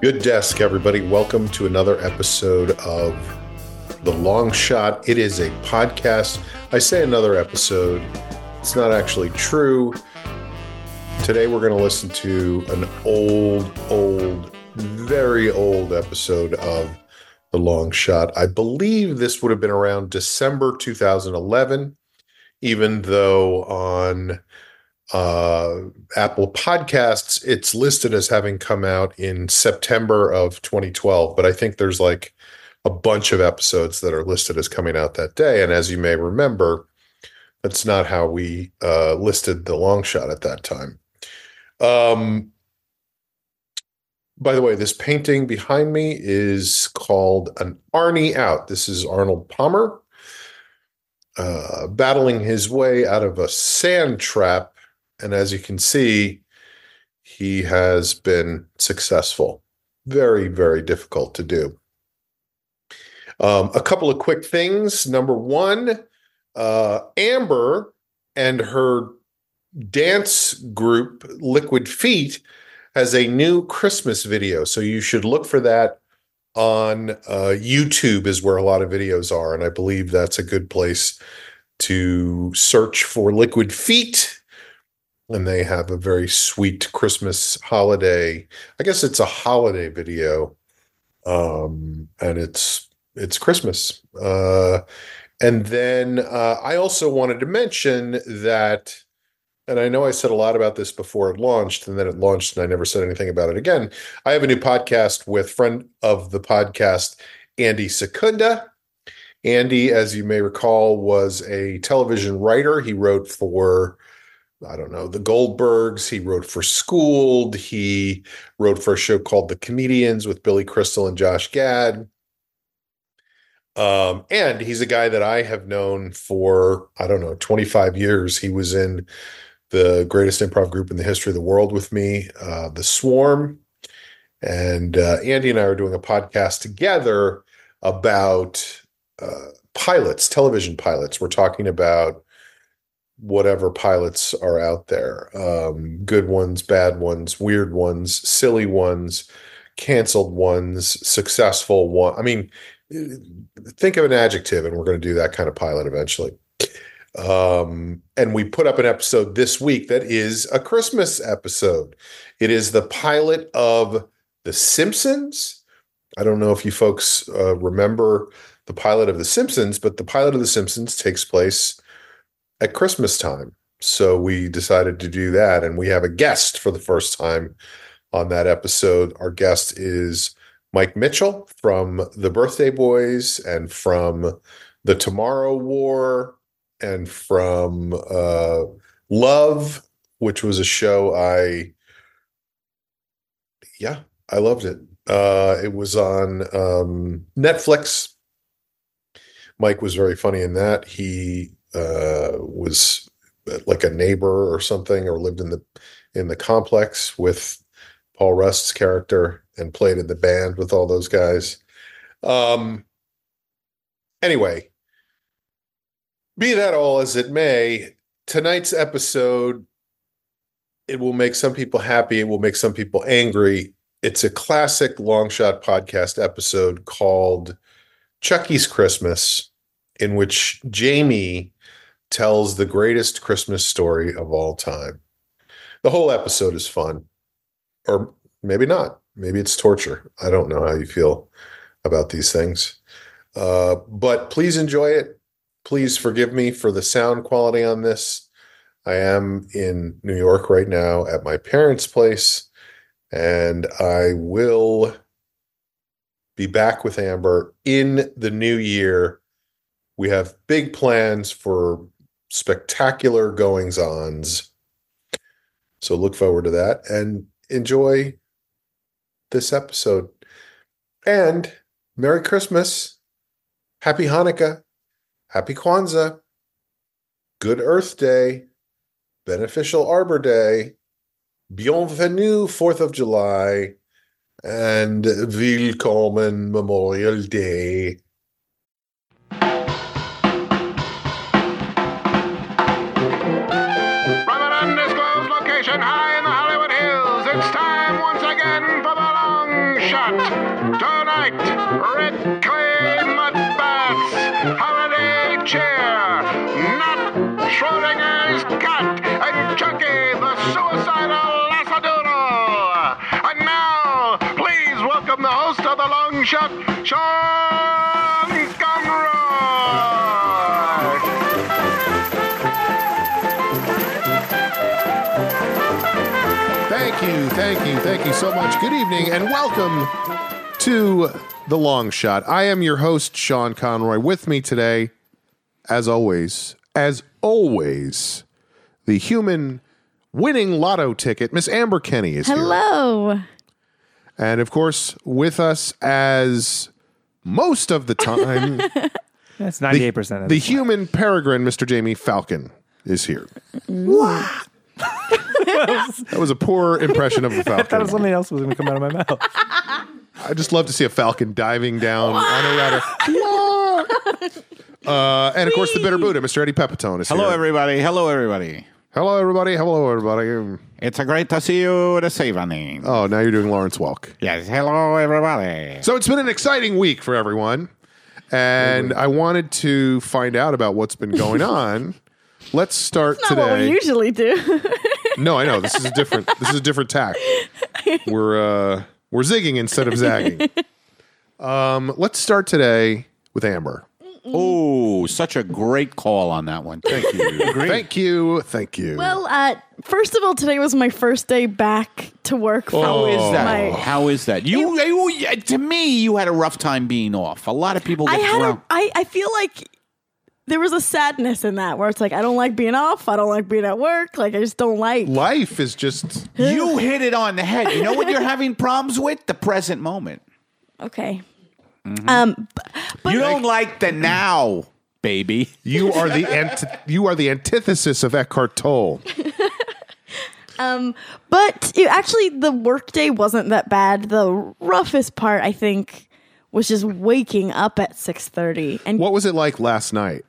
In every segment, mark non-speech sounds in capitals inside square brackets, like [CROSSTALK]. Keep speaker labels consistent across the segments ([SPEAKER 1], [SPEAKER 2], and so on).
[SPEAKER 1] Good desk, everybody. Welcome to another episode of The Long Shot. It is a podcast. I say another episode, it's not actually true. Today, we're going to listen to an old, old, very old episode of The Long Shot. I believe this would have been around December 2011, even though on uh, Apple Podcasts, it's listed as having come out in September of 2012, but I think there's like a bunch of episodes that are listed as coming out that day. And as you may remember, that's not how we uh, listed the long shot at that time. Um, by the way, this painting behind me is called An Arnie Out. This is Arnold Palmer uh, battling his way out of a sand trap and as you can see, he has been successful. Very, very difficult to do. Um, a couple of quick things. Number one, uh, Amber and her dance group, Liquid Feet, has a new Christmas video. So you should look for that on uh, YouTube, is where a lot of videos are. And I believe that's a good place to search for Liquid Feet and they have a very sweet Christmas holiday. I guess it's a holiday video, um, and it's it's Christmas. Uh, and then uh, I also wanted to mention that, and I know I said a lot about this before it launched, and then it launched, and I never said anything about it again. I have a new podcast with friend of the podcast, Andy Secunda. Andy, as you may recall, was a television writer. He wrote for I don't know, the Goldbergs. He wrote for Schooled. He wrote for a show called The Comedians with Billy Crystal and Josh Gad. Um, and he's a guy that I have known for, I don't know, 25 years. He was in the greatest improv group in the history of the world with me, uh, The Swarm. And uh, Andy and I are doing a podcast together about uh, pilots, television pilots. We're talking about whatever pilots are out there um, good ones, bad ones, weird ones, silly ones, canceled ones, successful one. I mean, think of an adjective, and we're going to do that kind of pilot eventually. Um, and we put up an episode this week that is a Christmas episode. It is the pilot of The Simpsons. I don't know if you folks uh, remember the pilot of The Simpsons, but the pilot of The Simpsons takes place at Christmas time. So we decided to do that. And we have a guest for the first time on that episode. Our guest is Mike Mitchell from The Birthday Boys and from The Tomorrow War and from uh, Love, which was a show I, yeah, I loved it. Uh, it was on um, Netflix. Mike was very funny in that. He uh, was uh, like a neighbor or something, or lived in the in the complex with Paul Rust's character and played in the band with all those guys. Um, anyway, be that all as it may, tonight's episode it will make some people happy. It will make some people angry. It's a classic long shot podcast episode called Chucky's Christmas, in which Jamie tells the greatest Christmas story of all time. The whole episode is fun, or maybe not. Maybe it's torture. I don't know how you feel about these things. Uh, but please enjoy it. Please forgive me for the sound quality on this. I am in New York right now at my parents' place, and I will be back with Amber in the new year. We have big plans for spectacular goings ons. So look forward to that and enjoy this episode. And Merry Christmas. Happy Hanukkah. Happy Kwanzaa. Good Earth Day. Beneficial Arbor Day. Bienvenue, 4th of July. And Willkommen Memorial Day.
[SPEAKER 2] From an undisclosed location high in the Hollywood Hills, it's time once again for the long shot. chair, not Schrodinger's cat, and Chucky the suicidal lasadoodle. And now, please welcome the host of the Long Shot, Sean Conroy.
[SPEAKER 1] Thank you, thank you, thank you so much. Good evening and welcome to The Long Shot. I am your host, Sean Conroy. With me today, as always, as always, the human winning lotto ticket, Miss Amber Kenny is here.
[SPEAKER 3] Hello.
[SPEAKER 1] And of course, with us as most of the time,
[SPEAKER 4] That's ninety-eight percent of
[SPEAKER 1] the
[SPEAKER 4] the
[SPEAKER 1] human peregrine, Mr. Jamie Falcon, is here. that was a poor impression of a
[SPEAKER 4] Thought
[SPEAKER 1] falcon.
[SPEAKER 4] something else was going to come out of my mouth.
[SPEAKER 1] I just love to see a falcon diving down on a ladder. Uh, and of course, the bitter Buddha, Mr. Eddie Pepitone, is
[SPEAKER 5] Hello,
[SPEAKER 1] here.
[SPEAKER 5] everybody. Hello, everybody.
[SPEAKER 1] Hello, everybody. Hello, everybody.
[SPEAKER 5] It's a great to see you this evening.
[SPEAKER 1] Oh, now you're doing Lawrence Welk.
[SPEAKER 5] Yes, hello, everybody.
[SPEAKER 1] So it's been an exciting week for everyone. And I wanted to find out about what's been going on. Let's start
[SPEAKER 3] Not
[SPEAKER 1] today.
[SPEAKER 3] what we usually do.
[SPEAKER 1] No, I know. This is a different. this is a different tack. We're uh, we're zigging instead of zagging.
[SPEAKER 3] [LAUGHS]
[SPEAKER 1] Um, let's start today with Amber.
[SPEAKER 3] Mm.
[SPEAKER 5] Oh, such a great call on that one. Thank you. [LAUGHS] great.
[SPEAKER 1] Thank you, thank you.
[SPEAKER 3] [LAUGHS] well, uh, first of all, today was my first day back to work. from
[SPEAKER 5] How Oh. is that?
[SPEAKER 3] my-
[SPEAKER 5] How is that? You, you- yeah, to me, you had a rough time being off. A lot of people
[SPEAKER 3] I
[SPEAKER 5] get
[SPEAKER 3] had [LAUGHS]
[SPEAKER 5] drunk.
[SPEAKER 3] a, I, I feel like there was a sadness in that where it's like I don't like being off. I don't like being at work. Like I just don't like.
[SPEAKER 1] Life is just
[SPEAKER 5] you hit it on the head. You know what you're having problems with? The present moment.
[SPEAKER 3] Okay. Um, but, but
[SPEAKER 5] Mm-hmm. You don't like the now, baby.
[SPEAKER 1] you are the anti- you are the antithesis of Eckhart Tolle.
[SPEAKER 3] But it, actually, the workday wasn't that bad. The roughest part, I think, was just waking up at six thirty, and
[SPEAKER 1] What was it like last night?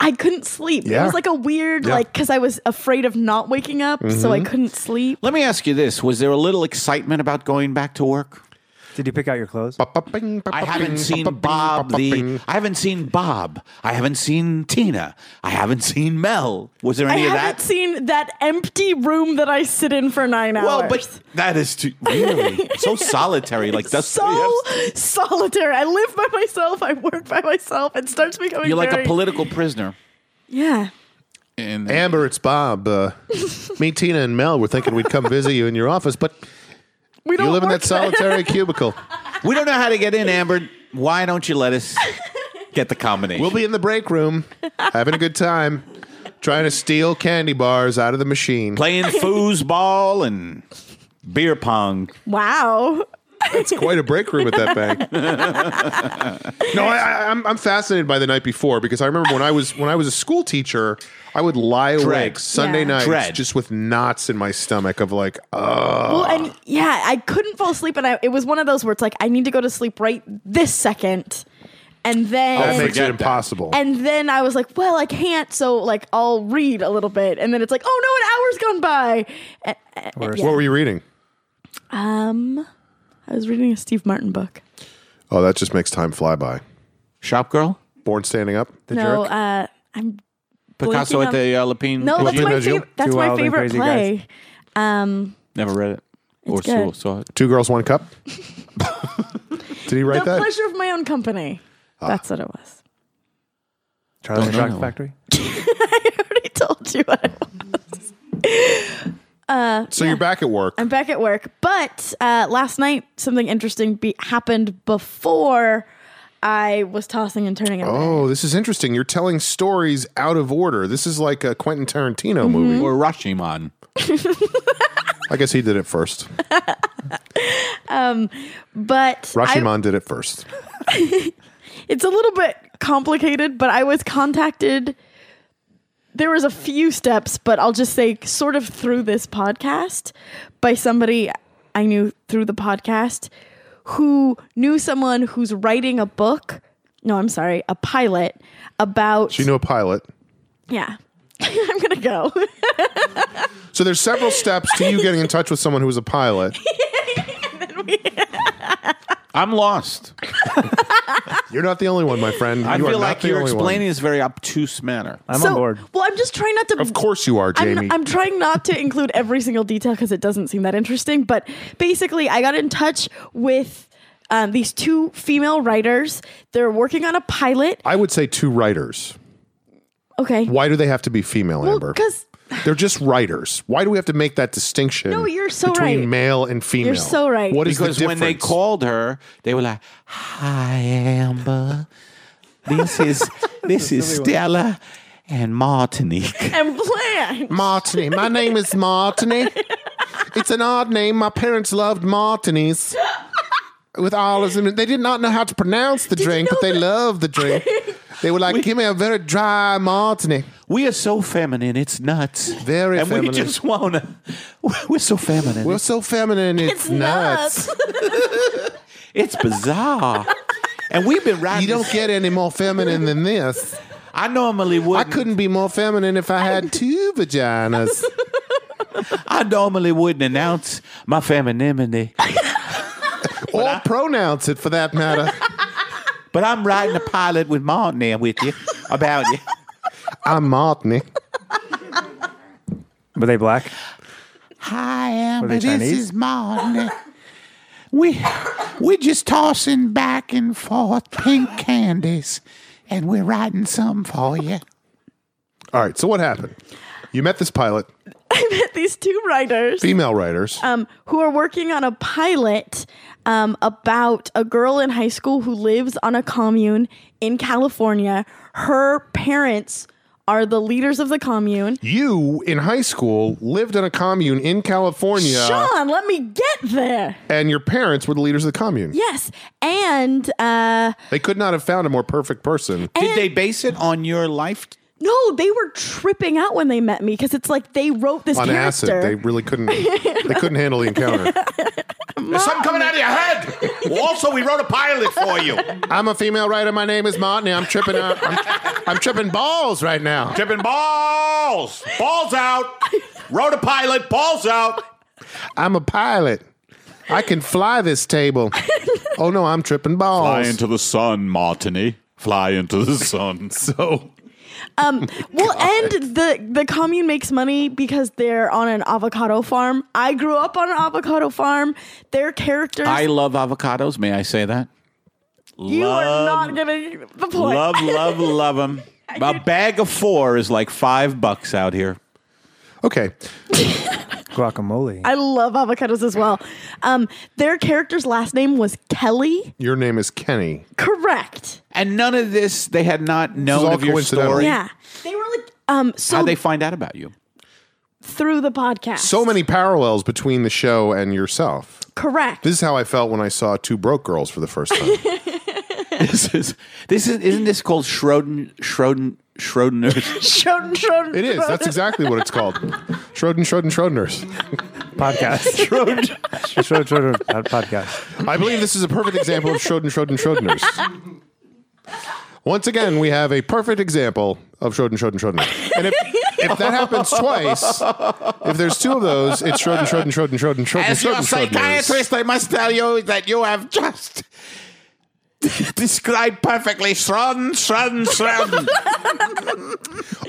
[SPEAKER 3] I couldn't sleep.
[SPEAKER 1] Yeah.
[SPEAKER 3] It was like a weird,
[SPEAKER 1] Yeah. Mm-hmm.
[SPEAKER 3] like because I was afraid of not waking up, so I couldn't sleep.
[SPEAKER 5] Let me ask you this: Was there a little excitement about going back to work?
[SPEAKER 4] [LAUGHS] Did you pick out your clothes?
[SPEAKER 5] I haven't seen Bob the I haven't seen Bob. I haven't seen Tina. I haven't seen Mel. Was there
[SPEAKER 3] I
[SPEAKER 5] any of
[SPEAKER 3] haven't
[SPEAKER 5] that?
[SPEAKER 3] seen that empty room that I sit in for nine
[SPEAKER 5] well,
[SPEAKER 3] hours.
[SPEAKER 5] but that is too
[SPEAKER 3] [LAUGHS]
[SPEAKER 5] really so solitary. Like that's
[SPEAKER 3] so solitary. I live by myself. I work by myself. It starts becoming
[SPEAKER 5] you're like a
[SPEAKER 3] very-
[SPEAKER 5] political prisoner.
[SPEAKER 3] yeah.
[SPEAKER 1] [LAUGHS]
[SPEAKER 5] And
[SPEAKER 1] Amber, it's Bob. Uh, me, Tina, and Mel were thinking we'd come visit you in your office,
[SPEAKER 5] [LAUGHS]
[SPEAKER 1] but
[SPEAKER 3] We don't
[SPEAKER 1] you live in
[SPEAKER 3] work
[SPEAKER 1] that solitary cubicle.
[SPEAKER 5] we don't know how to get in, Amber. Why don't you let
[SPEAKER 3] [LAUGHS]
[SPEAKER 5] us get the combination?
[SPEAKER 1] We'll be in the break room having a good time, trying to steal candy bars out of the machine.
[SPEAKER 5] playing
[SPEAKER 3] [LAUGHS]
[SPEAKER 5] foosball and beer pong.
[SPEAKER 3] Wow. [LAUGHS]
[SPEAKER 1] That's quite a break room at that
[SPEAKER 5] [LAUGHS]
[SPEAKER 1] bank. no, I, I, I'm, I'm fascinated by the night before because I remember when I was when I was a school teacher, I would lie awake Sunday
[SPEAKER 3] Yeah.
[SPEAKER 1] nights
[SPEAKER 5] Dread.
[SPEAKER 1] just with knots in my stomach of like, uh,
[SPEAKER 3] Well, and yeah, I couldn't fall asleep, and I, it was one of those where it's like I need to go to sleep right this second, and then
[SPEAKER 1] that Oh, makes it
[SPEAKER 5] forget that.
[SPEAKER 1] impossible.
[SPEAKER 3] And then I was like, well, I can't, so like I'll read a little bit. And then it's like, oh no, an hour's gone by. A- a-
[SPEAKER 4] Worse.
[SPEAKER 3] yeah.
[SPEAKER 1] What were you reading?
[SPEAKER 3] Um, I was reading a Steve Martin book.
[SPEAKER 1] Oh, that just makes time fly by.
[SPEAKER 5] Shop girl,
[SPEAKER 1] Born standing up.
[SPEAKER 4] The
[SPEAKER 3] no,
[SPEAKER 4] jerk.
[SPEAKER 3] uh, I'm
[SPEAKER 5] Picasso
[SPEAKER 3] Blinking
[SPEAKER 5] at the uh, Lapine.
[SPEAKER 3] no, that's
[SPEAKER 1] Julian
[SPEAKER 3] my,
[SPEAKER 1] Nagel?
[SPEAKER 3] fav- that's
[SPEAKER 4] Two
[SPEAKER 3] my
[SPEAKER 4] Wild and
[SPEAKER 3] favorite
[SPEAKER 4] Crazy
[SPEAKER 3] play. Um,
[SPEAKER 5] Never read it or
[SPEAKER 3] It's good.
[SPEAKER 5] saw it.
[SPEAKER 1] Two girls, one
[SPEAKER 3] [LAUGHS]
[SPEAKER 1] cup. Did he
[SPEAKER 3] the
[SPEAKER 1] write that?
[SPEAKER 3] pleasure of my own company.
[SPEAKER 4] Ah.
[SPEAKER 3] That's what it was. [LAUGHS]
[SPEAKER 4] Charlie and the
[SPEAKER 5] don't
[SPEAKER 4] Chocolate
[SPEAKER 5] know.
[SPEAKER 4] Factory.
[SPEAKER 3] I already told you what it was.
[SPEAKER 1] so you're back at work.
[SPEAKER 3] I'm back at work, but uh, last night something interesting be- happened before I was tossing and turning. Oh.
[SPEAKER 1] Oh, this is interesting. You're telling stories out of order. This is like a Quentin Tarantino movie.
[SPEAKER 5] Or Rashomon.
[SPEAKER 3] Mm-hmm.
[SPEAKER 1] I guess he did it first.
[SPEAKER 4] Oh.
[SPEAKER 3] But I-
[SPEAKER 1] Rashomon did it first.
[SPEAKER 3] it's a little bit complicated, but I was contacted. There was a few steps, but I'll just say sort of through this podcast by somebody I knew through the podcast who knew someone who's writing a book. No, I'm sorry, a pilot about
[SPEAKER 1] She knew a pilot.
[SPEAKER 3] yeah. [LAUGHS] I'm gonna go.
[SPEAKER 1] So there's
[SPEAKER 3] [LAUGHS]
[SPEAKER 1] several steps to you getting in touch with someone who was a pilot.
[SPEAKER 6] I'm lost.
[SPEAKER 1] You're not the only one, my friend.
[SPEAKER 6] I
[SPEAKER 1] you are
[SPEAKER 6] feel
[SPEAKER 1] not
[SPEAKER 6] like
[SPEAKER 1] the
[SPEAKER 6] you're
[SPEAKER 1] only one.
[SPEAKER 6] explaining this very obtuse manner.
[SPEAKER 2] I'm on board.
[SPEAKER 3] Well, I'm just trying not to.
[SPEAKER 1] Of course you are, Jamie.
[SPEAKER 3] I'm, I'm trying not to include every single detail because it doesn't seem that interesting. But basically, I got in touch with um, these two female writers. They're working on a pilot.
[SPEAKER 1] I would say two writers.
[SPEAKER 3] Okay.
[SPEAKER 1] Why do they have to be female, Amber?
[SPEAKER 3] because
[SPEAKER 1] They're just writers. Why do we have to make that distinction?
[SPEAKER 3] No, you're so
[SPEAKER 1] between
[SPEAKER 3] right.
[SPEAKER 1] male and female.
[SPEAKER 3] so right.
[SPEAKER 1] What is
[SPEAKER 6] Because
[SPEAKER 1] the
[SPEAKER 6] when
[SPEAKER 1] difference?
[SPEAKER 6] they called her, they were like, "Hi, Amber. This
[SPEAKER 1] [LAUGHS]
[SPEAKER 6] is this is Stella and Martinique."
[SPEAKER 3] and Blanche. [LAUGHS]
[SPEAKER 1] Martini. My name is Martini. It's an odd name. My parents loved Martinis with olives in it. They did not know how to pronounce the
[SPEAKER 3] you
[SPEAKER 1] drink, but
[SPEAKER 3] know
[SPEAKER 1] they
[SPEAKER 3] that-
[SPEAKER 1] loved the drink. They were like, "Give me a very dry Martini."
[SPEAKER 6] We are so feminine, it's nuts.
[SPEAKER 1] Very
[SPEAKER 6] and
[SPEAKER 1] feminine.
[SPEAKER 6] we just wanna. [LAUGHS] We're so feminine.
[SPEAKER 1] We're so feminine. It's,
[SPEAKER 3] It's
[SPEAKER 1] nuts.
[SPEAKER 3] nuts.
[SPEAKER 6] it's bizarre. and we've been riding.
[SPEAKER 1] You don't
[SPEAKER 6] this-
[SPEAKER 1] get any more feminine than this.
[SPEAKER 6] I normally
[SPEAKER 1] I
[SPEAKER 6] wouldn't.
[SPEAKER 1] couldn't be more feminine if I had two vaginas.
[SPEAKER 6] I normally wouldn't announce my femininity,
[SPEAKER 1] or pronounce it for that matter.
[SPEAKER 6] but I'm writing a pilot with Martini with you about you.
[SPEAKER 1] I'm Martini.
[SPEAKER 2] Were they black?
[SPEAKER 6] Hi, Amber.
[SPEAKER 2] they
[SPEAKER 6] This
[SPEAKER 2] Chinese?
[SPEAKER 6] is Martin. We we're just tossing back and forth pink candies, and we're writing some for you.
[SPEAKER 1] All right, so what happened? You met this pilot,
[SPEAKER 3] I met these two writers.
[SPEAKER 1] female writers.
[SPEAKER 3] um, who are working on a pilot um, about a girl in high school who lives on a commune in California. Her parents are the leaders of the commune.
[SPEAKER 1] you in high school lived on a commune in California,
[SPEAKER 3] Sean, let me get there.
[SPEAKER 1] and your parents were the leaders of the commune.
[SPEAKER 3] Yes, and uh,
[SPEAKER 1] They could not have found a more perfect person.
[SPEAKER 6] Did they base it on your life?
[SPEAKER 3] no, they were tripping out when they met me because it's like they wrote this
[SPEAKER 1] On
[SPEAKER 3] character.
[SPEAKER 1] acid, they really couldn't. They couldn't handle the encounter.
[SPEAKER 6] There's something coming out of your head. Well, also, we wrote a pilot for you.
[SPEAKER 1] I'm a female writer. My name is Martin. I'm tripping out. I'm, I'm tripping balls right now.
[SPEAKER 6] Tipping balls, balls out. Wrote a pilot, balls out.
[SPEAKER 1] I'm a pilot. I can fly this table. Oh no, I'm tripping balls.
[SPEAKER 6] the sun, Martini. Fly into the sun. So
[SPEAKER 3] Well, and the the commune makes money because they're on an avocado farm. I grew up on an avocado farm. Their characters.
[SPEAKER 6] I love avocados. May I say that?
[SPEAKER 3] You are
[SPEAKER 6] Love-
[SPEAKER 3] not getting the point.
[SPEAKER 6] Love, love, love them. A bag of four is like five bucks out here.
[SPEAKER 1] Okay,
[SPEAKER 2] Guacamole.
[SPEAKER 3] [LAUGHS] I love avocados as well. Um, their character's last name was Kelly.
[SPEAKER 1] your name is Kenny.
[SPEAKER 3] Correct.
[SPEAKER 6] And none of this, they had not known
[SPEAKER 1] all
[SPEAKER 6] of your
[SPEAKER 1] coincidental.
[SPEAKER 6] story.
[SPEAKER 3] Yeah. They were like um so
[SPEAKER 6] How'd they find out about you?
[SPEAKER 3] through the podcast.
[SPEAKER 1] So many parallels between the show and yourself.
[SPEAKER 3] correct. [LAUGHS]
[SPEAKER 1] This is how I felt when I saw Two Broke Girls for the first time.
[SPEAKER 6] This is, this is, isn't this called Schroden, Schroden, Schrodinger's?
[SPEAKER 3] Schroden, Schroden,
[SPEAKER 1] it is. That's exactly what it's called. Schroden, Schroden, Schrodiners.
[SPEAKER 3] [LAUGHS]
[SPEAKER 2] podcast.
[SPEAKER 6] Schroden.
[SPEAKER 2] Shro- shro- shro- pod- podcast.
[SPEAKER 1] I believe this is a perfect example of Schroden, Schroden, Schrodiners. Once again, we have a perfect example of Schroden, Schroden, Schrodiners. And if, if that happens twice, if there's two of those, it's Schroden, Schroden, Schroden, Schroden, Schroden,
[SPEAKER 6] As your
[SPEAKER 1] Schroden, Schrodiners.
[SPEAKER 6] psychiatrist, I must tell you that you have just [LAUGHS] described perfectly Schroden, Schroden, Schroden.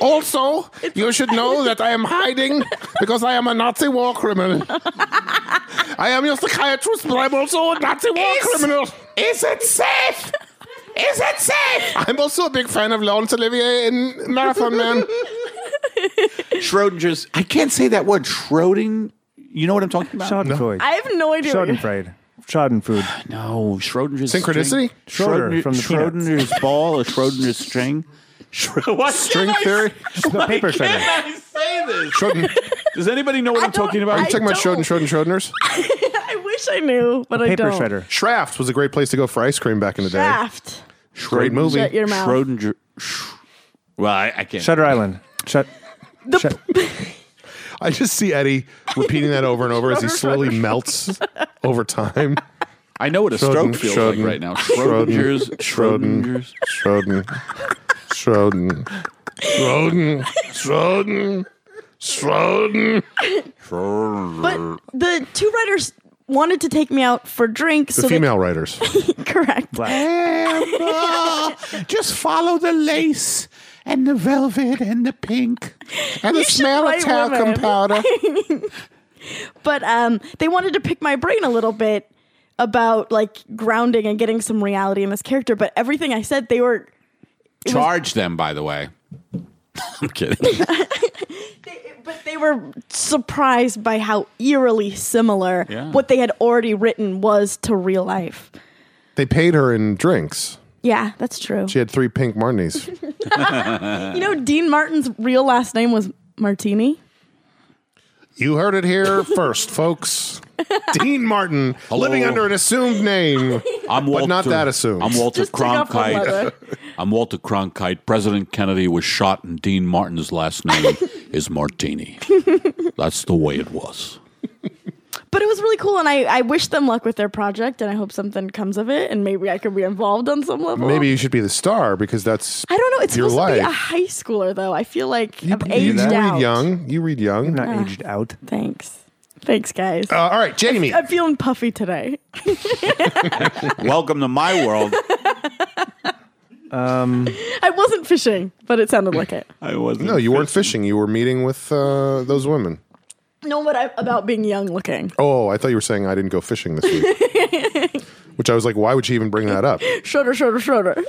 [SPEAKER 1] Also, you should know that I am hiding because I am a Nazi war criminal. I am your psychiatrist, but I'm also a Nazi war criminal.
[SPEAKER 6] Is it safe? Is it safe?
[SPEAKER 1] I'm also a big fan of Laurence Olivier in Marathon [LAUGHS] Man.
[SPEAKER 6] [LAUGHS] Schrodinger's. I can't say that word. Schroding. You know what I'm talking about?
[SPEAKER 2] Schadenfreude.
[SPEAKER 3] I have no idea. what you're-
[SPEAKER 2] Schadenfreude. Schadenfruit.
[SPEAKER 6] No, Schrodinger's
[SPEAKER 1] Synchronicity?
[SPEAKER 6] String.
[SPEAKER 2] Schroeder
[SPEAKER 6] Schrodinger's-
[SPEAKER 2] from the
[SPEAKER 6] [LAUGHS] Schrodinger's ball or Schrodinger's string? Schro- what
[SPEAKER 1] String
[SPEAKER 4] [LAUGHS]
[SPEAKER 1] theory?
[SPEAKER 2] The paper shredder.
[SPEAKER 6] I say this?
[SPEAKER 1] Schroden.
[SPEAKER 6] Does anybody know what I'm
[SPEAKER 3] don't-
[SPEAKER 6] talking about?
[SPEAKER 1] Are you
[SPEAKER 3] I
[SPEAKER 1] talking about Schroden,
[SPEAKER 3] don't.
[SPEAKER 1] Schroden, Schrodiners?
[SPEAKER 3] [LAUGHS] I wish I knew, but I
[SPEAKER 2] Paper
[SPEAKER 3] don't.
[SPEAKER 2] shredder.
[SPEAKER 1] Schraft was a great place to go for ice cream back in the day.
[SPEAKER 3] Shaft.
[SPEAKER 1] Great movie.
[SPEAKER 3] Shut your mouth.
[SPEAKER 6] Schrodinger. Sh- well, I, I can't.
[SPEAKER 2] Shutter Island. Shut.
[SPEAKER 3] The
[SPEAKER 2] Shut.
[SPEAKER 1] I just see Eddie repeating that over and over as he slowly melts over time.
[SPEAKER 6] I know what a stroke
[SPEAKER 1] Schroden-
[SPEAKER 6] feels
[SPEAKER 1] Schroden-
[SPEAKER 6] like right now.
[SPEAKER 1] Schroden-
[SPEAKER 6] Schrodinger's.
[SPEAKER 1] Schroden-
[SPEAKER 6] Schrodinger's.
[SPEAKER 1] Schroden. Schroden. Schroden. Schroden. Schroden.
[SPEAKER 3] But the two writers wanted to take me out for drinks.
[SPEAKER 1] The
[SPEAKER 3] so they-
[SPEAKER 1] female writers.
[SPEAKER 3] correct. [LAUGHS]
[SPEAKER 4] Black.
[SPEAKER 5] Amber, [LAUGHS] just follow the lace and the velvet and the pink
[SPEAKER 1] And the smell of
[SPEAKER 3] write
[SPEAKER 1] talcum
[SPEAKER 3] women.
[SPEAKER 1] powder.
[SPEAKER 3] [LAUGHS] But um, they wanted to pick my brain a little bit about like grounding and getting some reality in this character. But everything I said, they were
[SPEAKER 7] Charge them, by the way. [LAUGHS] I'm kidding.
[SPEAKER 3] [LAUGHS] But they were surprised by how eerily similar
[SPEAKER 7] Yeah.
[SPEAKER 3] what they had already written was to real life.
[SPEAKER 1] They paid her in drinks.
[SPEAKER 3] Yeah, that's true.
[SPEAKER 1] She had three pink martinis.
[SPEAKER 3] You know, Dean Martin's real last name was Martini.
[SPEAKER 1] You heard it
[SPEAKER 3] [LAUGHS]
[SPEAKER 1] here first, folks. Dean Martin, living under an assumed
[SPEAKER 3] [LAUGHS]
[SPEAKER 1] name.
[SPEAKER 7] I'm Walter,
[SPEAKER 1] not that assumed.
[SPEAKER 7] I'm Walter
[SPEAKER 3] Just took off the
[SPEAKER 7] Cronkite.
[SPEAKER 3] leather.
[SPEAKER 7] [LAUGHS] I'm Walter Cronkite. President Kennedy was shot, and Dean Martin's last name
[SPEAKER 3] [LAUGHS]
[SPEAKER 7] is Martini. That's the way it
[SPEAKER 3] [LAUGHS]
[SPEAKER 7] was.
[SPEAKER 3] But it was really cool, and I, I wish them luck with their project, and I hope something comes of it, and maybe I could be involved on some level.
[SPEAKER 1] Maybe you should be the star because that's
[SPEAKER 3] I don't know. It's
[SPEAKER 1] your
[SPEAKER 3] supposed to be a
[SPEAKER 1] life.
[SPEAKER 3] high schooler, though. I feel like I'm
[SPEAKER 1] you,
[SPEAKER 3] aged
[SPEAKER 1] you
[SPEAKER 3] out.
[SPEAKER 1] read young. You read young.
[SPEAKER 4] Not
[SPEAKER 3] Uh.
[SPEAKER 4] aged out.
[SPEAKER 3] Thanks, thanks, guys.
[SPEAKER 1] Uh, all right, Jamie.
[SPEAKER 3] I'm feeling puffy today.
[SPEAKER 7] Welcome to my world.
[SPEAKER 3] I wasn't fishing, but it sounded like it.
[SPEAKER 7] I wasn't.
[SPEAKER 1] No, you weren't fishing. You were meeting with uh, those women.
[SPEAKER 3] No, but I, about being young looking.
[SPEAKER 1] Oh, I thought you were saying I didn't go fishing this week.
[SPEAKER 4] [LAUGHS]
[SPEAKER 1] Which I was like, why would she even bring that up?
[SPEAKER 3] Schroeder, Schroeder, Schroeder.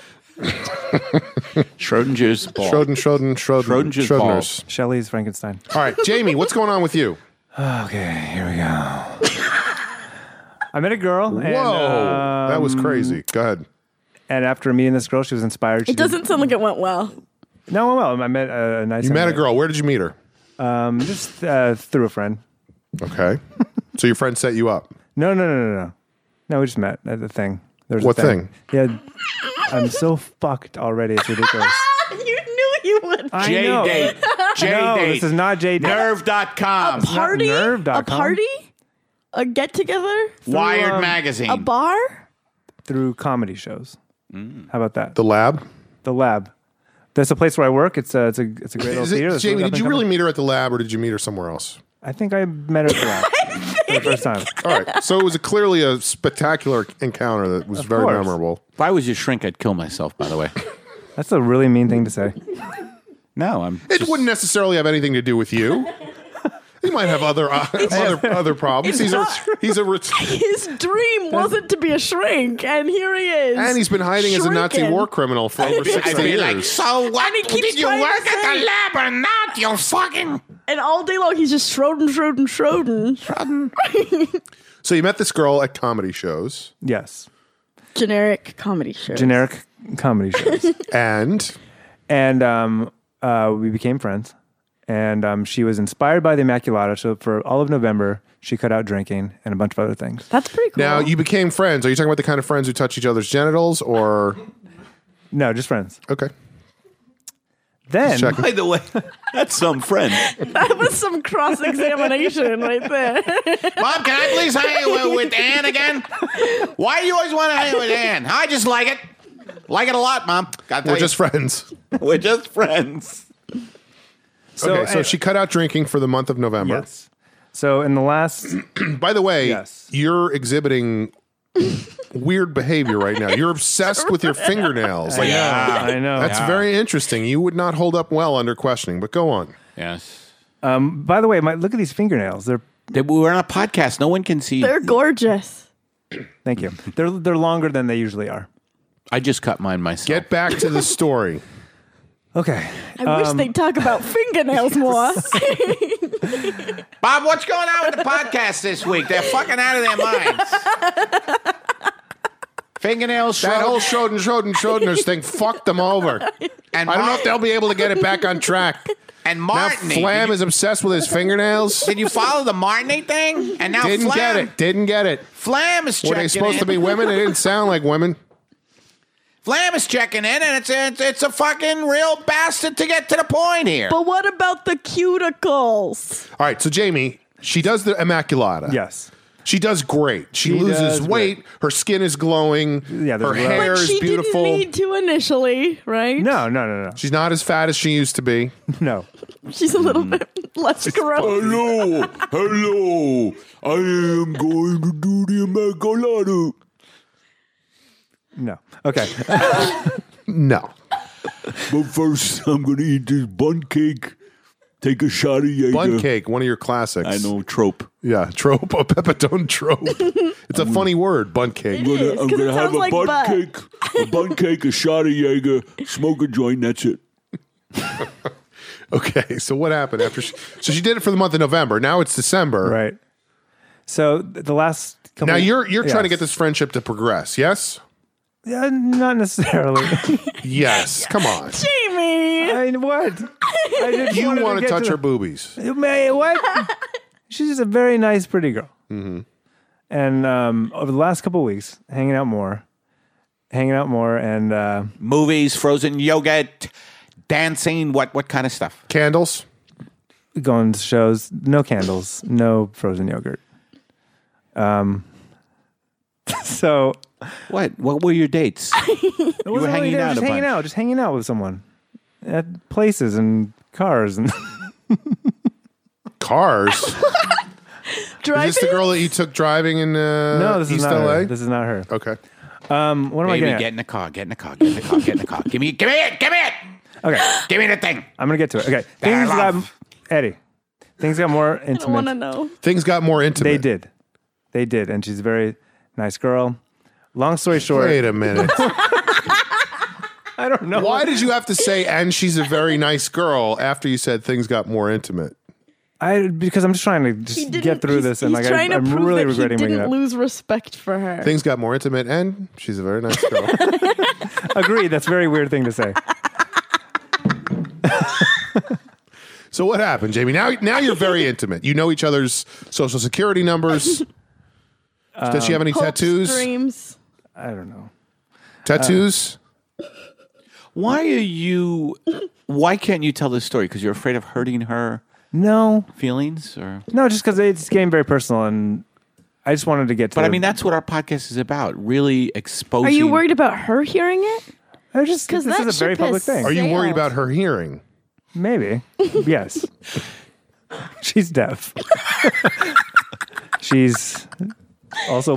[SPEAKER 7] Schrodinger's ball.
[SPEAKER 1] Schroden, Schroden, Schroden,
[SPEAKER 7] Schrodinger's
[SPEAKER 1] Schrodinger's.
[SPEAKER 4] Shelley's Frankenstein.
[SPEAKER 1] All right, Jamie, what's going on with you?
[SPEAKER 4] Okay, here we go. I met a girl.
[SPEAKER 1] Whoa,
[SPEAKER 4] [LAUGHS] And, uh,
[SPEAKER 1] that was crazy. Go ahead.
[SPEAKER 4] and after meeting this girl, she was inspired. She
[SPEAKER 3] It doesn't sound like it went well.
[SPEAKER 4] Did, no, well, I met a, a nice.
[SPEAKER 1] You met a girl. Where did you meet her?
[SPEAKER 4] Um, just uh, through a friend.
[SPEAKER 1] Okay. so your friend set you up.
[SPEAKER 4] No, no, no, no, no. No, we just met at the thing. There's
[SPEAKER 1] What
[SPEAKER 4] a thing? Yeah, I'm so fucked already. It's ridiculous.
[SPEAKER 3] [LAUGHS] you knew you would.
[SPEAKER 4] Ah, I
[SPEAKER 7] J
[SPEAKER 4] know. [LAUGHS]
[SPEAKER 7] date. J
[SPEAKER 4] No,
[SPEAKER 7] date.
[SPEAKER 4] this is not J date.
[SPEAKER 7] Nerve.com.
[SPEAKER 4] not
[SPEAKER 3] party?
[SPEAKER 4] nerve.com.
[SPEAKER 3] A party? A get together?
[SPEAKER 7] Wired
[SPEAKER 4] um,
[SPEAKER 7] magazine.
[SPEAKER 3] A bar?
[SPEAKER 4] Through comedy shows.
[SPEAKER 7] Mm.
[SPEAKER 4] How about that?
[SPEAKER 1] The lab.
[SPEAKER 4] The lab. That's a place where I work. It's a it's a it's a great little
[SPEAKER 1] Is it-
[SPEAKER 4] theater. That's
[SPEAKER 1] Jamie,
[SPEAKER 4] up
[SPEAKER 1] did
[SPEAKER 4] and
[SPEAKER 1] you
[SPEAKER 4] coming.
[SPEAKER 1] really meet her at the lab or did you meet her somewhere else?
[SPEAKER 4] I think I met her at the lab
[SPEAKER 3] [LAUGHS]
[SPEAKER 4] for the first time.
[SPEAKER 1] All right. So it was a, clearly a spectacular encounter that was very
[SPEAKER 4] course.
[SPEAKER 1] memorable.
[SPEAKER 7] if I was your shrink, I'd kill myself, by the [LAUGHS] way.
[SPEAKER 4] That's a really mean thing to say.
[SPEAKER 7] No, I'm.
[SPEAKER 1] It wouldn't necessarily have anything to do with you. He might have other uh, other other problems. He's a he's a ret-
[SPEAKER 3] His dream wasn't to be a shrink, and here he is.
[SPEAKER 1] and he's been hiding as a Nazi
[SPEAKER 3] Shrinking.
[SPEAKER 1] war criminal for
[SPEAKER 6] [LAUGHS]
[SPEAKER 1] over
[SPEAKER 7] I'd
[SPEAKER 1] sixty
[SPEAKER 7] be
[SPEAKER 1] years.
[SPEAKER 7] like,
[SPEAKER 5] So what?
[SPEAKER 3] he keeps
[SPEAKER 5] Did you
[SPEAKER 3] trying to
[SPEAKER 5] work at
[SPEAKER 3] say-
[SPEAKER 5] the lab or not? You fucking
[SPEAKER 3] And all day long, he's just Schroden, Schroden, Schroden.
[SPEAKER 1] so you met this girl at comedy shows,
[SPEAKER 4] Yes,
[SPEAKER 3] Generic comedy show.
[SPEAKER 4] generic comedy shows.
[SPEAKER 1] and
[SPEAKER 4] and um, uh, we became friends. And um, she was inspired by the Immaculata. So for all of November, she cut out drinking and a bunch of other things.
[SPEAKER 3] That's pretty cool.
[SPEAKER 1] now you became friends. Are you talking about the kind of friends who touch each other's genitals, or
[SPEAKER 4] No, just friends.
[SPEAKER 1] okay?
[SPEAKER 4] Then
[SPEAKER 1] checking.
[SPEAKER 7] By the way, [LAUGHS] that's some friend.
[SPEAKER 3] that was some cross examination right there.
[SPEAKER 7] Bob, can I please hang out with Ann again? Why do you always want to hang out with Ann? I just like it. Like it a lot, Mom. Gotta tell
[SPEAKER 1] We're
[SPEAKER 7] you.
[SPEAKER 1] just friends.
[SPEAKER 7] we're just friends.
[SPEAKER 4] so,
[SPEAKER 1] okay, so
[SPEAKER 4] and-
[SPEAKER 1] she cut out drinking for the month of November.
[SPEAKER 4] Yes. So in
[SPEAKER 1] [COUGHS]
[SPEAKER 4] the last
[SPEAKER 1] By the way,
[SPEAKER 4] Yes.
[SPEAKER 1] you're exhibiting weird behavior right now. You're obsessed with your fingernails. Like
[SPEAKER 7] Yeah,
[SPEAKER 4] uh, I know.
[SPEAKER 1] that's very interesting. You would not hold up well under questioning, but go on.
[SPEAKER 7] Yes.
[SPEAKER 4] Um, By the way, my, look at these fingernails. They're
[SPEAKER 7] We're on a podcast. No one can see.
[SPEAKER 3] [LAUGHS] They're gorgeous.
[SPEAKER 4] thank
[SPEAKER 1] [LAUGHS]
[SPEAKER 4] you. They're they're longer than they usually are.
[SPEAKER 7] I just cut mine myself.
[SPEAKER 1] Get back to the story.
[SPEAKER 4] Okay.
[SPEAKER 3] I
[SPEAKER 1] Um,
[SPEAKER 3] wish they'd talk about fingernails more.
[SPEAKER 7] Bob, what's going on with the podcast this week? They're fucking out of their minds. Fingernails,
[SPEAKER 1] [LAUGHS] That
[SPEAKER 7] Schroeder,
[SPEAKER 1] whole Schroden Schroden Schrodinger's thing fucked them over.
[SPEAKER 7] and
[SPEAKER 1] I don't know
[SPEAKER 7] Mar-
[SPEAKER 1] if they'll be able to get it back on track.
[SPEAKER 7] and
[SPEAKER 1] Now
[SPEAKER 7] Martini.
[SPEAKER 1] Flam is obsessed with his fingernails.
[SPEAKER 7] Did you follow the Martini thing? And now
[SPEAKER 1] Didn't
[SPEAKER 7] Flam,
[SPEAKER 1] get it. Didn't get it.
[SPEAKER 7] Flam is checking
[SPEAKER 1] Were they supposed
[SPEAKER 7] in.
[SPEAKER 1] to be women? It didn't sound like women.
[SPEAKER 7] Flam is checking in, and it's a, it's, it's a fucking real bastard to get to the point here.
[SPEAKER 3] but what about the cuticles?
[SPEAKER 1] All right, so Jamie, she does the Immaculata.
[SPEAKER 4] Yes.
[SPEAKER 1] She does great. She,
[SPEAKER 4] She
[SPEAKER 1] loses
[SPEAKER 4] does
[SPEAKER 1] weight.
[SPEAKER 4] great.
[SPEAKER 1] Her skin is glowing.
[SPEAKER 4] Yeah,
[SPEAKER 1] her
[SPEAKER 4] there's glow.
[SPEAKER 1] hair
[SPEAKER 3] But
[SPEAKER 1] is
[SPEAKER 3] she
[SPEAKER 1] beautiful.
[SPEAKER 3] didn't need to initially, right?
[SPEAKER 4] No, no, no, no.
[SPEAKER 1] She's not as fat as she used to be.
[SPEAKER 4] No.
[SPEAKER 1] Mm.
[SPEAKER 3] She's a little bit Let's grow.
[SPEAKER 7] Hello, hello. I am going to do the Immaculata.
[SPEAKER 4] No. Okay.
[SPEAKER 1] No.
[SPEAKER 7] But first, I'm going to eat this bun cake. Take a shot of Jaeger.
[SPEAKER 1] Bun cake, one of your classics.
[SPEAKER 7] I know trope.
[SPEAKER 1] Yeah, [LAUGHS] trope, a pepitone trope. It's a funny word, bun cake.
[SPEAKER 3] [LAUGHS] It is, 'cause it sounds like butt.
[SPEAKER 7] cake, a bun cake, a shot of Jaeger, smoke a joint. That's it.
[SPEAKER 1] Okay, so what happened after? She, so she did it for the month of November. Now it's December.
[SPEAKER 4] right. So th- the last couple
[SPEAKER 1] Now you're you're trying to get
[SPEAKER 4] Yes.
[SPEAKER 1] this friendship to progress. Yes.
[SPEAKER 4] Uh, not necessarily. [LAUGHS]
[SPEAKER 1] Yes. Come on.
[SPEAKER 3] Jamie.
[SPEAKER 4] I mean, what? I just
[SPEAKER 1] You
[SPEAKER 4] wanted
[SPEAKER 1] want to
[SPEAKER 4] get
[SPEAKER 1] touch
[SPEAKER 4] the-
[SPEAKER 1] her boobies?
[SPEAKER 4] You may- what? She's just a very nice, pretty girl.
[SPEAKER 6] Mm-hmm.
[SPEAKER 4] And um, over the last couple of weeks, hanging out more, hanging out more, and uh,
[SPEAKER 6] Movies, frozen yogurt, dancing, what what kind of stuff?
[SPEAKER 1] Candles.
[SPEAKER 4] going to shows. No candles, no frozen yogurt. Um. [LAUGHS] So
[SPEAKER 6] What what were your [LAUGHS] dates?
[SPEAKER 4] it wasn't really
[SPEAKER 6] hanging
[SPEAKER 4] there,
[SPEAKER 6] out
[SPEAKER 4] just
[SPEAKER 6] a
[SPEAKER 4] hanging
[SPEAKER 6] bunch.
[SPEAKER 4] out, just hanging out with someone at places and cars and
[SPEAKER 6] Uh,
[SPEAKER 1] Cars. Is
[SPEAKER 3] Driving.
[SPEAKER 1] this the girl that you took driving in uh,
[SPEAKER 4] [LAUGHS] no, this
[SPEAKER 1] East
[SPEAKER 4] is not
[SPEAKER 1] LA?
[SPEAKER 4] her. This is not her.
[SPEAKER 1] okay.
[SPEAKER 4] Um, what am I
[SPEAKER 6] Baby,
[SPEAKER 4] getting? at?
[SPEAKER 6] get in the car, get in the car, get in the car, get in the car. Give me give me it, give me it,
[SPEAKER 4] Okay.
[SPEAKER 6] give me the thing.
[SPEAKER 4] I'm gonna get to it. Okay, things got
[SPEAKER 6] love.
[SPEAKER 4] Eddie. Things got more
[SPEAKER 3] I don't want to
[SPEAKER 4] intimate.
[SPEAKER 3] know.
[SPEAKER 1] Things got more intimate.
[SPEAKER 4] They did, they did, and she's a very nice girl. Long story short,
[SPEAKER 1] Wait a
[SPEAKER 4] [LAUGHS]
[SPEAKER 1] minute.
[SPEAKER 4] I don't know.
[SPEAKER 1] Why did you have to say, and she's a very nice girl, after you said things got more intimate?
[SPEAKER 4] I because I'm just trying to just get through
[SPEAKER 3] he's-
[SPEAKER 4] this, and
[SPEAKER 3] he's
[SPEAKER 4] like I,
[SPEAKER 3] trying to
[SPEAKER 4] am
[SPEAKER 3] prove
[SPEAKER 4] really
[SPEAKER 3] that
[SPEAKER 4] regretting
[SPEAKER 3] he
[SPEAKER 4] bringing it
[SPEAKER 3] didn't
[SPEAKER 4] up.
[SPEAKER 3] lose respect for her.
[SPEAKER 1] Things got more intimate, and she's a very nice girl.
[SPEAKER 4] Agreed. That's a very weird thing to
[SPEAKER 3] [LAUGHS]
[SPEAKER 4] say.
[SPEAKER 1] so what happened, Jamie? Now, now you're
[SPEAKER 4] [LAUGHS]
[SPEAKER 1] very intimate. You know each other's social security numbers. Does she have any
[SPEAKER 3] Hopes,
[SPEAKER 1] tattoos? Uh,
[SPEAKER 3] dreams.
[SPEAKER 4] I don't know.
[SPEAKER 1] Tattoos?
[SPEAKER 6] Why are you why can't you tell this story? Because you're afraid of hurting her
[SPEAKER 4] No,
[SPEAKER 6] feelings or
[SPEAKER 4] no, just because it's getting very personal, and I just wanted to get to.
[SPEAKER 6] But I
[SPEAKER 4] the-
[SPEAKER 6] mean that's what our podcast is about. Really exposing
[SPEAKER 3] Are you worried about her hearing [LAUGHS] it?
[SPEAKER 4] I just because
[SPEAKER 3] 'Cause
[SPEAKER 4] this
[SPEAKER 3] that
[SPEAKER 4] is a very
[SPEAKER 3] ship
[SPEAKER 4] public
[SPEAKER 3] has-
[SPEAKER 4] thing.
[SPEAKER 1] Are you worried
[SPEAKER 3] Sales.
[SPEAKER 1] about her hearing?
[SPEAKER 4] Maybe. Yes. She's deaf. She's also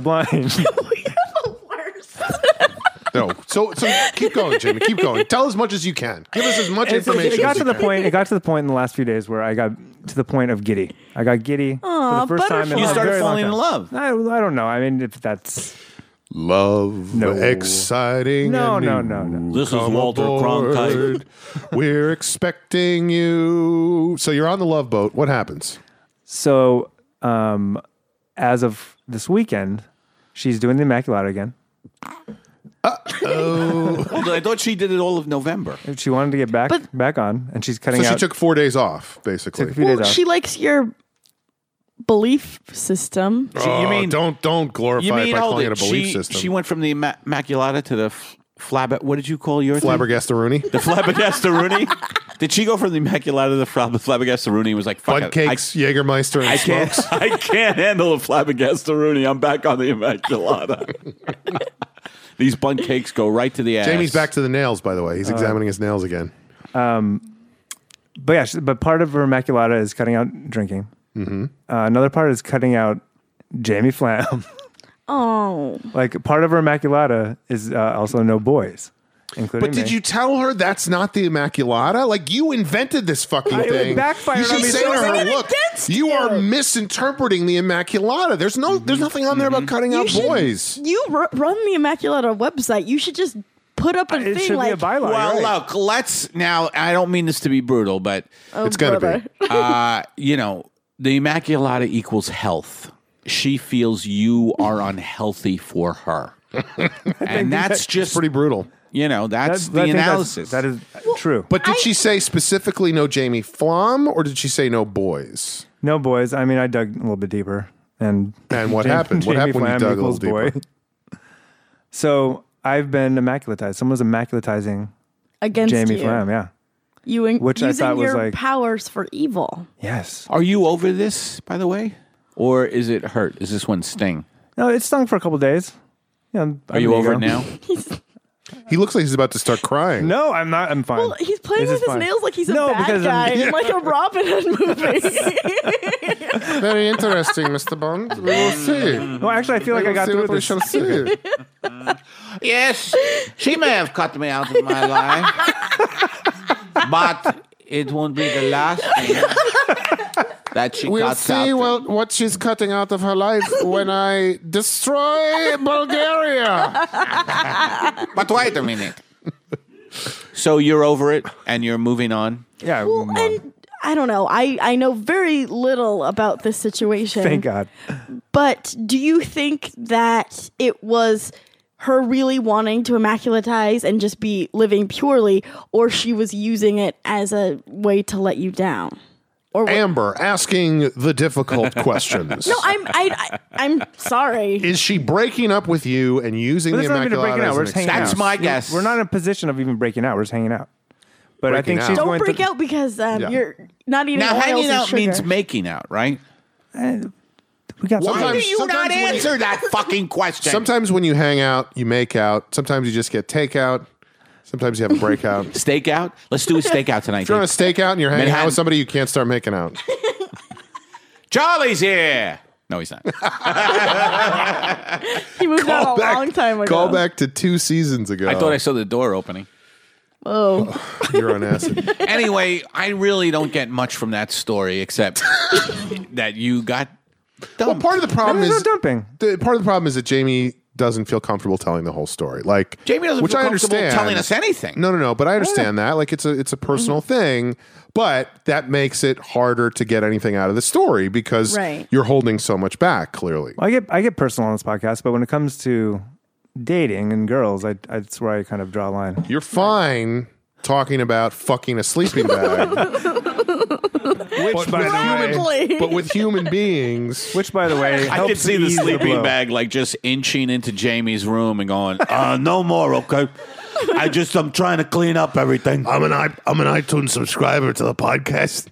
[SPEAKER 1] [LAUGHS]
[SPEAKER 4] blind.
[SPEAKER 3] we have the worst. [LAUGHS]
[SPEAKER 1] No. So, so keep going, Jamie. Keep going. Tell as much as you can. Give us as much
[SPEAKER 4] It's-
[SPEAKER 1] information.
[SPEAKER 4] It got
[SPEAKER 1] as you
[SPEAKER 4] to the
[SPEAKER 1] can.
[SPEAKER 4] point. It got to the point in the last few days where I got to the point of giddy. I got giddy
[SPEAKER 3] Aw,
[SPEAKER 4] for the first time. In
[SPEAKER 3] butterfly.
[SPEAKER 4] a
[SPEAKER 6] You started
[SPEAKER 4] very long
[SPEAKER 6] falling in
[SPEAKER 4] time.
[SPEAKER 6] love.
[SPEAKER 4] I, I don't know. I mean, if that's
[SPEAKER 1] Love,
[SPEAKER 4] No.
[SPEAKER 1] exciting.
[SPEAKER 4] no,
[SPEAKER 1] and
[SPEAKER 4] no,
[SPEAKER 1] new.
[SPEAKER 4] no, no.
[SPEAKER 7] This is
[SPEAKER 1] Come
[SPEAKER 7] Walter
[SPEAKER 1] aboard.
[SPEAKER 7] Cronkite.
[SPEAKER 6] [LAUGHS]
[SPEAKER 1] We're expecting you. So you're on the love boat. What happens?
[SPEAKER 4] So, um, as of this weekend, she's doing the Immaculata again.
[SPEAKER 6] Hold on, I thought she did it all of November.
[SPEAKER 4] She wanted to get back
[SPEAKER 3] But-
[SPEAKER 4] back on, and she's
[SPEAKER 1] So
[SPEAKER 4] cutting
[SPEAKER 1] she
[SPEAKER 4] out.
[SPEAKER 1] took four days off, basically.
[SPEAKER 4] took a few days
[SPEAKER 3] Well,
[SPEAKER 4] off.
[SPEAKER 3] she likes your belief system.
[SPEAKER 1] Oh,
[SPEAKER 6] you mean-
[SPEAKER 1] don't don't glorify
[SPEAKER 6] You mean
[SPEAKER 1] it by
[SPEAKER 6] hold
[SPEAKER 1] calling
[SPEAKER 6] it,
[SPEAKER 1] it a belief
[SPEAKER 6] she,
[SPEAKER 1] system?
[SPEAKER 6] she went from the imma- Immaculata to the f- flab. What did you call your thing?
[SPEAKER 1] Flabbergastaroonie.
[SPEAKER 6] The flabbergastaroonie. did she go from the Immaculata to the flab- flabbergastaroonie? And was like fuck
[SPEAKER 1] Bud
[SPEAKER 6] it,
[SPEAKER 1] cakes,
[SPEAKER 6] I,
[SPEAKER 1] Jägermeister, and
[SPEAKER 6] I
[SPEAKER 1] smokes.
[SPEAKER 6] can't. I can't handle the flabbergastaroonie. I'm back on the Immaculata. [LAUGHS] These bun cakes go right to the ass.
[SPEAKER 1] Jamie's back to the nails, by the way. He's examining his nails again.
[SPEAKER 4] But yeah, she- but part of her immaculata is cutting out drinking.
[SPEAKER 1] Mm-hmm.
[SPEAKER 4] Uh, another part is cutting out Jamie Flam. [LAUGHS]
[SPEAKER 3] Oh,
[SPEAKER 4] like part of her immaculata is uh, also no boys, including.
[SPEAKER 1] But did
[SPEAKER 4] me.
[SPEAKER 1] you tell her that's not the Immaculata? Like you invented this fucking
[SPEAKER 4] I- it
[SPEAKER 1] thing.
[SPEAKER 4] backfired
[SPEAKER 1] you
[SPEAKER 4] on
[SPEAKER 1] should
[SPEAKER 4] me
[SPEAKER 1] say
[SPEAKER 4] so
[SPEAKER 1] to her,
[SPEAKER 4] bad.
[SPEAKER 1] "Look, you are misinterpreting the Immaculata. There's no, there's
[SPEAKER 4] Mm-hmm.
[SPEAKER 1] nothing on there about cutting out
[SPEAKER 3] should-
[SPEAKER 1] boys."
[SPEAKER 3] you r- run the Immaculata website. You should just put up a
[SPEAKER 4] It
[SPEAKER 3] thing
[SPEAKER 4] should
[SPEAKER 3] like
[SPEAKER 4] be a byline.
[SPEAKER 6] Well,
[SPEAKER 4] right?
[SPEAKER 6] look. Let's now. I don't mean this to be brutal, but
[SPEAKER 4] Oh,
[SPEAKER 1] it's gonna be.
[SPEAKER 6] uh, you know, the Immaculata equals health. She feels you are unhealthy for her. and that's just,
[SPEAKER 1] Pretty brutal.
[SPEAKER 6] you know,
[SPEAKER 4] That-
[SPEAKER 6] that's
[SPEAKER 4] I
[SPEAKER 6] the
[SPEAKER 4] think
[SPEAKER 6] analysis.
[SPEAKER 4] That is uh, true. But
[SPEAKER 1] But did she say specifically no Jamie Flom or did she say no boys?
[SPEAKER 4] no boys. I mean, I dug a little bit deeper, and [LAUGHS]
[SPEAKER 1] And what
[SPEAKER 4] Jamie-
[SPEAKER 1] happened? What
[SPEAKER 4] Jamie
[SPEAKER 1] happened when you
[SPEAKER 4] Flam
[SPEAKER 1] dug a little deeper?
[SPEAKER 4] equals boy. [LAUGHS] so I've been immaculatized. Someone's immaculatizing
[SPEAKER 3] against
[SPEAKER 4] Jamie
[SPEAKER 3] you.
[SPEAKER 4] Flam. Yeah.
[SPEAKER 3] You in-
[SPEAKER 4] Which I
[SPEAKER 3] using
[SPEAKER 4] thought was
[SPEAKER 3] your
[SPEAKER 4] like-
[SPEAKER 3] powers for evil.
[SPEAKER 4] Yes.
[SPEAKER 6] are you over this, by the way? Or is it hurt? Is this one sting?
[SPEAKER 4] No, it stung for a couple days. Yeah,
[SPEAKER 6] Are you over it now?
[SPEAKER 1] He looks like he's about to start crying.
[SPEAKER 4] No, I'm not. I'm fine.
[SPEAKER 3] Well, he's playing
[SPEAKER 4] This is
[SPEAKER 3] with his
[SPEAKER 4] fine.
[SPEAKER 3] nails like he's a
[SPEAKER 4] No,
[SPEAKER 3] bad
[SPEAKER 4] because I'm-
[SPEAKER 3] guy in like a Robin Hood
[SPEAKER 4] [LAUGHS]
[SPEAKER 3] movie.
[SPEAKER 1] [LAUGHS] Very interesting, Mr. Bond. We will see.
[SPEAKER 4] Well, actually, I feel like I got through with [LAUGHS] this.
[SPEAKER 1] see.
[SPEAKER 6] Yes, she may have cut me out of my life, but it won't be the last thing that she
[SPEAKER 1] We'll
[SPEAKER 6] cuts
[SPEAKER 1] see
[SPEAKER 6] out.
[SPEAKER 1] what, what she's cutting out of her
[SPEAKER 4] [LAUGHS]
[SPEAKER 1] life when I destroy
[SPEAKER 4] [LAUGHS]
[SPEAKER 1] Bulgaria.
[SPEAKER 6] But wait a minute. So you're over it and you're moving on.
[SPEAKER 4] Yeah.
[SPEAKER 3] well,
[SPEAKER 4] mom.
[SPEAKER 3] and I don't know. I, I know very little about this situation.
[SPEAKER 4] Thank God.
[SPEAKER 3] But do you think that it was her really wanting to immaculatize and just be living purely, or she was using it as a way to let you down? Or what-
[SPEAKER 1] Amber asking the
[SPEAKER 4] [LAUGHS]
[SPEAKER 1] difficult questions.
[SPEAKER 3] no, I'm I, I I'm sorry.
[SPEAKER 1] Is she breaking up with you and using
[SPEAKER 4] But
[SPEAKER 1] the
[SPEAKER 4] it's not even
[SPEAKER 1] Immaculata
[SPEAKER 4] breaking out.
[SPEAKER 1] as
[SPEAKER 4] We're
[SPEAKER 1] an
[SPEAKER 4] just hanging
[SPEAKER 1] excuse?
[SPEAKER 6] That's
[SPEAKER 4] out.
[SPEAKER 6] my guess.
[SPEAKER 4] We're not in a position of even breaking out. We're just hanging out. But I
[SPEAKER 1] Breaking
[SPEAKER 4] think she's
[SPEAKER 1] out.
[SPEAKER 3] Don't
[SPEAKER 4] going
[SPEAKER 3] break
[SPEAKER 4] through-
[SPEAKER 3] out because um,
[SPEAKER 1] Yeah.
[SPEAKER 3] you're not eating
[SPEAKER 6] Now,
[SPEAKER 3] oils
[SPEAKER 6] hanging
[SPEAKER 3] and
[SPEAKER 6] out
[SPEAKER 3] sugar. [LAUGHS]
[SPEAKER 6] means making out, right?
[SPEAKER 4] We got
[SPEAKER 1] Why
[SPEAKER 6] Why
[SPEAKER 1] Sometimes-
[SPEAKER 6] do you
[SPEAKER 1] sometimes
[SPEAKER 6] not
[SPEAKER 1] when you-
[SPEAKER 6] answer that fucking question?
[SPEAKER 1] Sometimes when you hang out, you make out. Sometimes you just get takeout. Sometimes you have a
[SPEAKER 4] [LAUGHS]
[SPEAKER 1] breakout. if
[SPEAKER 6] Stakeout? Let's do a stakeout tonight.
[SPEAKER 1] you're on a
[SPEAKER 6] dude.
[SPEAKER 1] stakeout and you're hanging
[SPEAKER 6] Manhattan.
[SPEAKER 1] out with somebody, you can't start making out.
[SPEAKER 6] Charlie's here. No, he's not.
[SPEAKER 3] He moved out a long time ago.
[SPEAKER 1] Call back to two seasons ago.
[SPEAKER 6] I thought I saw the door opening.
[SPEAKER 3] [LAUGHS] Oh,
[SPEAKER 1] you're
[SPEAKER 6] [LAUGHS]
[SPEAKER 1] on acid.
[SPEAKER 6] Anyway, I really don't get much from that story except that you got
[SPEAKER 1] well, part of the
[SPEAKER 4] And
[SPEAKER 1] problem
[SPEAKER 4] there's no
[SPEAKER 1] is
[SPEAKER 4] dumping.
[SPEAKER 1] the, part of the problem is that Jamie doesn't feel comfortable telling the whole story. Like
[SPEAKER 6] Jamie doesn't
[SPEAKER 1] which
[SPEAKER 6] feel
[SPEAKER 1] I
[SPEAKER 6] comfortable
[SPEAKER 1] understand.
[SPEAKER 6] telling Oh, us anything.
[SPEAKER 1] No, no, no. But I understand that. Like it's a it's a personal
[SPEAKER 6] Mm-hmm.
[SPEAKER 1] thing, but that makes it harder to get anything out of the story because
[SPEAKER 3] Right.
[SPEAKER 1] you're holding so much back. Clearly,
[SPEAKER 4] I get I get personal on this podcast, but when it comes to dating and girls, I, I that's where I kind of draw a line.
[SPEAKER 1] you're fine talking about fucking a
[SPEAKER 6] [LAUGHS]
[SPEAKER 1] sleeping bag,
[SPEAKER 4] Which by, the way,
[SPEAKER 3] probably.
[SPEAKER 1] but with human beings.
[SPEAKER 4] which by the way,
[SPEAKER 6] I could
[SPEAKER 4] helps
[SPEAKER 6] see the
[SPEAKER 4] ease
[SPEAKER 6] sleeping
[SPEAKER 4] blow.
[SPEAKER 6] bag like just inching into Jamie's room and going, uh, no [LAUGHS] more, okay? I just, I'm trying to clean up everything.
[SPEAKER 8] I'm an i I'm an iTunes subscriber to the podcast,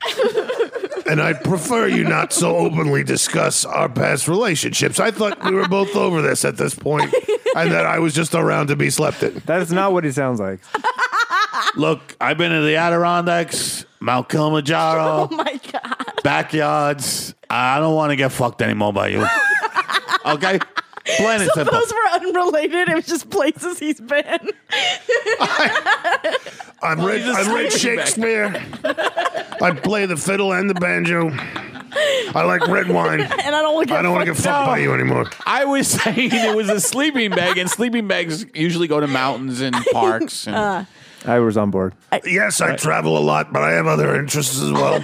[SPEAKER 8] and I prefer you not so openly discuss our past relationships. I thought we were both over this at this point, and that I was just around to be slept in.
[SPEAKER 4] That is not what he sounds like.
[SPEAKER 8] Look, I've been to the Adirondacks, Mount Kilimanjaro,
[SPEAKER 3] [LAUGHS] oh my god.
[SPEAKER 8] backyards. I don't want to get fucked anymore by you.
[SPEAKER 6] Okay? Plain and
[SPEAKER 3] Some of
[SPEAKER 6] simple.
[SPEAKER 3] those were unrelated. It was just places he's been.
[SPEAKER 8] I'm read, I read Shakespeare. I play the fiddle and the banjo. I like red wine.
[SPEAKER 3] And I don't want to
[SPEAKER 8] I don't want to get fucked by you anymore.
[SPEAKER 6] I was [LAUGHS] saying it was a sleeping bag, and sleeping bags usually go to mountains [LAUGHS] and parks. And
[SPEAKER 4] I was on board.
[SPEAKER 8] Yes, I travel a lot, but I have other interests as well.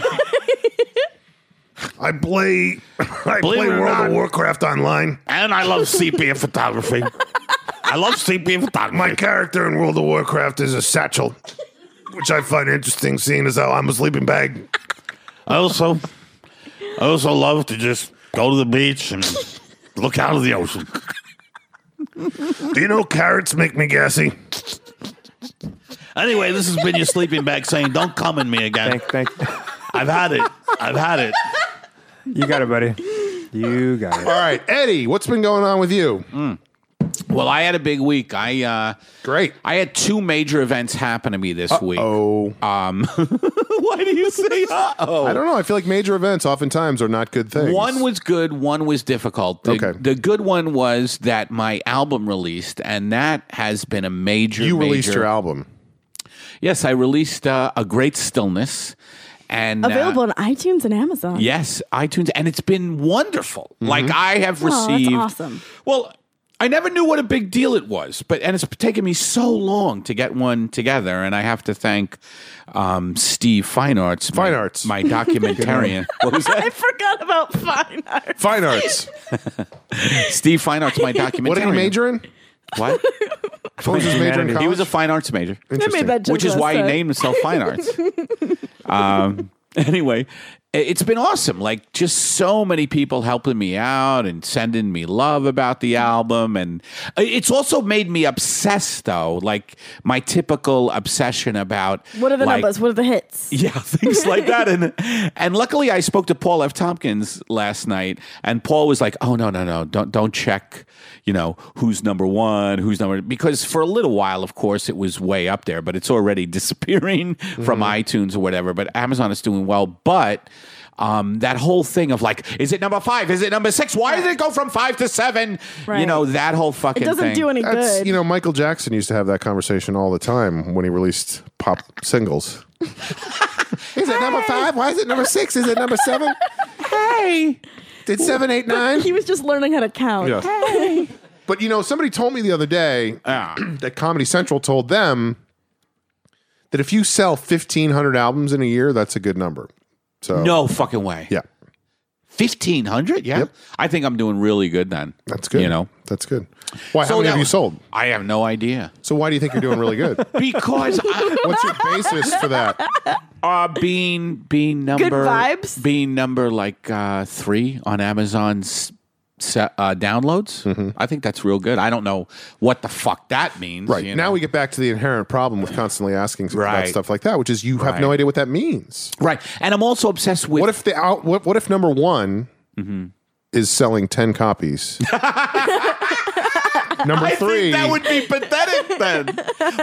[SPEAKER 8] I play I play
[SPEAKER 6] it or
[SPEAKER 8] World
[SPEAKER 6] not.
[SPEAKER 8] of Warcraft online.
[SPEAKER 6] And I love sepia photography. I love sepia photography.
[SPEAKER 8] My character in World of Warcraft is a satchel, which I find interesting seeing as how I'm a sleeping bag. I also I also love to just go to the beach and look out of the ocean. Do you know carrots make me gassy?
[SPEAKER 6] Anyway, this has been your sleeping bag saying, "Don't come in me again."
[SPEAKER 4] Thank thank [LAUGHS]
[SPEAKER 6] I've had it. I've had it.
[SPEAKER 4] you got it, buddy. You got it.
[SPEAKER 1] All right, Eddie, what's been going on with you?
[SPEAKER 6] Mm. Well, I had a big week. I uh,
[SPEAKER 1] Great.
[SPEAKER 6] I had two major events happen to me this week.
[SPEAKER 1] Oh,
[SPEAKER 6] um, [LAUGHS] Why do you say?
[SPEAKER 1] I
[SPEAKER 6] Oh,
[SPEAKER 1] don't know. I feel like major events oftentimes are not good things.
[SPEAKER 6] one was good. One was difficult. The,
[SPEAKER 1] Okay.
[SPEAKER 6] The good one was that my album released, and that has been a major.
[SPEAKER 1] you released
[SPEAKER 6] major-
[SPEAKER 1] your album.
[SPEAKER 6] Yes, I released uh, a great stillness, and uh,
[SPEAKER 3] Available on iTunes and Amazon.
[SPEAKER 6] Yes, iTunes, and it's been wonderful.
[SPEAKER 1] Mm-hmm.
[SPEAKER 6] Like I have
[SPEAKER 3] that's
[SPEAKER 6] received.
[SPEAKER 3] awesome.
[SPEAKER 6] Well, I never knew what a big deal it was, but and it's taken me so long to get one together, and I have to thank um, Steve Fine Arts,
[SPEAKER 1] Fine
[SPEAKER 6] my,
[SPEAKER 1] Arts.
[SPEAKER 6] my documentarian. what was
[SPEAKER 3] [LAUGHS] I
[SPEAKER 6] that?
[SPEAKER 3] forgot about fine art.
[SPEAKER 1] Fine arts.
[SPEAKER 6] Steve Fine Arts, my documentarian.
[SPEAKER 1] [LAUGHS] What did you major in?
[SPEAKER 6] What?
[SPEAKER 1] What was his major in
[SPEAKER 4] Humanities.
[SPEAKER 1] college?
[SPEAKER 6] He was a fine arts major.
[SPEAKER 3] I made that joke
[SPEAKER 6] which is
[SPEAKER 3] last
[SPEAKER 6] why he
[SPEAKER 3] time.
[SPEAKER 6] named himself Fine Arts. um, anyway, it- it's been awesome. Like just so many people helping me out and sending me love about the album, and it's also made me obsessed though. Like my typical obsession about
[SPEAKER 3] What are the
[SPEAKER 6] like,
[SPEAKER 3] numbers? What are the hits?
[SPEAKER 6] [LAUGHS] yeah, things like that. And and luckily, I spoke to Paul F. Tompkins last night, and Paul was like, "Oh no, no, no! Don't don't check, you know, who's number one, who's number because for a little while, of course, it was way up there, but it's already [LAUGHS] disappearing
[SPEAKER 3] Mm-hmm.
[SPEAKER 6] from iTunes or whatever. But Amazon is doing well, but." Um, that whole thing of like, is it number five? Is it number six? Why did it go from five to seven? You
[SPEAKER 3] Right.
[SPEAKER 6] know that whole
[SPEAKER 3] It
[SPEAKER 6] fucking.
[SPEAKER 3] doesn't
[SPEAKER 6] thing.
[SPEAKER 3] do any
[SPEAKER 1] That's
[SPEAKER 3] good.
[SPEAKER 1] you know Michael Jackson used to have that conversation all the time when he released pop singles. [LAUGHS] is it number five? Why is it number six? Is it number seven?
[SPEAKER 6] Hey,
[SPEAKER 1] Did seven, eight, nine?
[SPEAKER 3] he was just learning how to count.
[SPEAKER 1] Yeah. But you know, somebody told me the other day
[SPEAKER 3] Ah.
[SPEAKER 1] that Comedy Central told them that if you sell fifteen hundred albums in a year, that's a good number. So
[SPEAKER 6] no fucking way.
[SPEAKER 1] yeah,
[SPEAKER 6] Fifteen hundred, yeah.
[SPEAKER 1] Yep.
[SPEAKER 6] I think I'm doing really good then.
[SPEAKER 1] that's good.
[SPEAKER 6] You know,
[SPEAKER 1] that's good. Why? how many
[SPEAKER 6] that
[SPEAKER 1] have you
[SPEAKER 6] was-
[SPEAKER 1] sold?
[SPEAKER 6] I have no idea
[SPEAKER 1] So why do you think you're doing really good?
[SPEAKER 6] because
[SPEAKER 1] [LAUGHS]
[SPEAKER 6] I,
[SPEAKER 1] What's your basis for that?
[SPEAKER 6] uh, being being number
[SPEAKER 3] vibes?
[SPEAKER 6] being number like uh, three on Amazon's se- uh, downloads.
[SPEAKER 1] Mm-hmm.
[SPEAKER 6] I think that's real good. I don't know what the fuck that means.
[SPEAKER 1] [LAUGHS] Right
[SPEAKER 6] you
[SPEAKER 1] now,
[SPEAKER 6] know?
[SPEAKER 1] we get back to the inherent problem with constantly asking about
[SPEAKER 6] Right.
[SPEAKER 1] stuff like that, which is you have no
[SPEAKER 6] Right.
[SPEAKER 1] idea what that means.
[SPEAKER 6] right, and I'm also obsessed with
[SPEAKER 1] What if the out? What, what if number one
[SPEAKER 6] Mm-hmm.
[SPEAKER 1] is selling
[SPEAKER 6] [LAUGHS]
[SPEAKER 1] ten copies? number three.
[SPEAKER 6] that would be pathetic
[SPEAKER 1] [LAUGHS]
[SPEAKER 6] then.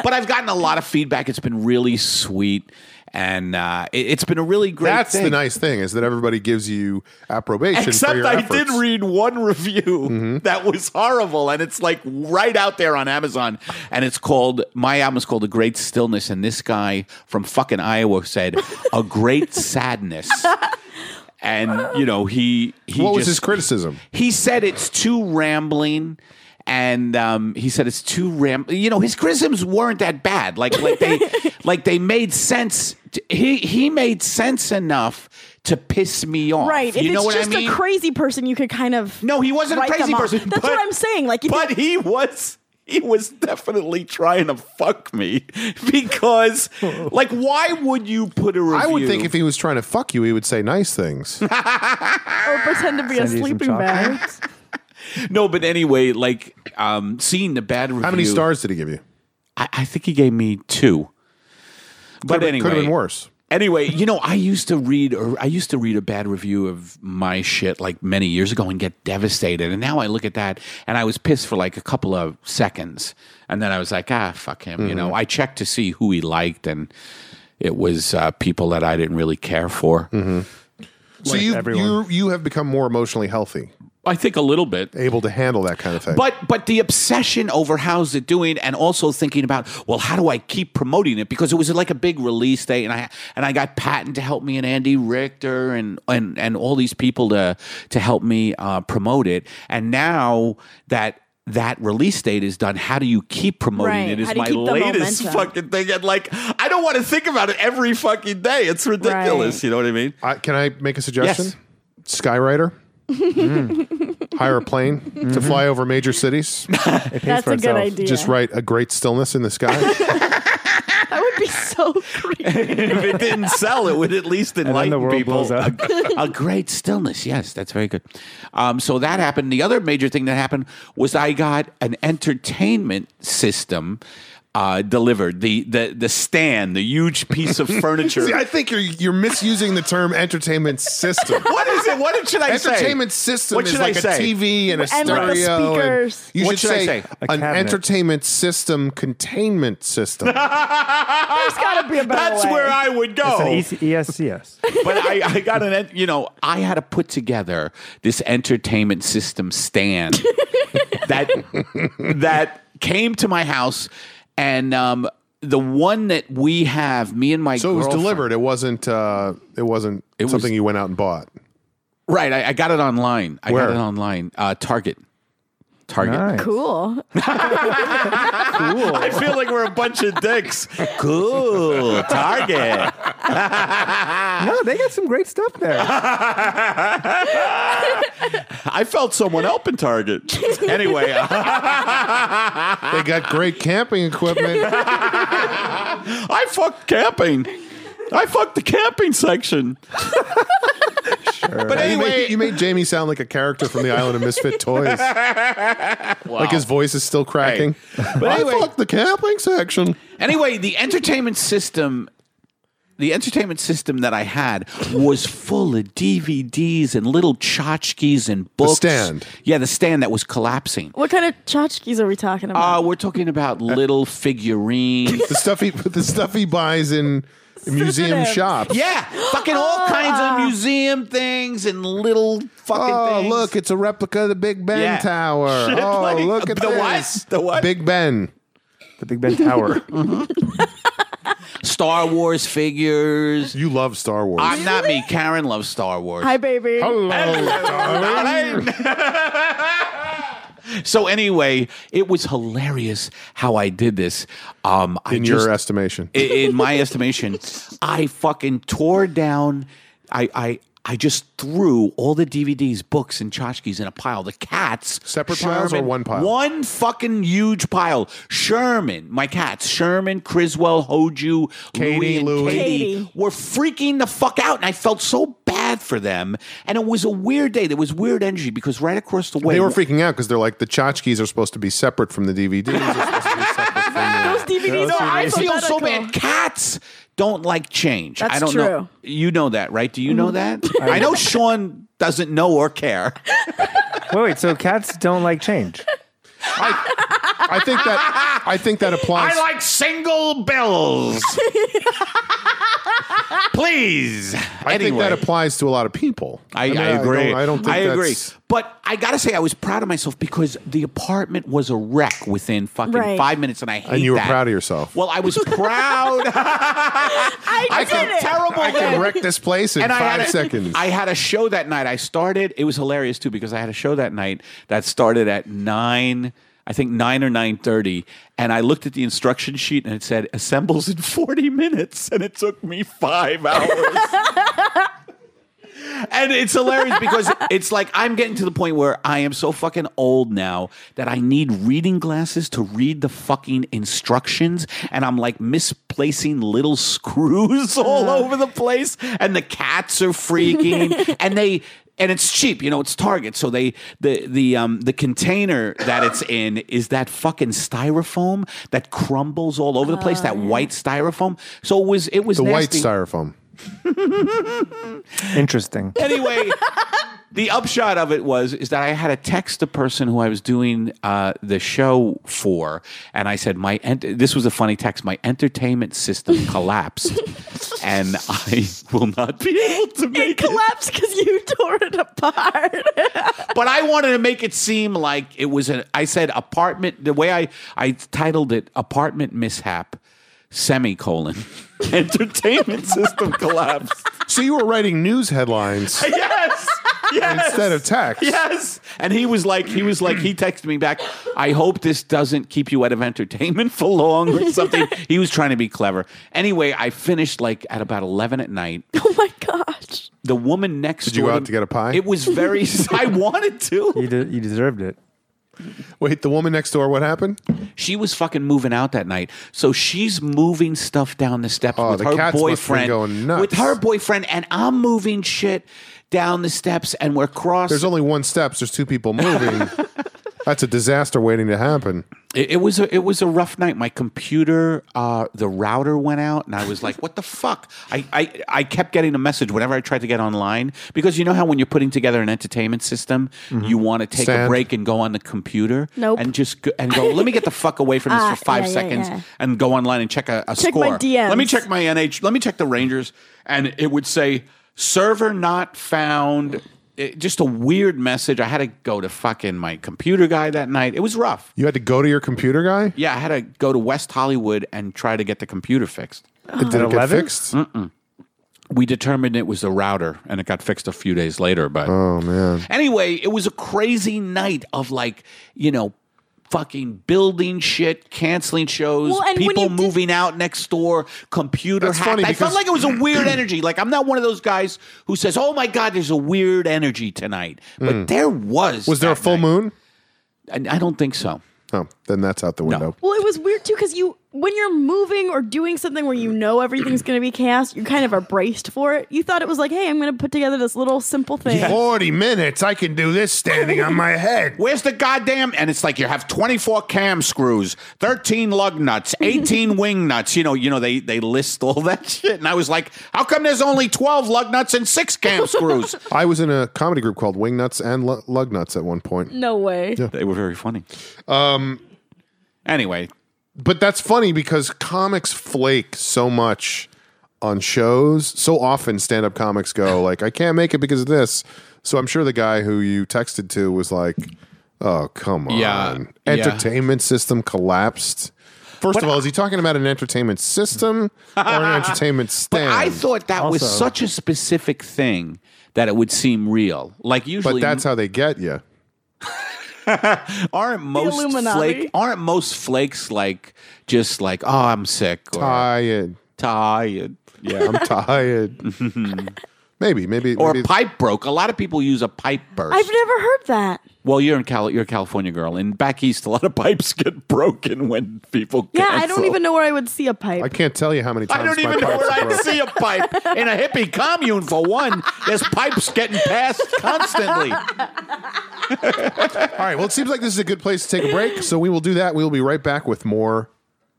[SPEAKER 6] but I've gotten a lot of feedback. It's been really sweet, and uh, it, it's been a really great.
[SPEAKER 1] that's
[SPEAKER 6] thing.
[SPEAKER 1] the nice thing is that everybody gives you approbation. for
[SPEAKER 6] Except
[SPEAKER 1] your
[SPEAKER 6] I
[SPEAKER 1] efforts. Mm-hmm.
[SPEAKER 6] did read one review that was horrible, and it's like right out there on Amazon. And it's called my album is called "A Great Stillness," and this guy from fucking Iowa said "A
[SPEAKER 1] [LAUGHS]
[SPEAKER 6] Great Sadness," and you know he he
[SPEAKER 1] What
[SPEAKER 6] just,
[SPEAKER 1] was his criticism?
[SPEAKER 6] he said it's too rambling. And um, he said it's too ram. You know his criticisms weren't that bad. Like like
[SPEAKER 1] [LAUGHS]
[SPEAKER 6] they like they made sense. t- He he made sense enough to piss me off.
[SPEAKER 3] Right.
[SPEAKER 6] You
[SPEAKER 3] if
[SPEAKER 6] know
[SPEAKER 3] it's
[SPEAKER 6] what
[SPEAKER 3] just
[SPEAKER 6] I mean?
[SPEAKER 3] a crazy person, you could kind of
[SPEAKER 6] No, he wasn't a
[SPEAKER 3] write
[SPEAKER 6] crazy
[SPEAKER 3] them off.
[SPEAKER 6] person.
[SPEAKER 3] That's
[SPEAKER 6] but-
[SPEAKER 3] what I'm saying. Like,
[SPEAKER 6] [LAUGHS]
[SPEAKER 3] if
[SPEAKER 6] but
[SPEAKER 3] you-
[SPEAKER 6] he was. He was definitely trying to fuck me [LAUGHS] because, like, why would you put a review?
[SPEAKER 1] I would think if he was trying to fuck you, he would say
[SPEAKER 6] [LAUGHS]
[SPEAKER 1] nice things.
[SPEAKER 3] or pretend to
[SPEAKER 4] Send you
[SPEAKER 3] be a
[SPEAKER 4] some
[SPEAKER 3] sleeping
[SPEAKER 4] chocolate.
[SPEAKER 3] bag.
[SPEAKER 6] no, but anyway, like, um, seeing the bad review.
[SPEAKER 1] How many stars did he give you?
[SPEAKER 6] I, I think he gave me two. But anyway,
[SPEAKER 1] Could have been worse.
[SPEAKER 6] Anyway, you know, I used to read or I used to read a bad review of my shit like many years ago and get devastated. And now I look at that and I was pissed for like a couple of seconds. And then I was like, ah, fuck him. You know, I checked to see who he liked and it was uh, people that I didn't really care for.
[SPEAKER 1] So you,
[SPEAKER 4] everyone.
[SPEAKER 1] you you have become more emotionally healthy,
[SPEAKER 6] I think a little bit.
[SPEAKER 1] able to handle that kind of thing.
[SPEAKER 6] But but the obsession over how's it doing, and also thinking about well, how do I keep promoting it? Because it was like a big release day, and I and I got Patton to help me, and Andy Richter, and and and all these people to to help me uh, promote it. And now that that release date is done, how do you keep promoting
[SPEAKER 3] Right.
[SPEAKER 6] it? Is
[SPEAKER 3] How do you
[SPEAKER 6] my
[SPEAKER 3] keep the
[SPEAKER 6] latest
[SPEAKER 3] momentum?
[SPEAKER 6] fucking thing, and like I don't want to think about it every fucking day. It's ridiculous.
[SPEAKER 3] Right.
[SPEAKER 6] You know what I mean? [LAUGHS]
[SPEAKER 1] I, can I make a suggestion? Skywriter. Hmm. Hire a plane to fly over major cities.
[SPEAKER 3] That's a good idea.
[SPEAKER 1] Just write a great stillness in the sky.
[SPEAKER 3] That would be so creepy.
[SPEAKER 6] if it didn't sell, it would at least enlighten
[SPEAKER 4] the world
[SPEAKER 6] people.
[SPEAKER 4] blows up.
[SPEAKER 6] a great stillness. Yes, that's very good. Um, so that happened. The other major thing that happened was I got an entertainment system uh, delivered. The the the stand, the huge piece
[SPEAKER 1] [LAUGHS]
[SPEAKER 6] of furniture.
[SPEAKER 1] [LAUGHS] See, I think you're you're misusing the term entertainment system.
[SPEAKER 6] what is it? What should I say?
[SPEAKER 1] entertainment system
[SPEAKER 6] What
[SPEAKER 1] is
[SPEAKER 6] should
[SPEAKER 1] like
[SPEAKER 6] I say?
[SPEAKER 1] a TV and a
[SPEAKER 3] And
[SPEAKER 1] stereo.
[SPEAKER 3] like the
[SPEAKER 1] and
[SPEAKER 3] speakers.
[SPEAKER 1] you
[SPEAKER 6] What
[SPEAKER 1] should,
[SPEAKER 6] should I
[SPEAKER 1] say,
[SPEAKER 6] say?
[SPEAKER 4] A
[SPEAKER 1] an
[SPEAKER 4] cabinet.
[SPEAKER 1] entertainment system containment system. [LAUGHS]
[SPEAKER 3] There's got to be a better
[SPEAKER 6] That's
[SPEAKER 3] way.
[SPEAKER 6] where I would go.
[SPEAKER 4] It's an E ESCS.
[SPEAKER 6] but I, I got an, en- you know, I had to put together this entertainment system
[SPEAKER 1] [LAUGHS]
[SPEAKER 6] stand that that came to my house, and um, the one that we have, me and my
[SPEAKER 1] so it was
[SPEAKER 6] girlfriend-
[SPEAKER 1] delivered. It wasn't. Uh, it wasn't
[SPEAKER 6] was-
[SPEAKER 1] something you went out and bought.
[SPEAKER 6] right? I, I got it online. I
[SPEAKER 1] Where?
[SPEAKER 6] got it online. Uh, Target. Target.
[SPEAKER 4] Nice.
[SPEAKER 3] Cool.
[SPEAKER 6] [LAUGHS] I feel like we're a bunch of dicks. Cool. Target.
[SPEAKER 4] No, Oh, they got some great stuff there.
[SPEAKER 6] I felt someone up in Target. Anyway. uh,
[SPEAKER 1] They got great camping [LAUGHS] equipment.
[SPEAKER 6] I fucked camping. I fucked the camping section.
[SPEAKER 1] But anyway, you made Jamie sound like a character from the Island of
[SPEAKER 6] [LAUGHS]
[SPEAKER 1] Misfit Toys. Like his voice is still cracking. But I fucked the camping section.
[SPEAKER 6] Anyway, the entertainment system the entertainment system that I had was full of DVDs and little tchotchkes and books.
[SPEAKER 1] stand.
[SPEAKER 6] Yeah, the stand that was collapsing.
[SPEAKER 3] What kind of tchotchkes are we talking about?
[SPEAKER 6] Uh, we're talking about little figurines.
[SPEAKER 1] The stuff he the stuff he buys in museum
[SPEAKER 3] Synonyms.
[SPEAKER 6] [LAUGHS]
[SPEAKER 1] shops.
[SPEAKER 6] yeah, fucking all kinds of museum things and little fucking
[SPEAKER 1] Oh,
[SPEAKER 6] things.
[SPEAKER 1] look, it's a replica of the Big Ben
[SPEAKER 6] Yeah.
[SPEAKER 1] Tower.
[SPEAKER 6] Shit,
[SPEAKER 1] oh,
[SPEAKER 6] like,
[SPEAKER 1] look at
[SPEAKER 6] the
[SPEAKER 1] this.
[SPEAKER 6] what? The what?
[SPEAKER 1] Big Ben.
[SPEAKER 4] The Big Ben Tower.
[SPEAKER 6] Star Wars figures.
[SPEAKER 1] You love Star Wars.
[SPEAKER 6] I'm not me. Karen loves Star Wars.
[SPEAKER 3] Hi, baby.
[SPEAKER 6] [LAUGHS] so anyway, it was hilarious how I did this. Um, I
[SPEAKER 1] in your
[SPEAKER 6] just-
[SPEAKER 1] estimation.
[SPEAKER 6] i- in my estimation, I fucking tore down. I I I just threw all the DVDs, books, and tchotchkes in a pile. The cats,
[SPEAKER 1] Separate piles or one pile?
[SPEAKER 6] One fucking huge pile. Sherman, my cats, Sherman, Criswell, Hoju,
[SPEAKER 1] Katie,
[SPEAKER 6] Louie, and
[SPEAKER 1] Louie.
[SPEAKER 3] Katie.
[SPEAKER 6] were freaking the fuck out, and I felt so bad for them. And it was a weird day. There was weird energy because right across the way,
[SPEAKER 1] they were freaking out because they're like the tchotchkes are supposed to be separate from the DVDs. They're supposed to be separate from the-
[SPEAKER 3] Those DVDs
[SPEAKER 6] No,
[SPEAKER 3] are
[SPEAKER 6] I feel so
[SPEAKER 3] alphabetical.
[SPEAKER 6] bad. Cats don't like change.
[SPEAKER 3] That's
[SPEAKER 6] I don't
[SPEAKER 3] true. Mm.
[SPEAKER 6] know. You know that, right? Do you know
[SPEAKER 3] [LAUGHS]
[SPEAKER 6] that? I know Sean doesn't know or care.
[SPEAKER 4] [LAUGHS] wait, wait. So cats don't like change.
[SPEAKER 1] I, I think that I think
[SPEAKER 6] [LAUGHS]
[SPEAKER 1] that applies.
[SPEAKER 8] I like single
[SPEAKER 3] [LAUGHS]
[SPEAKER 8] bills. Please.
[SPEAKER 1] I think that applies to a lot of people.
[SPEAKER 6] I,
[SPEAKER 1] mean,
[SPEAKER 6] I agree.
[SPEAKER 1] don't- I don't, think
[SPEAKER 6] I agree.
[SPEAKER 1] that's-
[SPEAKER 6] But I gotta say, I was proud of myself because the apartment was a wreck within fucking
[SPEAKER 3] Right.
[SPEAKER 6] five minutes, and I hate
[SPEAKER 1] you were
[SPEAKER 6] that.
[SPEAKER 1] proud of yourself.
[SPEAKER 6] Well, I was proud.
[SPEAKER 3] I,
[SPEAKER 6] I
[SPEAKER 3] did
[SPEAKER 6] felt
[SPEAKER 3] it.
[SPEAKER 6] terrible.
[SPEAKER 1] I
[SPEAKER 6] then.
[SPEAKER 1] can wreck this place in
[SPEAKER 6] I had
[SPEAKER 1] five
[SPEAKER 6] a-
[SPEAKER 1] seconds.
[SPEAKER 6] I had a show that night. I started. It was hilarious too because I had a show that night that started at nine. I think nine or nine thirty, and I looked at the instruction sheet and it said assembles in forty minutes, and it took me
[SPEAKER 1] [LAUGHS]
[SPEAKER 6] five hours. And it's hilarious because it's like I'm getting to the point where I am so fucking old now that I need reading glasses to read the fucking instructions. And I'm like misplacing little screws [LAUGHS] all over the place. And the cats are
[SPEAKER 1] [LAUGHS]
[SPEAKER 6] freaking. and they. And it's cheap, you know. It's Target, so they the the um the container that it's in is that fucking styrofoam that crumbles all over the place. that white styrofoam. So it was it was
[SPEAKER 1] Oh, the white
[SPEAKER 6] nasty
[SPEAKER 1] styrofoam.
[SPEAKER 4] Interesting.
[SPEAKER 6] anyway, the upshot of it was is that I had to text the person who I was doing uh, the show for, and I said my ent- this was a funny text. My entertainment system collapsed, and I will not be able to
[SPEAKER 3] It
[SPEAKER 6] make it.
[SPEAKER 3] collapsed because you [LAUGHS] tore it apart.
[SPEAKER 6] But I wanted to make it seem like it was an. I said apartment. The way I I titled it apartment mishap semicolon [LAUGHS] entertainment system collapse.
[SPEAKER 1] So you were writing
[SPEAKER 6] [LAUGHS]
[SPEAKER 1] news headlines
[SPEAKER 6] Yes. Yes.
[SPEAKER 1] instead of text.
[SPEAKER 6] Yes. And he was like, he was like, he texted me back, I hope this doesn't keep you out of entertainment for long or something. he was trying to be clever. Anyway, I finished like at about 11 at night.
[SPEAKER 3] [LAUGHS] oh my gosh.
[SPEAKER 6] The woman next
[SPEAKER 1] you
[SPEAKER 6] door
[SPEAKER 1] go out to get a pie?
[SPEAKER 6] It was
[SPEAKER 1] [LAUGHS]
[SPEAKER 6] very, I wanted to.
[SPEAKER 4] You, de- you deserved it.
[SPEAKER 1] Wait, the woman next door. What happened?
[SPEAKER 6] She was fucking moving out that night. So she's moving stuff down the steps
[SPEAKER 1] Oh,
[SPEAKER 6] with
[SPEAKER 1] the
[SPEAKER 6] her
[SPEAKER 1] cats must have been
[SPEAKER 6] boyfriend.
[SPEAKER 1] going nuts.
[SPEAKER 6] With her boyfriend, and I'm moving shit down the steps and we're crossing.
[SPEAKER 1] There's only one steps. There's two
[SPEAKER 6] [LAUGHS]
[SPEAKER 1] people moving. That's a disaster waiting to happen.
[SPEAKER 6] It, it was a it was a rough night. My computer, uh, the router went out, and I was like, "What the fuck?" I, I I kept getting a message whenever I tried to get online because you know how when you're putting together an entertainment system, you want to take
[SPEAKER 1] Sand.
[SPEAKER 6] a break and go on the computer,
[SPEAKER 3] Nope.
[SPEAKER 6] and just go, and go. Let me get the fuck away from this
[SPEAKER 3] [LAUGHS] Ah,
[SPEAKER 6] for five
[SPEAKER 3] yeah, yeah,
[SPEAKER 6] seconds
[SPEAKER 3] yeah.
[SPEAKER 6] and go online and check a, a
[SPEAKER 3] Check my
[SPEAKER 6] score. Let me
[SPEAKER 3] DMs.
[SPEAKER 6] check my NH. Let me check the Rangers, and it would say server not found. It, just a weird message. I had to go to fucking my computer guy that night. It was rough.
[SPEAKER 1] You had to go to your computer guy.
[SPEAKER 6] Yeah, I had to go to West Hollywood and try to get the computer fixed.
[SPEAKER 1] Did it get
[SPEAKER 4] 11?
[SPEAKER 1] fixed?
[SPEAKER 6] Mm. We determined it was the router, and it got fixed a few days later. But
[SPEAKER 1] Oh man,
[SPEAKER 6] anyway, it was a crazy night of like, you know, fucking building shit, canceling shows,
[SPEAKER 3] Well, and when
[SPEAKER 6] people
[SPEAKER 3] you did-
[SPEAKER 6] moving out next door, computer
[SPEAKER 1] That's
[SPEAKER 6] hacked.
[SPEAKER 1] funny
[SPEAKER 6] I
[SPEAKER 1] because-
[SPEAKER 6] felt like it was a weird energy. Like I'm not one of those guys who says, "Oh my god, there's a weird energy tonight," but there was.
[SPEAKER 1] Mm. was there a
[SPEAKER 6] that
[SPEAKER 1] full
[SPEAKER 6] night.
[SPEAKER 1] moon?
[SPEAKER 6] And I don't think so.
[SPEAKER 1] Oh, then that's out the window.
[SPEAKER 3] Well, it was weird too because you when you're moving or doing something where you know everything's going to be chaos, you kind of are braced for it. You thought it was like, hey, I'm going to put together this little simple thing.
[SPEAKER 8] 40 minutes. I can do this standing on my head.
[SPEAKER 6] Where's the goddamn? And it's like you have 24 cam screws, 13 lug
[SPEAKER 3] [LAUGHS]
[SPEAKER 6] nuts, 18 wing nuts. You know, you know they they list all [LAUGHS] that shit. And I was like, how come there's only 12 lug nuts and six cam
[SPEAKER 3] [LAUGHS]
[SPEAKER 6] screws?
[SPEAKER 1] I was in a comedy group called Wingnuts and Lu- Lugnuts at one point.
[SPEAKER 3] No way.
[SPEAKER 6] they were very funny. Um. Anyway,
[SPEAKER 1] But that's funny because comics flake so much on shows. So often stand up
[SPEAKER 6] [LAUGHS]
[SPEAKER 1] comics go like, I can't make it because of this. So I'm sure the guy who you texted to was like, Oh, come on.
[SPEAKER 6] Yeah, yeah.
[SPEAKER 1] Entertainment system collapsed. First of all, is he talking about an entertainment system
[SPEAKER 6] [LAUGHS]
[SPEAKER 1] or an entertainment
[SPEAKER 6] but
[SPEAKER 1] stand?
[SPEAKER 6] I thought that was
[SPEAKER 4] Also-
[SPEAKER 6] such a specific thing that it would seem real. Like
[SPEAKER 1] but
[SPEAKER 6] usually,
[SPEAKER 1] that's how they get you.
[SPEAKER 6] aren't most
[SPEAKER 3] Illuminati.
[SPEAKER 6] flake aren't most flakes like just like oh I'm sick or
[SPEAKER 1] Tired. [LAUGHS]
[SPEAKER 6] tired. Yeah. [LAUGHS]
[SPEAKER 1] I'm tired. maybe, maybe,
[SPEAKER 6] Or
[SPEAKER 1] maybe
[SPEAKER 6] pipe broke. A lot of people use a pipe burst.
[SPEAKER 3] I've never heard that.
[SPEAKER 6] Well, you're in Cal- you're a California girl, and back east, a lot of pipes get broken when people.
[SPEAKER 3] Yeah,
[SPEAKER 6] cancel.
[SPEAKER 3] I don't even know where I would see a pipe.
[SPEAKER 1] I can't tell you how many times
[SPEAKER 6] I don't
[SPEAKER 1] my
[SPEAKER 6] even know
[SPEAKER 1] pipes
[SPEAKER 6] where I'd
[SPEAKER 1] broke.
[SPEAKER 6] see a pipe in a hippie commune. For one, there's pipes getting passed constantly.
[SPEAKER 3] [LAUGHS]
[SPEAKER 1] All right. Well, it seems like this is a good place to take a break. So we will do that. We will be right back with more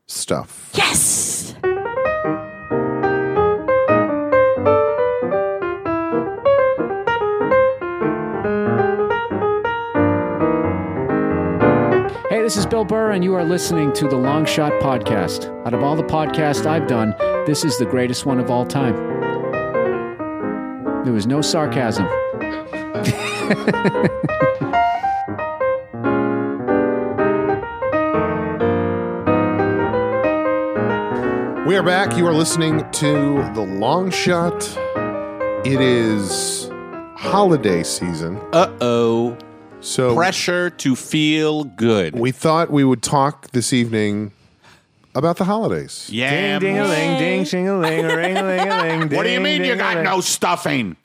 [SPEAKER 1] stuff.
[SPEAKER 3] yes.
[SPEAKER 9] Hey, this is Bill Burr, and you are listening to the Long Shot Podcast. Out of all the podcasts I've done, this is the greatest one of all time. There was no sarcasm.
[SPEAKER 1] We are back. You are listening to The Long Shot. It is holiday season.
[SPEAKER 6] Uh oh,
[SPEAKER 1] So
[SPEAKER 6] pressure to feel good.
[SPEAKER 1] we thought we would talk this evening about the holidays.
[SPEAKER 6] Yeah.
[SPEAKER 4] Ding ding a ling, ding shing a ling, a ring a ling a ling.
[SPEAKER 6] what do you mean you got no stuffing?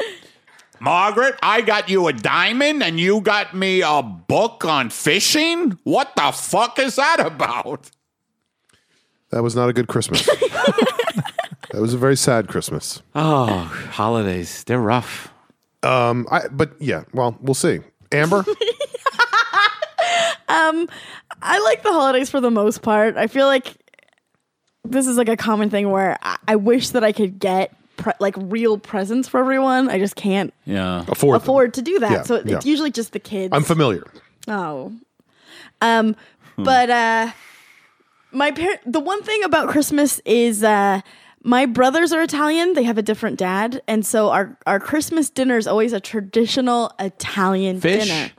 [SPEAKER 6] Margaret, I got you a diamond and you got me a book on fishing? What the fuck is that about?
[SPEAKER 1] That was not a good
[SPEAKER 6] [LAUGHS]
[SPEAKER 1] Christmas. that was a very sad Christmas.
[SPEAKER 6] Oh, holidays, they're rough.
[SPEAKER 1] Um, I, but yeah, well, we'll see.
[SPEAKER 6] [LAUGHS]
[SPEAKER 1] Amber,
[SPEAKER 3] I like the holidays for the most part. I feel like this is like a common thing where I, I wish that I could get pre- like real presents for everyone. I just can't
[SPEAKER 6] Yeah.
[SPEAKER 1] afford. them.
[SPEAKER 3] afford to do that.
[SPEAKER 1] Yeah,
[SPEAKER 3] so it-
[SPEAKER 1] yeah.
[SPEAKER 3] it's usually just the kids.
[SPEAKER 1] I'm familiar.
[SPEAKER 3] Oh. Um but uh my par- the one thing about Christmas is uh my brothers are Italian. They have a different dad, and so our our Christmas dinner is always a traditional Italian
[SPEAKER 6] Fish?
[SPEAKER 3] dinner.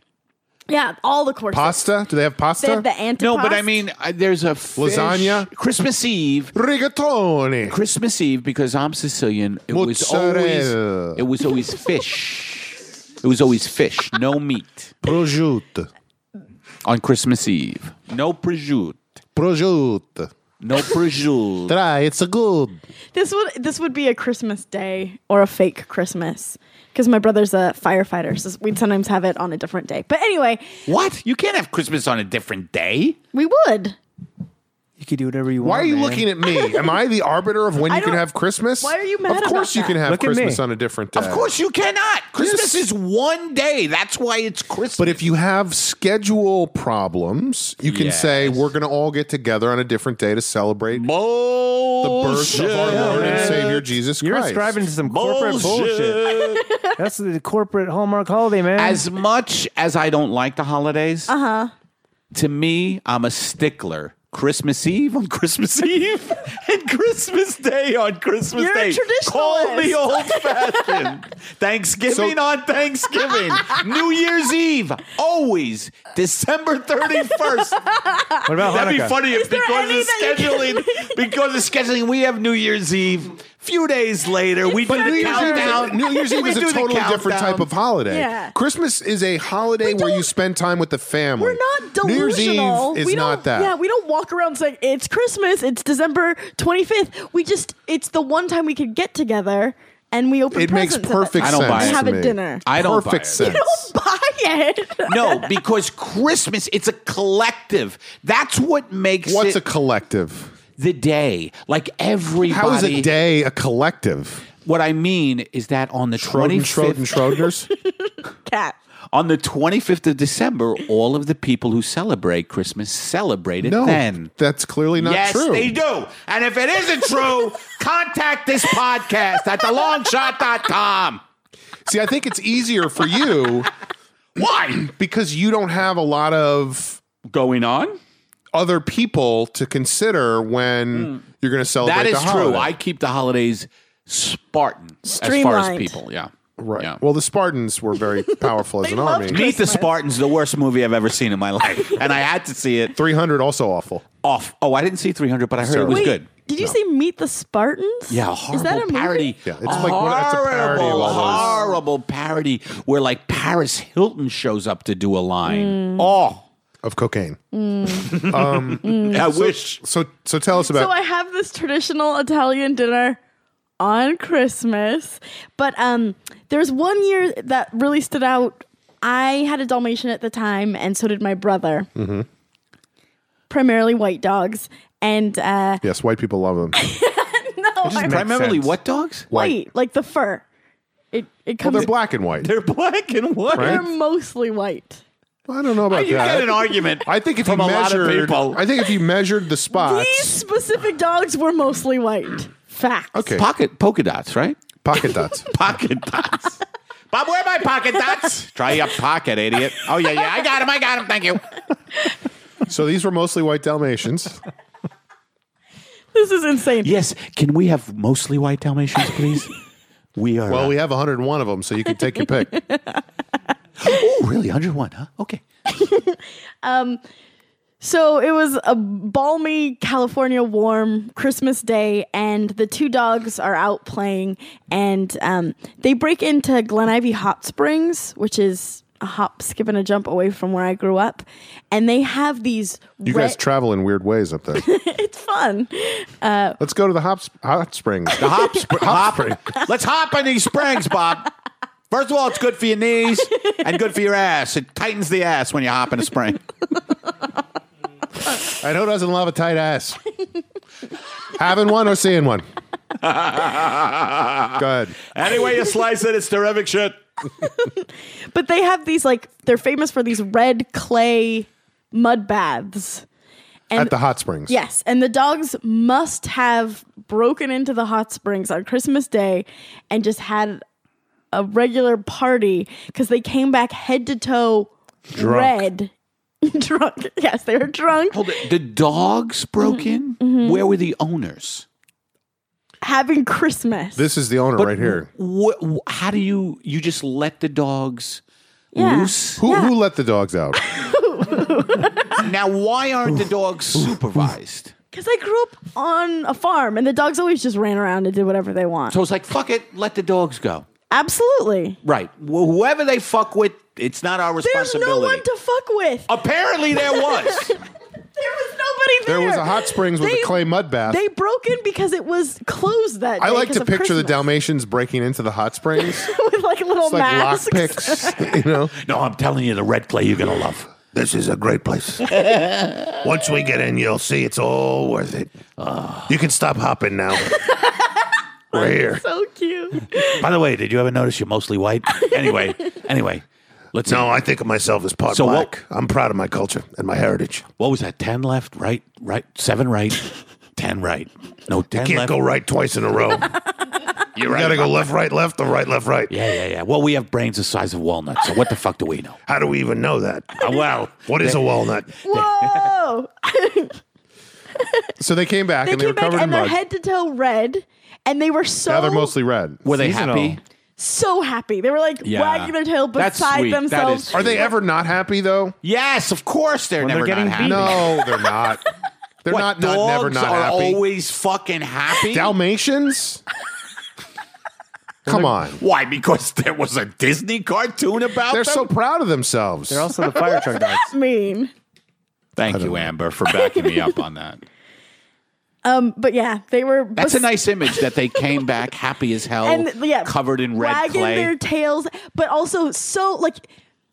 [SPEAKER 3] Yeah, all the courses.
[SPEAKER 1] Pasta? Do they have pasta?
[SPEAKER 3] They have the antipasto.
[SPEAKER 6] No, but I mean, I- there's a fish-
[SPEAKER 1] Lasagna?
[SPEAKER 6] Christmas Eve.
[SPEAKER 1] Rigatoni.
[SPEAKER 6] Christmas Eve, because I'm Sicilian, it was always
[SPEAKER 1] Mozzarella.
[SPEAKER 6] it was always fish. It was always fish, no meat
[SPEAKER 1] Prosciutto.
[SPEAKER 6] on Christmas Eve. No prosciutto.
[SPEAKER 1] Prosciutto.
[SPEAKER 6] No prosciutto.
[SPEAKER 1] Try, it's a good.
[SPEAKER 3] this would this would be a Christmas day or a fake Christmas because my brother's a firefighter, so we'd sometimes have it on a different day. But anyway,
[SPEAKER 6] what? You can't have Christmas on a different day.
[SPEAKER 3] we would.
[SPEAKER 4] You can do whatever you want.
[SPEAKER 1] Why are you
[SPEAKER 4] man.
[SPEAKER 1] looking at me? Am I the arbiter of when
[SPEAKER 3] I
[SPEAKER 1] you can
[SPEAKER 3] don't-
[SPEAKER 1] have Christmas?
[SPEAKER 3] Why are you mad
[SPEAKER 1] Of course
[SPEAKER 3] about
[SPEAKER 1] you
[SPEAKER 3] that?
[SPEAKER 1] can have
[SPEAKER 4] Look at
[SPEAKER 1] Christmas
[SPEAKER 4] me.
[SPEAKER 1] on a different day.
[SPEAKER 6] Of course you cannot. Christmas
[SPEAKER 1] Yes.
[SPEAKER 6] is one day. That's why it's Christmas.
[SPEAKER 1] But if you have schedule problems, you can say
[SPEAKER 6] Yes.
[SPEAKER 1] we're going to all get together on a different day to celebrate the birth
[SPEAKER 6] Bullshit.
[SPEAKER 1] of our Lord and
[SPEAKER 4] man.
[SPEAKER 1] Savior Jesus
[SPEAKER 4] You're
[SPEAKER 1] Christ.
[SPEAKER 4] ascribing to some corporate bullshit. That's the corporate hallmark holiday, man.
[SPEAKER 6] As much as I don't like the holidays, uh-huh. to me, I'm a stickler. Christmas Eve on Christmas [LAUGHS] Eve and Christmas Day on Christmas
[SPEAKER 3] You're a
[SPEAKER 6] Day. Call me
[SPEAKER 3] traditionalist.
[SPEAKER 6] old fashioned.
[SPEAKER 3] [LAUGHS]
[SPEAKER 6] Thanksgiving on Thanksgiving. New Year's Eve, always December
[SPEAKER 1] [LAUGHS]
[SPEAKER 6] 31st.
[SPEAKER 4] what about
[SPEAKER 6] That'd
[SPEAKER 4] Hanukkah?
[SPEAKER 6] be funny if
[SPEAKER 3] there
[SPEAKER 6] because
[SPEAKER 3] any
[SPEAKER 6] of
[SPEAKER 3] that you
[SPEAKER 6] scheduling, [LAUGHS]
[SPEAKER 3] [LAUGHS]
[SPEAKER 6] because of scheduling, we have New Year's Eve. Few days later, we do
[SPEAKER 1] But New
[SPEAKER 6] the
[SPEAKER 1] Year's, Eve,
[SPEAKER 6] [LAUGHS] countdown.
[SPEAKER 1] New Year's Eve
[SPEAKER 6] We
[SPEAKER 1] is a
[SPEAKER 6] do the
[SPEAKER 1] totally different
[SPEAKER 6] countdown.
[SPEAKER 1] type of holiday.
[SPEAKER 3] Yeah.
[SPEAKER 1] Christmas is a holiday where you spend time with the family.
[SPEAKER 3] We're not
[SPEAKER 1] New Year's
[SPEAKER 3] delusional.
[SPEAKER 1] Eve is
[SPEAKER 3] we don't,
[SPEAKER 1] not that.
[SPEAKER 3] Yeah, we don't walk around saying it's Christmas. It's December twenty fifth. We just it's the one time we could get together and we open.
[SPEAKER 1] it makes
[SPEAKER 3] presents at that
[SPEAKER 1] perfect
[SPEAKER 3] time.
[SPEAKER 6] I don't
[SPEAKER 1] sense.
[SPEAKER 6] buy it.
[SPEAKER 1] to
[SPEAKER 3] Have a
[SPEAKER 1] me.
[SPEAKER 3] dinner. [LAUGHS]
[SPEAKER 6] I don't buy
[SPEAKER 1] perfect
[SPEAKER 6] it.
[SPEAKER 1] sense.
[SPEAKER 3] Don't buy it. [LAUGHS]
[SPEAKER 6] No, because Christmas, it's a collective. That's what makes
[SPEAKER 1] What's a
[SPEAKER 6] it.
[SPEAKER 1] collective?
[SPEAKER 6] the day. Like everybody.
[SPEAKER 1] How is a day a collective?
[SPEAKER 6] What I mean is that on the
[SPEAKER 1] Schroden,
[SPEAKER 6] twenty
[SPEAKER 1] Schroden,
[SPEAKER 6] fifth,
[SPEAKER 1] Schroders?
[SPEAKER 6] [LAUGHS]
[SPEAKER 3] Cat.
[SPEAKER 6] on the twenty fifth of December, all of the people who celebrate Christmas celebrate it
[SPEAKER 1] No,
[SPEAKER 6] then.
[SPEAKER 1] that's clearly not
[SPEAKER 6] yes,
[SPEAKER 1] true.
[SPEAKER 6] they do. And if it isn't
[SPEAKER 1] [LAUGHS]
[SPEAKER 6] true, contact this podcast at thelongshot.com.
[SPEAKER 1] See, I think it's easier for
[SPEAKER 6] [LAUGHS]
[SPEAKER 1] you
[SPEAKER 6] Why?
[SPEAKER 1] because you don't have a lot of
[SPEAKER 6] Going on?
[SPEAKER 1] other people to consider when you're going to celebrate.
[SPEAKER 6] Hmm. That is
[SPEAKER 1] the
[SPEAKER 6] true.
[SPEAKER 1] holiday.
[SPEAKER 6] I keep the holidays Spartan as far as
[SPEAKER 3] Streamlined.
[SPEAKER 6] people. Yeah.
[SPEAKER 1] right.
[SPEAKER 6] Yeah.
[SPEAKER 1] Well, the Spartans
[SPEAKER 6] [LAUGHS]
[SPEAKER 1] were very powerful as an
[SPEAKER 3] loved
[SPEAKER 1] army.
[SPEAKER 3] Christmas.
[SPEAKER 6] Meet the Spartans, the worst movie I've ever seen in my
[SPEAKER 1] [LAUGHS]
[SPEAKER 6] life. And I had to see it
[SPEAKER 1] Three hundred also awful.
[SPEAKER 6] off. Oh, I didn't see 300, but I heard it was
[SPEAKER 3] Wait,
[SPEAKER 6] good.
[SPEAKER 3] Did you say Meet the Spartans?
[SPEAKER 6] Yeah, a horrible
[SPEAKER 3] Is that a movie?
[SPEAKER 6] parody.
[SPEAKER 1] Yeah, it's like one- it's a parody of
[SPEAKER 6] horrible,
[SPEAKER 1] all those-
[SPEAKER 6] horrible parody where like Paris Hilton shows up to do a
[SPEAKER 1] Mm.
[SPEAKER 6] line. Oh,
[SPEAKER 1] of cocaine.
[SPEAKER 3] Mm.
[SPEAKER 6] I wish.
[SPEAKER 1] So so tell us about
[SPEAKER 3] So I have this traditional Italian dinner on Christmas, but um, there's one year that really stood out. I had a Dalmatian at the time, and so did my brother.
[SPEAKER 1] Mm-hmm.
[SPEAKER 3] Primarily white dogs, and uh,
[SPEAKER 1] yes, white people love them.
[SPEAKER 3] no, I'm
[SPEAKER 6] Primarily
[SPEAKER 9] sense.
[SPEAKER 6] what dogs?
[SPEAKER 3] white, like the fur. It it
[SPEAKER 1] Well,
[SPEAKER 3] comes.
[SPEAKER 1] they're black and white.
[SPEAKER 6] They're black and white.
[SPEAKER 1] Right?
[SPEAKER 3] they're mostly white.
[SPEAKER 1] I don't know about
[SPEAKER 6] You
[SPEAKER 1] that.
[SPEAKER 6] get an argument.
[SPEAKER 1] I think if
[SPEAKER 6] from
[SPEAKER 1] you
[SPEAKER 6] a lot of
[SPEAKER 1] measured,
[SPEAKER 6] people.
[SPEAKER 1] I think if you measured the spots,
[SPEAKER 3] These specific dogs were mostly white. Fact.
[SPEAKER 1] Okay.
[SPEAKER 6] Pocket polka dots, right?
[SPEAKER 1] pocket dots. [LAUGHS]
[SPEAKER 6] Pocket dots. Bob, where are my pocket dots? Try your pocket, idiot. Oh yeah, yeah. I got him. I got him. Thank you.
[SPEAKER 1] so these were mostly white Dalmatians.
[SPEAKER 3] This is insane.
[SPEAKER 6] Yes. Can we have mostly white Dalmatians, please? We are.
[SPEAKER 1] Well, we have 101 of them, so you can take your
[SPEAKER 3] [LAUGHS]
[SPEAKER 1] pick.
[SPEAKER 6] oh, really? 101, huh? Okay.
[SPEAKER 3] So it was a balmy California warm Christmas day, and the two dogs are out playing, and um, they break into Glen Ivy Hot Springs, which is a hop, skip, and a jump away from where I grew up, and they have these.
[SPEAKER 1] You
[SPEAKER 3] wet-
[SPEAKER 1] guys travel in weird ways up
[SPEAKER 3] [LAUGHS]
[SPEAKER 1] there.
[SPEAKER 3] it's [LAUGHS] fun.
[SPEAKER 1] Let's go to the hop, hot springs.
[SPEAKER 6] The hop, sp- hop. Let's hop on these springs, Bob. First of all, it's good for your knees and good for your ass. It tightens the ass when you hop in a spring.
[SPEAKER 1] I know doesn't love a tight ass. [LAUGHS] Having one or seeing one. go ahead.
[SPEAKER 6] Anyway, you slice it, it's terrific shit.
[SPEAKER 3] But they have these like they're famous for these red clay mud baths.
[SPEAKER 1] At the hot springs.
[SPEAKER 3] Yes, and the dogs must have broken into the hot springs on Christmas Day and just had a regular party because they came back head to toe red. [LAUGHS] drunk. Yes, they were drunk,
[SPEAKER 6] Hold it. The dogs broke in?
[SPEAKER 3] Mm-hmm.
[SPEAKER 6] Where were the owners?
[SPEAKER 3] having Christmas.
[SPEAKER 1] This is the owner right here.
[SPEAKER 6] Wh- wh- how do you, you just let the dogs
[SPEAKER 3] Yeah.
[SPEAKER 6] loose?
[SPEAKER 1] Who, who let the dogs
[SPEAKER 3] [LAUGHS]
[SPEAKER 1] out?
[SPEAKER 6] Now, why aren't the dogs supervised?
[SPEAKER 3] Because I grew up on a farm and the dogs always just ran around and did whatever they want.
[SPEAKER 6] So it's like, fuck it, let the dogs go.
[SPEAKER 3] Absolutely.
[SPEAKER 6] Right. Well, whoever they fuck with, it's not our
[SPEAKER 3] There's
[SPEAKER 6] responsibility.
[SPEAKER 3] no one to fuck with.
[SPEAKER 1] Uh,
[SPEAKER 6] Apparently, there was.
[SPEAKER 3] There was nobody there.
[SPEAKER 1] There was a hot springs with
[SPEAKER 3] They-
[SPEAKER 1] a clay mud bath.
[SPEAKER 3] They broke in because it was closed that day.
[SPEAKER 1] I like
[SPEAKER 3] 'cause
[SPEAKER 1] to
[SPEAKER 3] of
[SPEAKER 1] picture the
[SPEAKER 3] Christmas. [LAUGHS]
[SPEAKER 1] Dalmatians breaking into the hot springs.
[SPEAKER 3] with like little
[SPEAKER 1] It's like lock
[SPEAKER 3] masks.
[SPEAKER 1] picks, [LAUGHS] you know.
[SPEAKER 6] [LAUGHS] no, I'm telling you, the red clay you're gonna love.
[SPEAKER 8] This is a great place. Once we get in, you'll see it's all worth it. you can stop hopping now. We're here.
[SPEAKER 3] So cute.
[SPEAKER 6] By the way, did you ever notice you're mostly white? Anyway, anyway, let's.
[SPEAKER 8] No, I think of myself as part
[SPEAKER 6] So what-
[SPEAKER 8] black. I'm proud of my culture and my heritage.
[SPEAKER 6] What was that? Ten left, right, right, seven right, ten right. No, ten
[SPEAKER 8] Can't
[SPEAKER 6] left.
[SPEAKER 8] go right twice in a
[SPEAKER 6] [LAUGHS]
[SPEAKER 8] row. you gotta go left, right, left, or right, left, right.
[SPEAKER 6] yeah, yeah, yeah. Well, we have brains the size of walnuts, so what the fuck do we
[SPEAKER 1] [LAUGHS]
[SPEAKER 6] know?
[SPEAKER 8] How do we even know that?
[SPEAKER 6] Uh, well,
[SPEAKER 8] What is a walnut?
[SPEAKER 3] [LAUGHS] Whoa!
[SPEAKER 1] So they came back
[SPEAKER 3] they
[SPEAKER 1] and they were
[SPEAKER 3] came back
[SPEAKER 1] covered in
[SPEAKER 3] and they're
[SPEAKER 1] mud.
[SPEAKER 3] head to toe red, and they were so
[SPEAKER 1] now they're mostly red.
[SPEAKER 6] were they
[SPEAKER 9] Seasonal.
[SPEAKER 6] happy?
[SPEAKER 3] so happy. They were like
[SPEAKER 6] Yeah.
[SPEAKER 3] wagging their tail
[SPEAKER 6] That's
[SPEAKER 3] beside
[SPEAKER 6] sweet. That
[SPEAKER 3] themselves. [LAUGHS]
[SPEAKER 6] is-
[SPEAKER 1] Are they ever not
[SPEAKER 6] [LAUGHS]
[SPEAKER 1] happy though?
[SPEAKER 6] Yes, of course they're
[SPEAKER 9] When
[SPEAKER 6] never
[SPEAKER 9] they're getting
[SPEAKER 6] not happy.
[SPEAKER 9] beaten.
[SPEAKER 1] No, they're not. They're
[SPEAKER 6] What,
[SPEAKER 1] not, not never
[SPEAKER 6] dogs
[SPEAKER 1] not
[SPEAKER 6] are
[SPEAKER 1] happy.
[SPEAKER 6] always fucking happy.
[SPEAKER 1] Dalmatians? Come on.
[SPEAKER 6] Why? Because there was a Disney cartoon about
[SPEAKER 1] They're
[SPEAKER 6] them.
[SPEAKER 1] so proud of themselves.
[SPEAKER 9] They're also the fire truck dogs.
[SPEAKER 3] mean.
[SPEAKER 6] Thank you, Amber, for backing me up on
[SPEAKER 1] [LAUGHS]
[SPEAKER 6] that.
[SPEAKER 3] Um, but yeah, they were.
[SPEAKER 6] That's a
[SPEAKER 3] bes-
[SPEAKER 6] nice image that they came back happy as hell,
[SPEAKER 3] and yeah,
[SPEAKER 6] covered in red
[SPEAKER 3] wagging
[SPEAKER 6] clay.
[SPEAKER 3] their tails, but also so like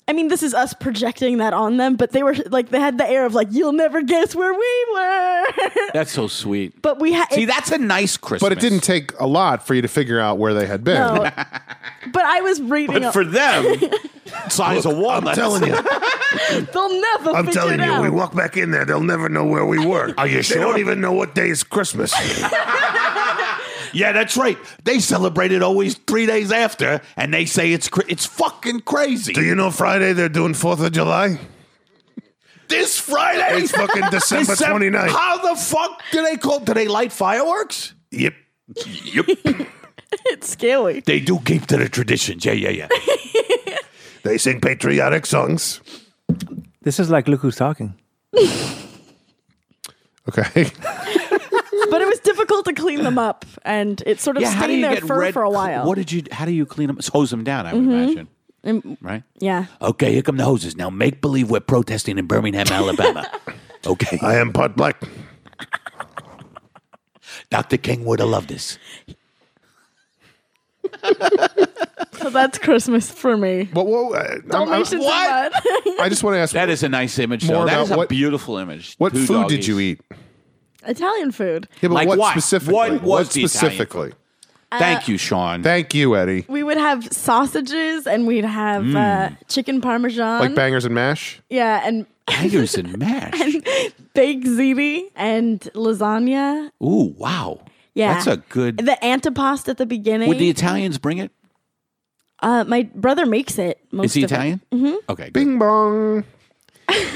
[SPEAKER 3] I mean, this is us projecting that on them, but they were like, they had the air of like, you'll never guess where we were. [LAUGHS]
[SPEAKER 6] That's so sweet.
[SPEAKER 3] but we had,
[SPEAKER 6] See, that's a nice Christmas.
[SPEAKER 1] But it didn't take a lot for you to figure out where they had been.
[SPEAKER 3] no. but I was reading.
[SPEAKER 6] But for [LAUGHS] them, size of
[SPEAKER 8] I'm
[SPEAKER 6] walnuts.
[SPEAKER 8] telling you.
[SPEAKER 3] they'll never.
[SPEAKER 8] I'm
[SPEAKER 3] figure
[SPEAKER 8] telling
[SPEAKER 3] it
[SPEAKER 8] you.
[SPEAKER 3] out.
[SPEAKER 8] We walk back in there, they'll never know where we were. Are you sure? They don't even know what day is Christmas.
[SPEAKER 6] Yeah, that's right. They celebrate it always three days after, and they say it's cra- it's fucking crazy.
[SPEAKER 8] Do you know Friday they're doing Fourth of July?
[SPEAKER 6] this Friday,
[SPEAKER 8] It's fucking December
[SPEAKER 6] Decem-
[SPEAKER 8] 29th.
[SPEAKER 6] How the fuck do they call? Do they light fireworks?
[SPEAKER 8] Yep.
[SPEAKER 6] Yep.
[SPEAKER 3] [LAUGHS] it's scary.
[SPEAKER 6] they do keep to the traditions. Yeah, yeah, yeah.
[SPEAKER 8] They sing patriotic songs.
[SPEAKER 4] This is like look who's talking.
[SPEAKER 1] Okay.
[SPEAKER 3] But it was difficult to clean them up, and it sort of
[SPEAKER 6] yeah. How do
[SPEAKER 3] stayed in
[SPEAKER 6] you
[SPEAKER 3] their
[SPEAKER 6] get
[SPEAKER 3] fur
[SPEAKER 6] red?
[SPEAKER 3] for a while.
[SPEAKER 6] What did you? How do you clean them? Hose them down. I would imagine. right.
[SPEAKER 3] yeah.
[SPEAKER 6] Okay, here come the hoses. Now make believe we're protesting in [LAUGHS] Birmingham, Alabama. okay.
[SPEAKER 8] I am part black.
[SPEAKER 6] Dr. King would have loved this.
[SPEAKER 3] So that's Christmas for me.
[SPEAKER 1] But what? uh, I'm- I'm-
[SPEAKER 3] Donations and
[SPEAKER 6] what?
[SPEAKER 3] mud.
[SPEAKER 1] I just want to ask
[SPEAKER 6] That is a nice image,
[SPEAKER 1] More
[SPEAKER 6] though. That
[SPEAKER 1] about
[SPEAKER 6] is a
[SPEAKER 1] what-
[SPEAKER 6] beautiful image.
[SPEAKER 1] what
[SPEAKER 6] Two
[SPEAKER 1] food
[SPEAKER 6] doggies.
[SPEAKER 1] did you eat?
[SPEAKER 3] [LAUGHS] Italian food.
[SPEAKER 1] Yeah, but
[SPEAKER 6] Like
[SPEAKER 1] what,
[SPEAKER 6] what?
[SPEAKER 1] specifically?
[SPEAKER 6] What was the Italian
[SPEAKER 1] specifically?
[SPEAKER 6] Uh, Thank you, Sean.
[SPEAKER 1] Thank you, Eddie.
[SPEAKER 3] We would have sausages, and we'd have
[SPEAKER 6] Mm.
[SPEAKER 3] uh, chicken parmesan.
[SPEAKER 1] Like bangers and mash.
[SPEAKER 3] yeah, and [LAUGHS]
[SPEAKER 6] Tigers [LAUGHS] and mash.
[SPEAKER 3] baked ziti and lasagna.
[SPEAKER 6] Ooh, wow.
[SPEAKER 3] Yeah,
[SPEAKER 6] That's a good.
[SPEAKER 3] The antipasto at the beginning.
[SPEAKER 6] Would the Italians bring it?
[SPEAKER 3] uh, my brother makes it. Most
[SPEAKER 6] Is he
[SPEAKER 3] of it.
[SPEAKER 6] Italian? Mm-hmm. Okay. good.
[SPEAKER 1] Bing bong.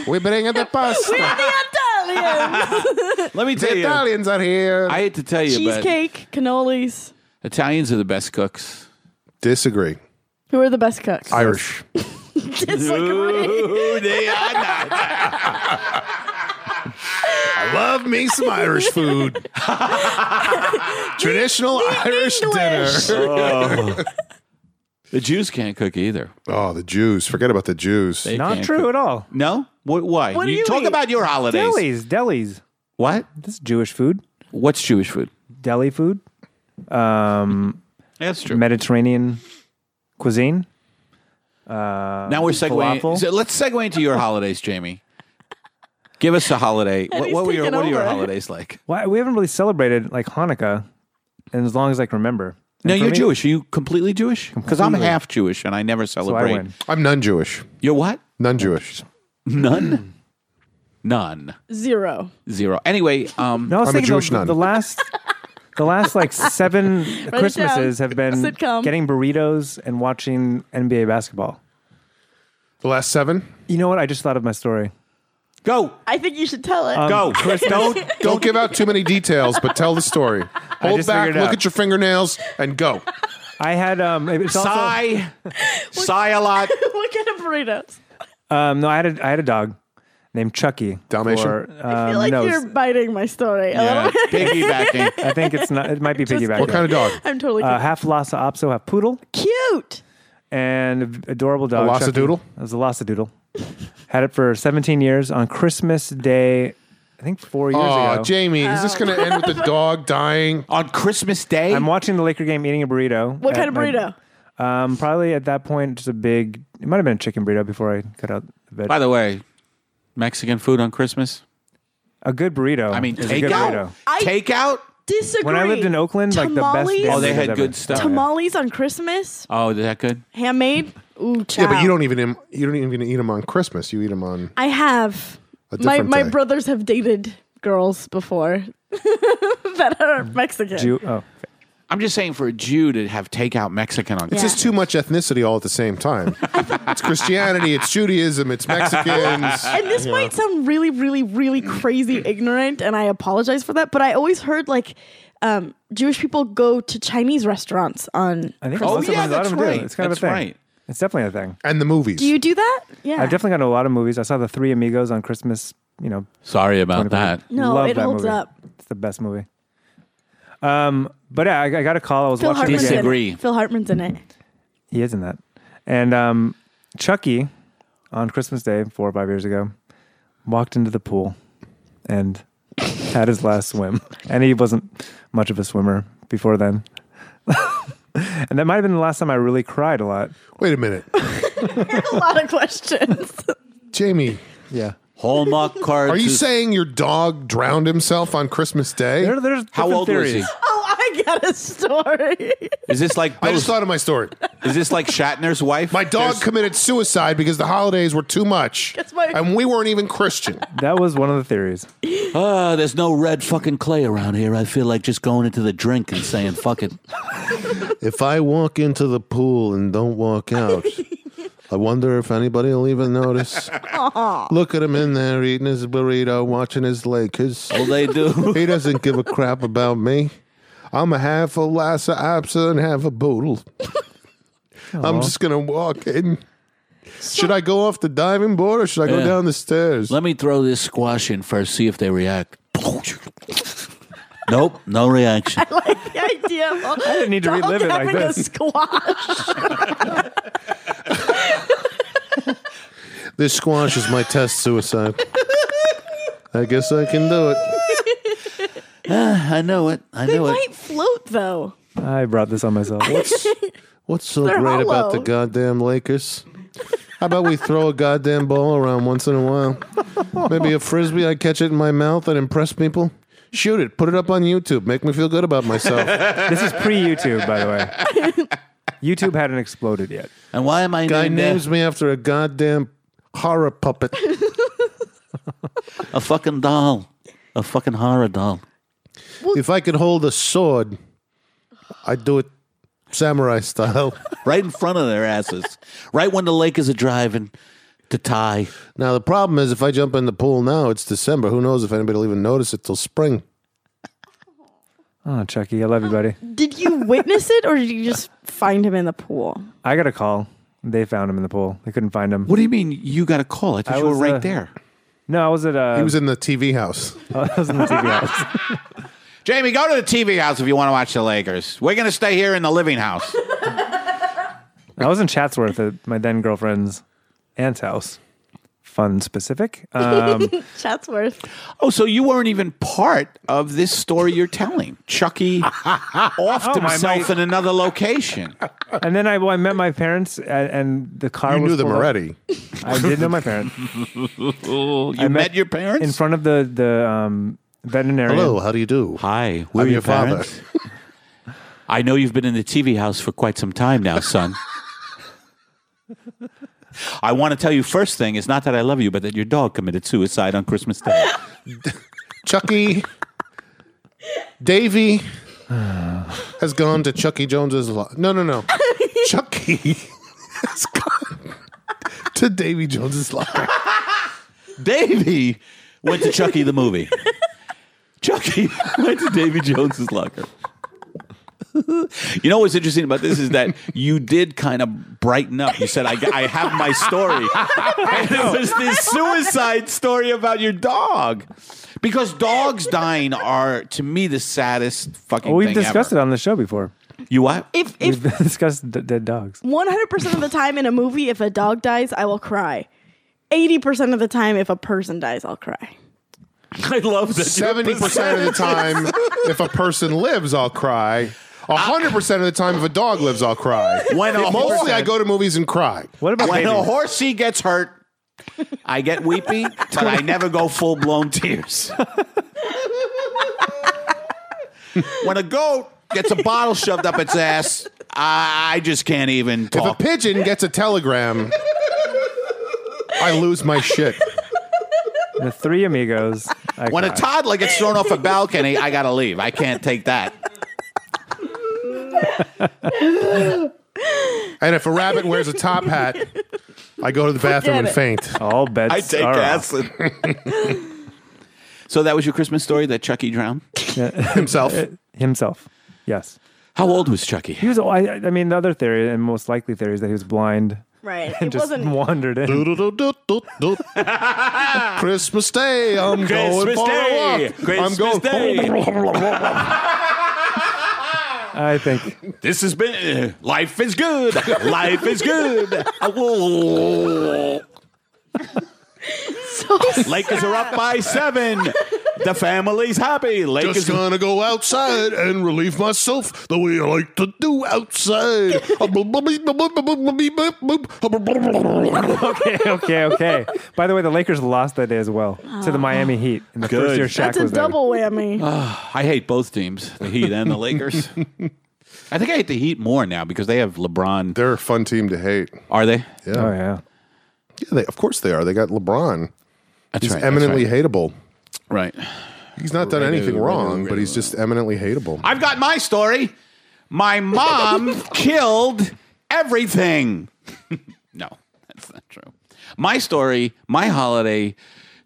[SPEAKER 1] we bring [LAUGHS] in the pasta.
[SPEAKER 3] [LAUGHS] The
[SPEAKER 6] [LAUGHS]
[SPEAKER 3] Italian
[SPEAKER 6] Let me tell
[SPEAKER 1] the
[SPEAKER 6] you.
[SPEAKER 1] Italians are here.
[SPEAKER 6] I hate to tell you, but
[SPEAKER 3] cheesecake, cannolis.
[SPEAKER 6] Italians are the best cooks.
[SPEAKER 1] disagree.
[SPEAKER 3] Who are the best [LAUGHS] cooks?
[SPEAKER 1] Irish.
[SPEAKER 3] Disagree.
[SPEAKER 6] Ooh, they are not.
[SPEAKER 1] I love me some Irish [LAUGHS] food. Traditional Irish
[SPEAKER 3] English.
[SPEAKER 1] dinner.
[SPEAKER 6] The Jews can't cook either.
[SPEAKER 1] Oh, the Jews. Forget about the Jews.
[SPEAKER 6] They
[SPEAKER 4] Not
[SPEAKER 6] can't
[SPEAKER 4] true
[SPEAKER 6] cook.
[SPEAKER 4] at all.
[SPEAKER 6] No. What? Why?
[SPEAKER 3] What do
[SPEAKER 6] you,
[SPEAKER 3] you
[SPEAKER 6] talk
[SPEAKER 3] eat?
[SPEAKER 6] about your holidays.
[SPEAKER 4] Delis, delis.
[SPEAKER 6] What?
[SPEAKER 4] This is Jewish food,
[SPEAKER 6] What's Jewish food?
[SPEAKER 4] deli food, um,
[SPEAKER 6] That's true.
[SPEAKER 4] Mediterranean cuisine.
[SPEAKER 6] now we're segueing.
[SPEAKER 4] falafel.
[SPEAKER 6] So let's segue into your holidays, Jamie. Give us a holiday. What,
[SPEAKER 3] [LAUGHS] he's
[SPEAKER 6] what were your
[SPEAKER 3] taking
[SPEAKER 6] What are your
[SPEAKER 3] over.
[SPEAKER 6] holidays like?
[SPEAKER 4] Why we haven't really celebrated like Hanukkah, in as long as I can remember. And
[SPEAKER 6] No,
[SPEAKER 4] for
[SPEAKER 6] you're
[SPEAKER 4] me-
[SPEAKER 6] Jewish. Are you completely Jewish? Because I'm
[SPEAKER 4] Completely.
[SPEAKER 6] half Jewish and I never
[SPEAKER 4] So I
[SPEAKER 6] celebrate.
[SPEAKER 4] win.
[SPEAKER 1] I'm non Jewish.
[SPEAKER 6] You're what?
[SPEAKER 1] Non Jewish.
[SPEAKER 6] [CLEARS THROAT] None. None.
[SPEAKER 3] Zero.
[SPEAKER 6] Zero. Anyway, um,
[SPEAKER 4] No, I was
[SPEAKER 1] I'm a
[SPEAKER 4] thinking
[SPEAKER 1] Jewish
[SPEAKER 4] the,
[SPEAKER 1] nun. [LAUGHS]
[SPEAKER 4] the last, the last like seven Christmases
[SPEAKER 3] down.
[SPEAKER 4] have been
[SPEAKER 3] [LAUGHS] Sitcom.
[SPEAKER 4] getting burritos and watching NBA basketball.
[SPEAKER 1] The last seven.
[SPEAKER 4] You know what? I just thought of my story.
[SPEAKER 6] go,
[SPEAKER 3] I think you should tell it.
[SPEAKER 4] Um,
[SPEAKER 3] [LAUGHS]
[SPEAKER 6] go. Don't.
[SPEAKER 1] Don't give out too many details, but tell the story. Hold
[SPEAKER 4] just
[SPEAKER 1] back,
[SPEAKER 4] figured
[SPEAKER 1] look
[SPEAKER 4] it out.
[SPEAKER 1] at your fingernails, and go.
[SPEAKER 4] I had um, it's also,
[SPEAKER 6] Sigh. Sigh a lot.
[SPEAKER 3] what kind of burritos?
[SPEAKER 4] um, no, I had a, I had a dog named Chucky.
[SPEAKER 1] Dalmatian?
[SPEAKER 4] for, um,
[SPEAKER 3] I feel like
[SPEAKER 4] no,
[SPEAKER 3] you're biting my story. a
[SPEAKER 6] Yeah,
[SPEAKER 3] little bit.
[SPEAKER 6] piggybacking.
[SPEAKER 4] I think it's not. It
[SPEAKER 3] [LAUGHS]
[SPEAKER 4] might be piggyback.
[SPEAKER 1] What kind of dog?
[SPEAKER 3] I'm totally
[SPEAKER 4] Uh, half Lhasa Apso, half poodle,
[SPEAKER 3] cute.
[SPEAKER 4] and a v- adorable dog.
[SPEAKER 1] A
[SPEAKER 4] Chucky.
[SPEAKER 1] Lhasa-doodle?
[SPEAKER 4] It was a Lhasa-doodle. Had it for 17 years. On Christmas Day, I think four years
[SPEAKER 1] Oh,
[SPEAKER 4] ago.
[SPEAKER 1] Jamie, is this going to end [LAUGHS] with the dog dying?
[SPEAKER 6] On Christmas Day,
[SPEAKER 4] I'm watching the Laker game, eating a burrito.
[SPEAKER 3] What
[SPEAKER 4] at
[SPEAKER 3] kind of
[SPEAKER 4] my-
[SPEAKER 3] burrito?
[SPEAKER 4] Um, probably at that point, just a big. It might have been a chicken burrito before I cut out the veg.
[SPEAKER 6] by the way, Mexican food on Christmas.
[SPEAKER 4] a good burrito.
[SPEAKER 6] I mean,
[SPEAKER 4] is a good
[SPEAKER 6] takeout.
[SPEAKER 4] burrito.
[SPEAKER 3] I-
[SPEAKER 6] Takeout.
[SPEAKER 3] Disagree.
[SPEAKER 4] When I lived in Oakland, like the best.
[SPEAKER 3] Tamales?
[SPEAKER 4] damn
[SPEAKER 6] Oh, they
[SPEAKER 4] burritos
[SPEAKER 6] had
[SPEAKER 4] ever.
[SPEAKER 6] good stuff.
[SPEAKER 3] Tamales on Christmas,
[SPEAKER 6] Oh, is that good?
[SPEAKER 3] handmade. Ooh,
[SPEAKER 1] Yeah, but
[SPEAKER 3] chow.
[SPEAKER 1] you don't even im- you don't even eat them on Christmas. You eat them on
[SPEAKER 3] I have.
[SPEAKER 1] A
[SPEAKER 3] My
[SPEAKER 1] different
[SPEAKER 3] my
[SPEAKER 1] day.
[SPEAKER 3] brothers have dated girls before [LAUGHS] that are Mexican.
[SPEAKER 4] Ju- oh,
[SPEAKER 6] I'm just saying for a Jew to have takeout Mexican on
[SPEAKER 1] It's
[SPEAKER 6] Christmas.
[SPEAKER 1] just too much ethnicity all at the same
[SPEAKER 3] [LAUGHS]
[SPEAKER 1] time. it's Christianity, it's Judaism, it's Mexicans.
[SPEAKER 3] [LAUGHS] And this might sound really, really,
[SPEAKER 4] [CLEARS THROAT]
[SPEAKER 3] really crazy ignorant, and I apologize for that. But I always heard like um, Jewish people go to Chinese restaurants on.
[SPEAKER 4] I think
[SPEAKER 6] Oh,
[SPEAKER 4] most of
[SPEAKER 6] yeah,
[SPEAKER 4] them- a lot
[SPEAKER 6] that's
[SPEAKER 4] of them do.
[SPEAKER 6] right.
[SPEAKER 4] It's kind
[SPEAKER 6] That's
[SPEAKER 4] of a thing.
[SPEAKER 6] right.
[SPEAKER 4] It's definitely a thing.
[SPEAKER 1] And the movies.
[SPEAKER 3] Do you do that? Yeah.
[SPEAKER 4] I've definitely gone to a lot of movies. I saw the Three Amigos on Christmas. You know,
[SPEAKER 6] Sorry about that.
[SPEAKER 3] no,
[SPEAKER 4] love
[SPEAKER 3] it
[SPEAKER 4] that
[SPEAKER 3] holds
[SPEAKER 4] movie.
[SPEAKER 3] up.
[SPEAKER 4] It's the best movie. Um, but yeah, I, I got a call. I was
[SPEAKER 3] Phil
[SPEAKER 4] watching.
[SPEAKER 3] Hartman's
[SPEAKER 4] the game.
[SPEAKER 3] in
[SPEAKER 6] Disagree.
[SPEAKER 3] it. Phil Hartman's in [LAUGHS] it.
[SPEAKER 4] He is in that. And um, Chucky on Christmas Day, four or five years ago, walked into the pool and [LAUGHS] had his last swim. And he wasn't much of a swimmer [LAUGHS] before then. and that might have been the last time I really cried a lot.
[SPEAKER 1] Wait a minute.
[SPEAKER 3] a lot of questions. [LAUGHS]
[SPEAKER 1] Jamie,
[SPEAKER 4] Yeah.
[SPEAKER 6] Hallmark cards.
[SPEAKER 1] are you
[SPEAKER 6] is-
[SPEAKER 1] saying your dog drowned himself on Christmas Day?
[SPEAKER 4] There, there's
[SPEAKER 6] How
[SPEAKER 4] different
[SPEAKER 6] old was
[SPEAKER 4] theories.
[SPEAKER 6] he?
[SPEAKER 3] Oh, I got a story. [LAUGHS]
[SPEAKER 6] Is this like
[SPEAKER 1] I just
[SPEAKER 6] Bill's-
[SPEAKER 1] thought of my story.
[SPEAKER 6] is this like Shatner's wife?
[SPEAKER 1] My dog committed suicide because the holidays were too much,
[SPEAKER 3] That's my-
[SPEAKER 1] and we weren't even Christian.
[SPEAKER 4] That was one of the theories.
[SPEAKER 6] Uh, there's no red fucking clay around here. I feel like just going into the drink and saying [LAUGHS] fuck it.
[SPEAKER 5] If I walk into the pool and don't walk out, I wonder if anybody will even notice. Look at him in there eating his burrito, watching his Lakers.
[SPEAKER 6] Well, they do.
[SPEAKER 5] [LAUGHS] He doesn't give a crap about me. I'm a half a Lhasa Apsa and half a Boodle. I'm just going to walk in. Should I go off the diving board or should I go
[SPEAKER 6] Yeah.
[SPEAKER 5] down the stairs?
[SPEAKER 6] Let me throw this squash in first, see if they react. nope,
[SPEAKER 8] [LAUGHS]
[SPEAKER 6] no reaction.
[SPEAKER 3] like the idea
[SPEAKER 4] [LAUGHS]
[SPEAKER 3] of I
[SPEAKER 4] didn't need to relive it like
[SPEAKER 3] having a
[SPEAKER 4] this.
[SPEAKER 3] squash.
[SPEAKER 5] This squash is my test suicide. I guess I can do it.
[SPEAKER 6] I know it. I
[SPEAKER 3] They
[SPEAKER 6] know it.
[SPEAKER 3] might float though.
[SPEAKER 4] I brought this on myself.
[SPEAKER 5] What's what's so
[SPEAKER 3] They're
[SPEAKER 5] great about the
[SPEAKER 3] hollow.
[SPEAKER 5] goddamn Lakers? How about we throw a goddamn ball around once in a while? Maybe a frisbee. I catch it in my mouth and impress people. Shoot it. Put it up on YouTube. Make me feel good about
[SPEAKER 3] [LAUGHS]
[SPEAKER 5] myself.
[SPEAKER 4] This is pre YouTube, by the way. YouTube hadn't exploded yet.
[SPEAKER 6] And why am I
[SPEAKER 5] Guy
[SPEAKER 6] named
[SPEAKER 5] names me after a goddamn horror puppet.
[SPEAKER 6] a fucking doll? A fucking horror doll.
[SPEAKER 5] If I could hold a sword, I'd do it samurai style. [LAUGHS]
[SPEAKER 6] Right in front of their asses. Right when the Lakers are driving to tie.
[SPEAKER 5] Now the problem is, if I jump in the pool now, it's December. Who knows if anybody will even notice it till spring?
[SPEAKER 4] Oh, Chucky, I love you, buddy.
[SPEAKER 3] Did you witness it or did you just find him in the pool?
[SPEAKER 4] I got a call. They found him in the pool. They couldn't find him.
[SPEAKER 6] What do you mean you got a call? I thought
[SPEAKER 4] I
[SPEAKER 6] you were
[SPEAKER 4] was,
[SPEAKER 6] right
[SPEAKER 4] uh,
[SPEAKER 6] there.
[SPEAKER 4] No, I was at uh,
[SPEAKER 1] He was in the TV house.
[SPEAKER 4] I was in the TV house.
[SPEAKER 6] Jamie, go to the TV house if you want to watch the Lakers. We're going to stay here in the living house.
[SPEAKER 4] [LAUGHS] I was in Chatsworth at my then girlfriend's aunt's house. Fun specific. Um,
[SPEAKER 3] Chatsworth.
[SPEAKER 6] oh, so you weren't even part of this story you're telling. Chucky offed
[SPEAKER 4] Oh, my-
[SPEAKER 6] himself
[SPEAKER 4] my-
[SPEAKER 6] in another location.
[SPEAKER 4] and then I, well, I met my parents, and, and the car.
[SPEAKER 1] You
[SPEAKER 4] was
[SPEAKER 1] knew them
[SPEAKER 4] pulled up.
[SPEAKER 1] already.
[SPEAKER 4] I did know my parents
[SPEAKER 6] You met,
[SPEAKER 4] met
[SPEAKER 6] your parents?
[SPEAKER 4] in front of the the um, veterinarian.
[SPEAKER 1] Hello, how do you do?
[SPEAKER 6] Hi, we're
[SPEAKER 1] I'm
[SPEAKER 6] your,
[SPEAKER 1] your father.
[SPEAKER 6] parents. I know you've been in the TV house for quite some time now, son. I want to tell you first thing is not that I love you, but that your dog committed suicide on Christmas Day.
[SPEAKER 1] Chucky Davy has gone to Chucky Jones's lo- No, no, no. Chucky has gone to Davy Jones's locker.
[SPEAKER 6] Davy went to Chucky the movie. Chucky went to Davy Jones's locker. You know what's interesting about this is that you did kind of brighten up. You said, I, I have my story. And it was this suicide story about your dog. Because dogs dying are, to me, the saddest fucking
[SPEAKER 4] Well, Oh, we've
[SPEAKER 6] thing
[SPEAKER 4] discussed
[SPEAKER 6] ever.
[SPEAKER 4] it on the show before.
[SPEAKER 6] it. You what?
[SPEAKER 3] If if
[SPEAKER 4] We've [LAUGHS] discussed d- dead dogs.
[SPEAKER 3] 100% of the time in a movie if a dog dies, I will cry. 80% of the time if a person dies, I'll cry.
[SPEAKER 6] I love that. you're
[SPEAKER 1] Seventy percent of the time, if a person lives, I'll cry. hundred percent of the time, if a dog lives, I'll cry.
[SPEAKER 6] When a horse-
[SPEAKER 1] Mostly, I go to movies and cry.
[SPEAKER 4] What about
[SPEAKER 6] When
[SPEAKER 4] babies?
[SPEAKER 6] a horsey gets hurt, I get weepy, but
[SPEAKER 1] [LAUGHS]
[SPEAKER 6] I never go full blown tears. when a goat gets a bottle shoved up its ass, I, I just can't even
[SPEAKER 1] If a
[SPEAKER 6] talk.
[SPEAKER 1] pigeon gets a telegram, I lose my shit.
[SPEAKER 4] the three amigos? I
[SPEAKER 6] when a
[SPEAKER 4] cried.
[SPEAKER 6] toddler gets thrown off a balcony, I gotta leave. I can't take that.
[SPEAKER 1] And if a rabbit wears a top hat, I go to the bathroom and
[SPEAKER 3] it.
[SPEAKER 1] faint.
[SPEAKER 4] all bets
[SPEAKER 6] I take
[SPEAKER 4] are off.
[SPEAKER 6] acid. so that was your Christmas story E. that Chucky drowned?
[SPEAKER 1] Himself.
[SPEAKER 4] himself. Yes,
[SPEAKER 6] How old was E.? Chucky?
[SPEAKER 4] he was. I, I mean, the other theory and most likely theory is that he was blind
[SPEAKER 3] Right.
[SPEAKER 4] and [LAUGHS]
[SPEAKER 3] It
[SPEAKER 4] just
[SPEAKER 3] wasn't
[SPEAKER 4] wandered in.
[SPEAKER 1] Do-do-do-do-do-do. Christmas Day, I'm going for a walk. I'm going.
[SPEAKER 4] I think [LAUGHS]
[SPEAKER 6] This has been uh, [LAUGHS] life is good. Life is
[SPEAKER 8] [LAUGHS]
[SPEAKER 6] good. Oh.
[SPEAKER 3] so
[SPEAKER 8] [LAUGHS]
[SPEAKER 6] Lakers are up by seven. The family's happy. Lake
[SPEAKER 8] Just
[SPEAKER 6] is
[SPEAKER 8] gonna go outside and relieve myself the way I like to do outside.
[SPEAKER 4] okay, okay, okay. By the way, the Lakers lost that day as well to the Miami Heat in the
[SPEAKER 6] Good.
[SPEAKER 4] first year Shaq
[SPEAKER 3] That's a
[SPEAKER 4] was there.
[SPEAKER 3] double
[SPEAKER 4] [LAUGHS]
[SPEAKER 3] whammy.
[SPEAKER 6] I hate both teams, the Heat and the [LAUGHS] Lakers. I think I hate the Heat more now because they have LeBron.
[SPEAKER 1] They're a fun team to hate.
[SPEAKER 6] Are they?
[SPEAKER 1] Yeah,
[SPEAKER 4] Oh
[SPEAKER 1] yeah.
[SPEAKER 4] yeah.
[SPEAKER 1] they, of course they are. They got LeBron.
[SPEAKER 6] That's
[SPEAKER 1] He's
[SPEAKER 6] right.
[SPEAKER 1] eminently
[SPEAKER 6] that's
[SPEAKER 1] hateable.
[SPEAKER 6] right. right.
[SPEAKER 1] He's not done
[SPEAKER 6] Right,
[SPEAKER 1] anything
[SPEAKER 6] right,
[SPEAKER 1] wrong,
[SPEAKER 6] right,
[SPEAKER 1] but he's just eminently hateable.
[SPEAKER 6] I've got my story. My
[SPEAKER 1] [LAUGHS]
[SPEAKER 6] mom killed everything. no, that's not true. My story, my holiday
[SPEAKER 1] Yeah,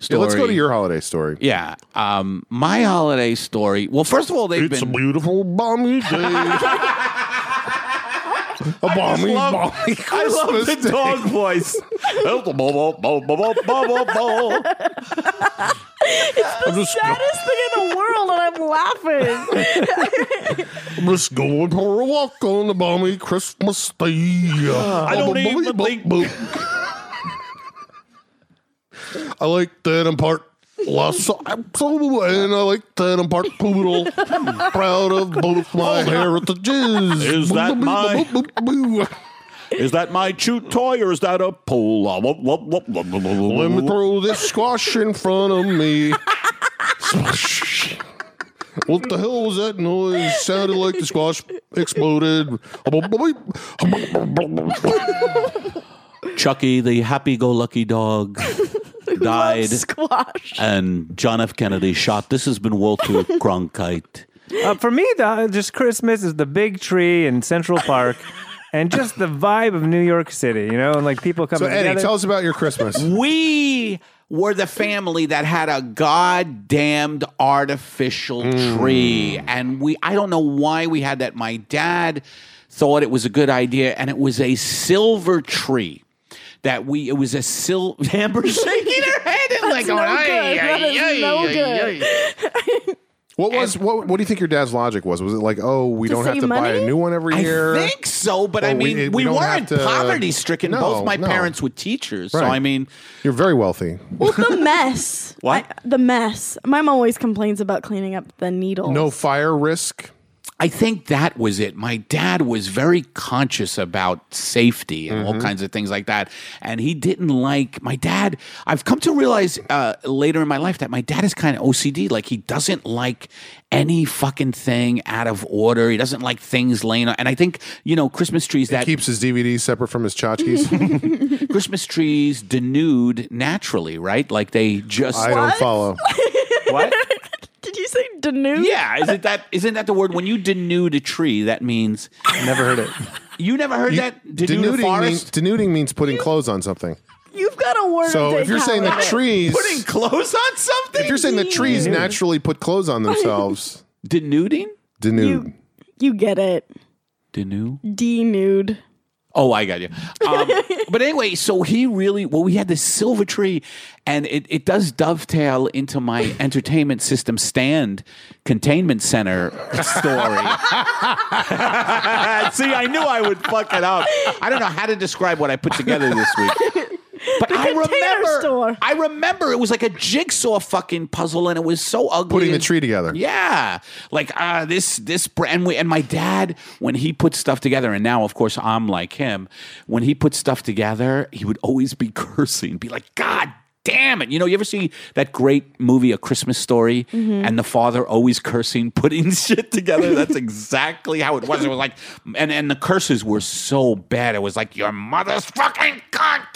[SPEAKER 6] story.
[SPEAKER 1] let's go to your holiday story.
[SPEAKER 6] Yeah, um, my holiday story. Well, first of all, they've
[SPEAKER 8] It's a
[SPEAKER 6] been.
[SPEAKER 8] beautiful balmy day. [LAUGHS] a balmy,
[SPEAKER 6] love-
[SPEAKER 8] balmy
[SPEAKER 6] [LAUGHS] I love
[SPEAKER 8] Christmas
[SPEAKER 6] the
[SPEAKER 8] day.
[SPEAKER 6] [LAUGHS] dog voice.
[SPEAKER 8] I'm just,
[SPEAKER 3] Saddest thing in the world, and I'm laughing.
[SPEAKER 8] I'm just going for a walk on a balmy Christmas day. I
[SPEAKER 6] don't even think-
[SPEAKER 8] I like that I'm part Lasso, and I like that I'm part poodle.
[SPEAKER 6] [LAUGHS]
[SPEAKER 8] Proud of both
[SPEAKER 6] Oh,
[SPEAKER 8] my heritages.
[SPEAKER 6] Is that my- Is that my chew toy or is that a pole?
[SPEAKER 8] Let me throw this squash in front of me. Splash. What the hell was that noise? Sounded like the squash exploded.
[SPEAKER 6] Chucky, the happy-go-lucky
[SPEAKER 1] [LAUGHS]
[SPEAKER 6] dog, died,
[SPEAKER 3] Squash.
[SPEAKER 6] and John F. Kennedy shot. This has been [LAUGHS] Walter Cronkite.
[SPEAKER 4] Uh, for me, the, just Christmas is the big tree in Central Park, [LAUGHS] and just the vibe of New York City, you know, and like people coming
[SPEAKER 1] So Eddie,
[SPEAKER 4] together.
[SPEAKER 1] tell us about your Christmas.
[SPEAKER 6] We were the family that had a goddamned artificial tree. And we I don't know why we had that. My dad thought it was a good idea, and it was a silver tree. That we it was a silver [LAUGHS] Amber's shaking her head and like going,
[SPEAKER 3] no
[SPEAKER 6] "Ay,
[SPEAKER 3] good. That
[SPEAKER 6] ay,
[SPEAKER 3] is
[SPEAKER 6] ay,
[SPEAKER 3] no
[SPEAKER 6] ay,
[SPEAKER 3] good."
[SPEAKER 6] ay."
[SPEAKER 1] What was what? What do you think your dad's logic was? Was it like, oh, we don't have
[SPEAKER 3] save
[SPEAKER 1] to buy
[SPEAKER 3] money?
[SPEAKER 1] a new one every year?
[SPEAKER 6] I think so, but I
[SPEAKER 1] Or we-
[SPEAKER 6] mean, we,
[SPEAKER 1] we don't
[SPEAKER 6] weren't
[SPEAKER 1] have to-
[SPEAKER 6] poverty stricken.
[SPEAKER 1] No,
[SPEAKER 6] Both my
[SPEAKER 1] no.
[SPEAKER 6] parents were teachers, so
[SPEAKER 1] Right.
[SPEAKER 6] I mean,
[SPEAKER 1] You're very wealthy.
[SPEAKER 3] Well, the mess.
[SPEAKER 6] What?
[SPEAKER 3] I- the mess. My mom always complains about cleaning up the needles.
[SPEAKER 1] No fire risk.
[SPEAKER 6] I think that was it. My dad was very conscious about safety and all kinds of things like that. And he didn't like my dad. I've come to realize uh, later in my life that my dad is kind of OCD. Like he doesn't like any fucking thing out of order. He doesn't like things laying. And I think you know Christmas trees that
[SPEAKER 1] Keeps his DVDs separate from his tchotchkes.
[SPEAKER 6] Christmas trees denude naturally, right? Like they just
[SPEAKER 1] I don't follow.
[SPEAKER 6] what.
[SPEAKER 3] Did you say denude?
[SPEAKER 6] Yeah, isn't that isn't that the word? When you denude a tree, that means
[SPEAKER 4] Never heard it.
[SPEAKER 6] you never heard that denude a
[SPEAKER 1] denuding,
[SPEAKER 6] forest.
[SPEAKER 1] means, denuding means putting clothes on something.
[SPEAKER 3] You've got a word.
[SPEAKER 1] So
[SPEAKER 3] of
[SPEAKER 1] if you're saying the
[SPEAKER 3] dichotomy.
[SPEAKER 1] trees,
[SPEAKER 6] putting clothes on something?
[SPEAKER 1] if you're saying the trees naturally put clothes on themselves,
[SPEAKER 6] denuding,
[SPEAKER 1] denude.
[SPEAKER 3] you get it.
[SPEAKER 6] denude.
[SPEAKER 3] Denude.
[SPEAKER 6] Oh, I got you. [LAUGHS] Um, but anyway, so he really well. We had this silver tree, and it it does dovetail into [LAUGHS] my entertainment system stand containment center story. [LAUGHS] See, I knew I would fuck it up. I don't know how to describe what I put together this [LAUGHS] week. But I
[SPEAKER 3] container
[SPEAKER 6] remember,
[SPEAKER 3] store.
[SPEAKER 6] I remember it was like a jigsaw fucking puzzle, and it was so ugly.
[SPEAKER 1] Putting the
[SPEAKER 6] and-
[SPEAKER 1] tree together.
[SPEAKER 6] Yeah, like uh, this this br- and we and my dad when he put stuff together, and now of course I'm like him. When he put stuff together, he would always be [LAUGHS] cursing, be like, "God." Damn it. You know, you ever see that great movie, A Christmas Story,
[SPEAKER 3] Mm-hmm.
[SPEAKER 6] and the father always cursing, [LAUGHS] putting shit together?
[SPEAKER 1] [LAUGHS]
[SPEAKER 6] That's exactly how it was. It was like, and, and the curses were so bad. It was like, your mother's fucking cunt.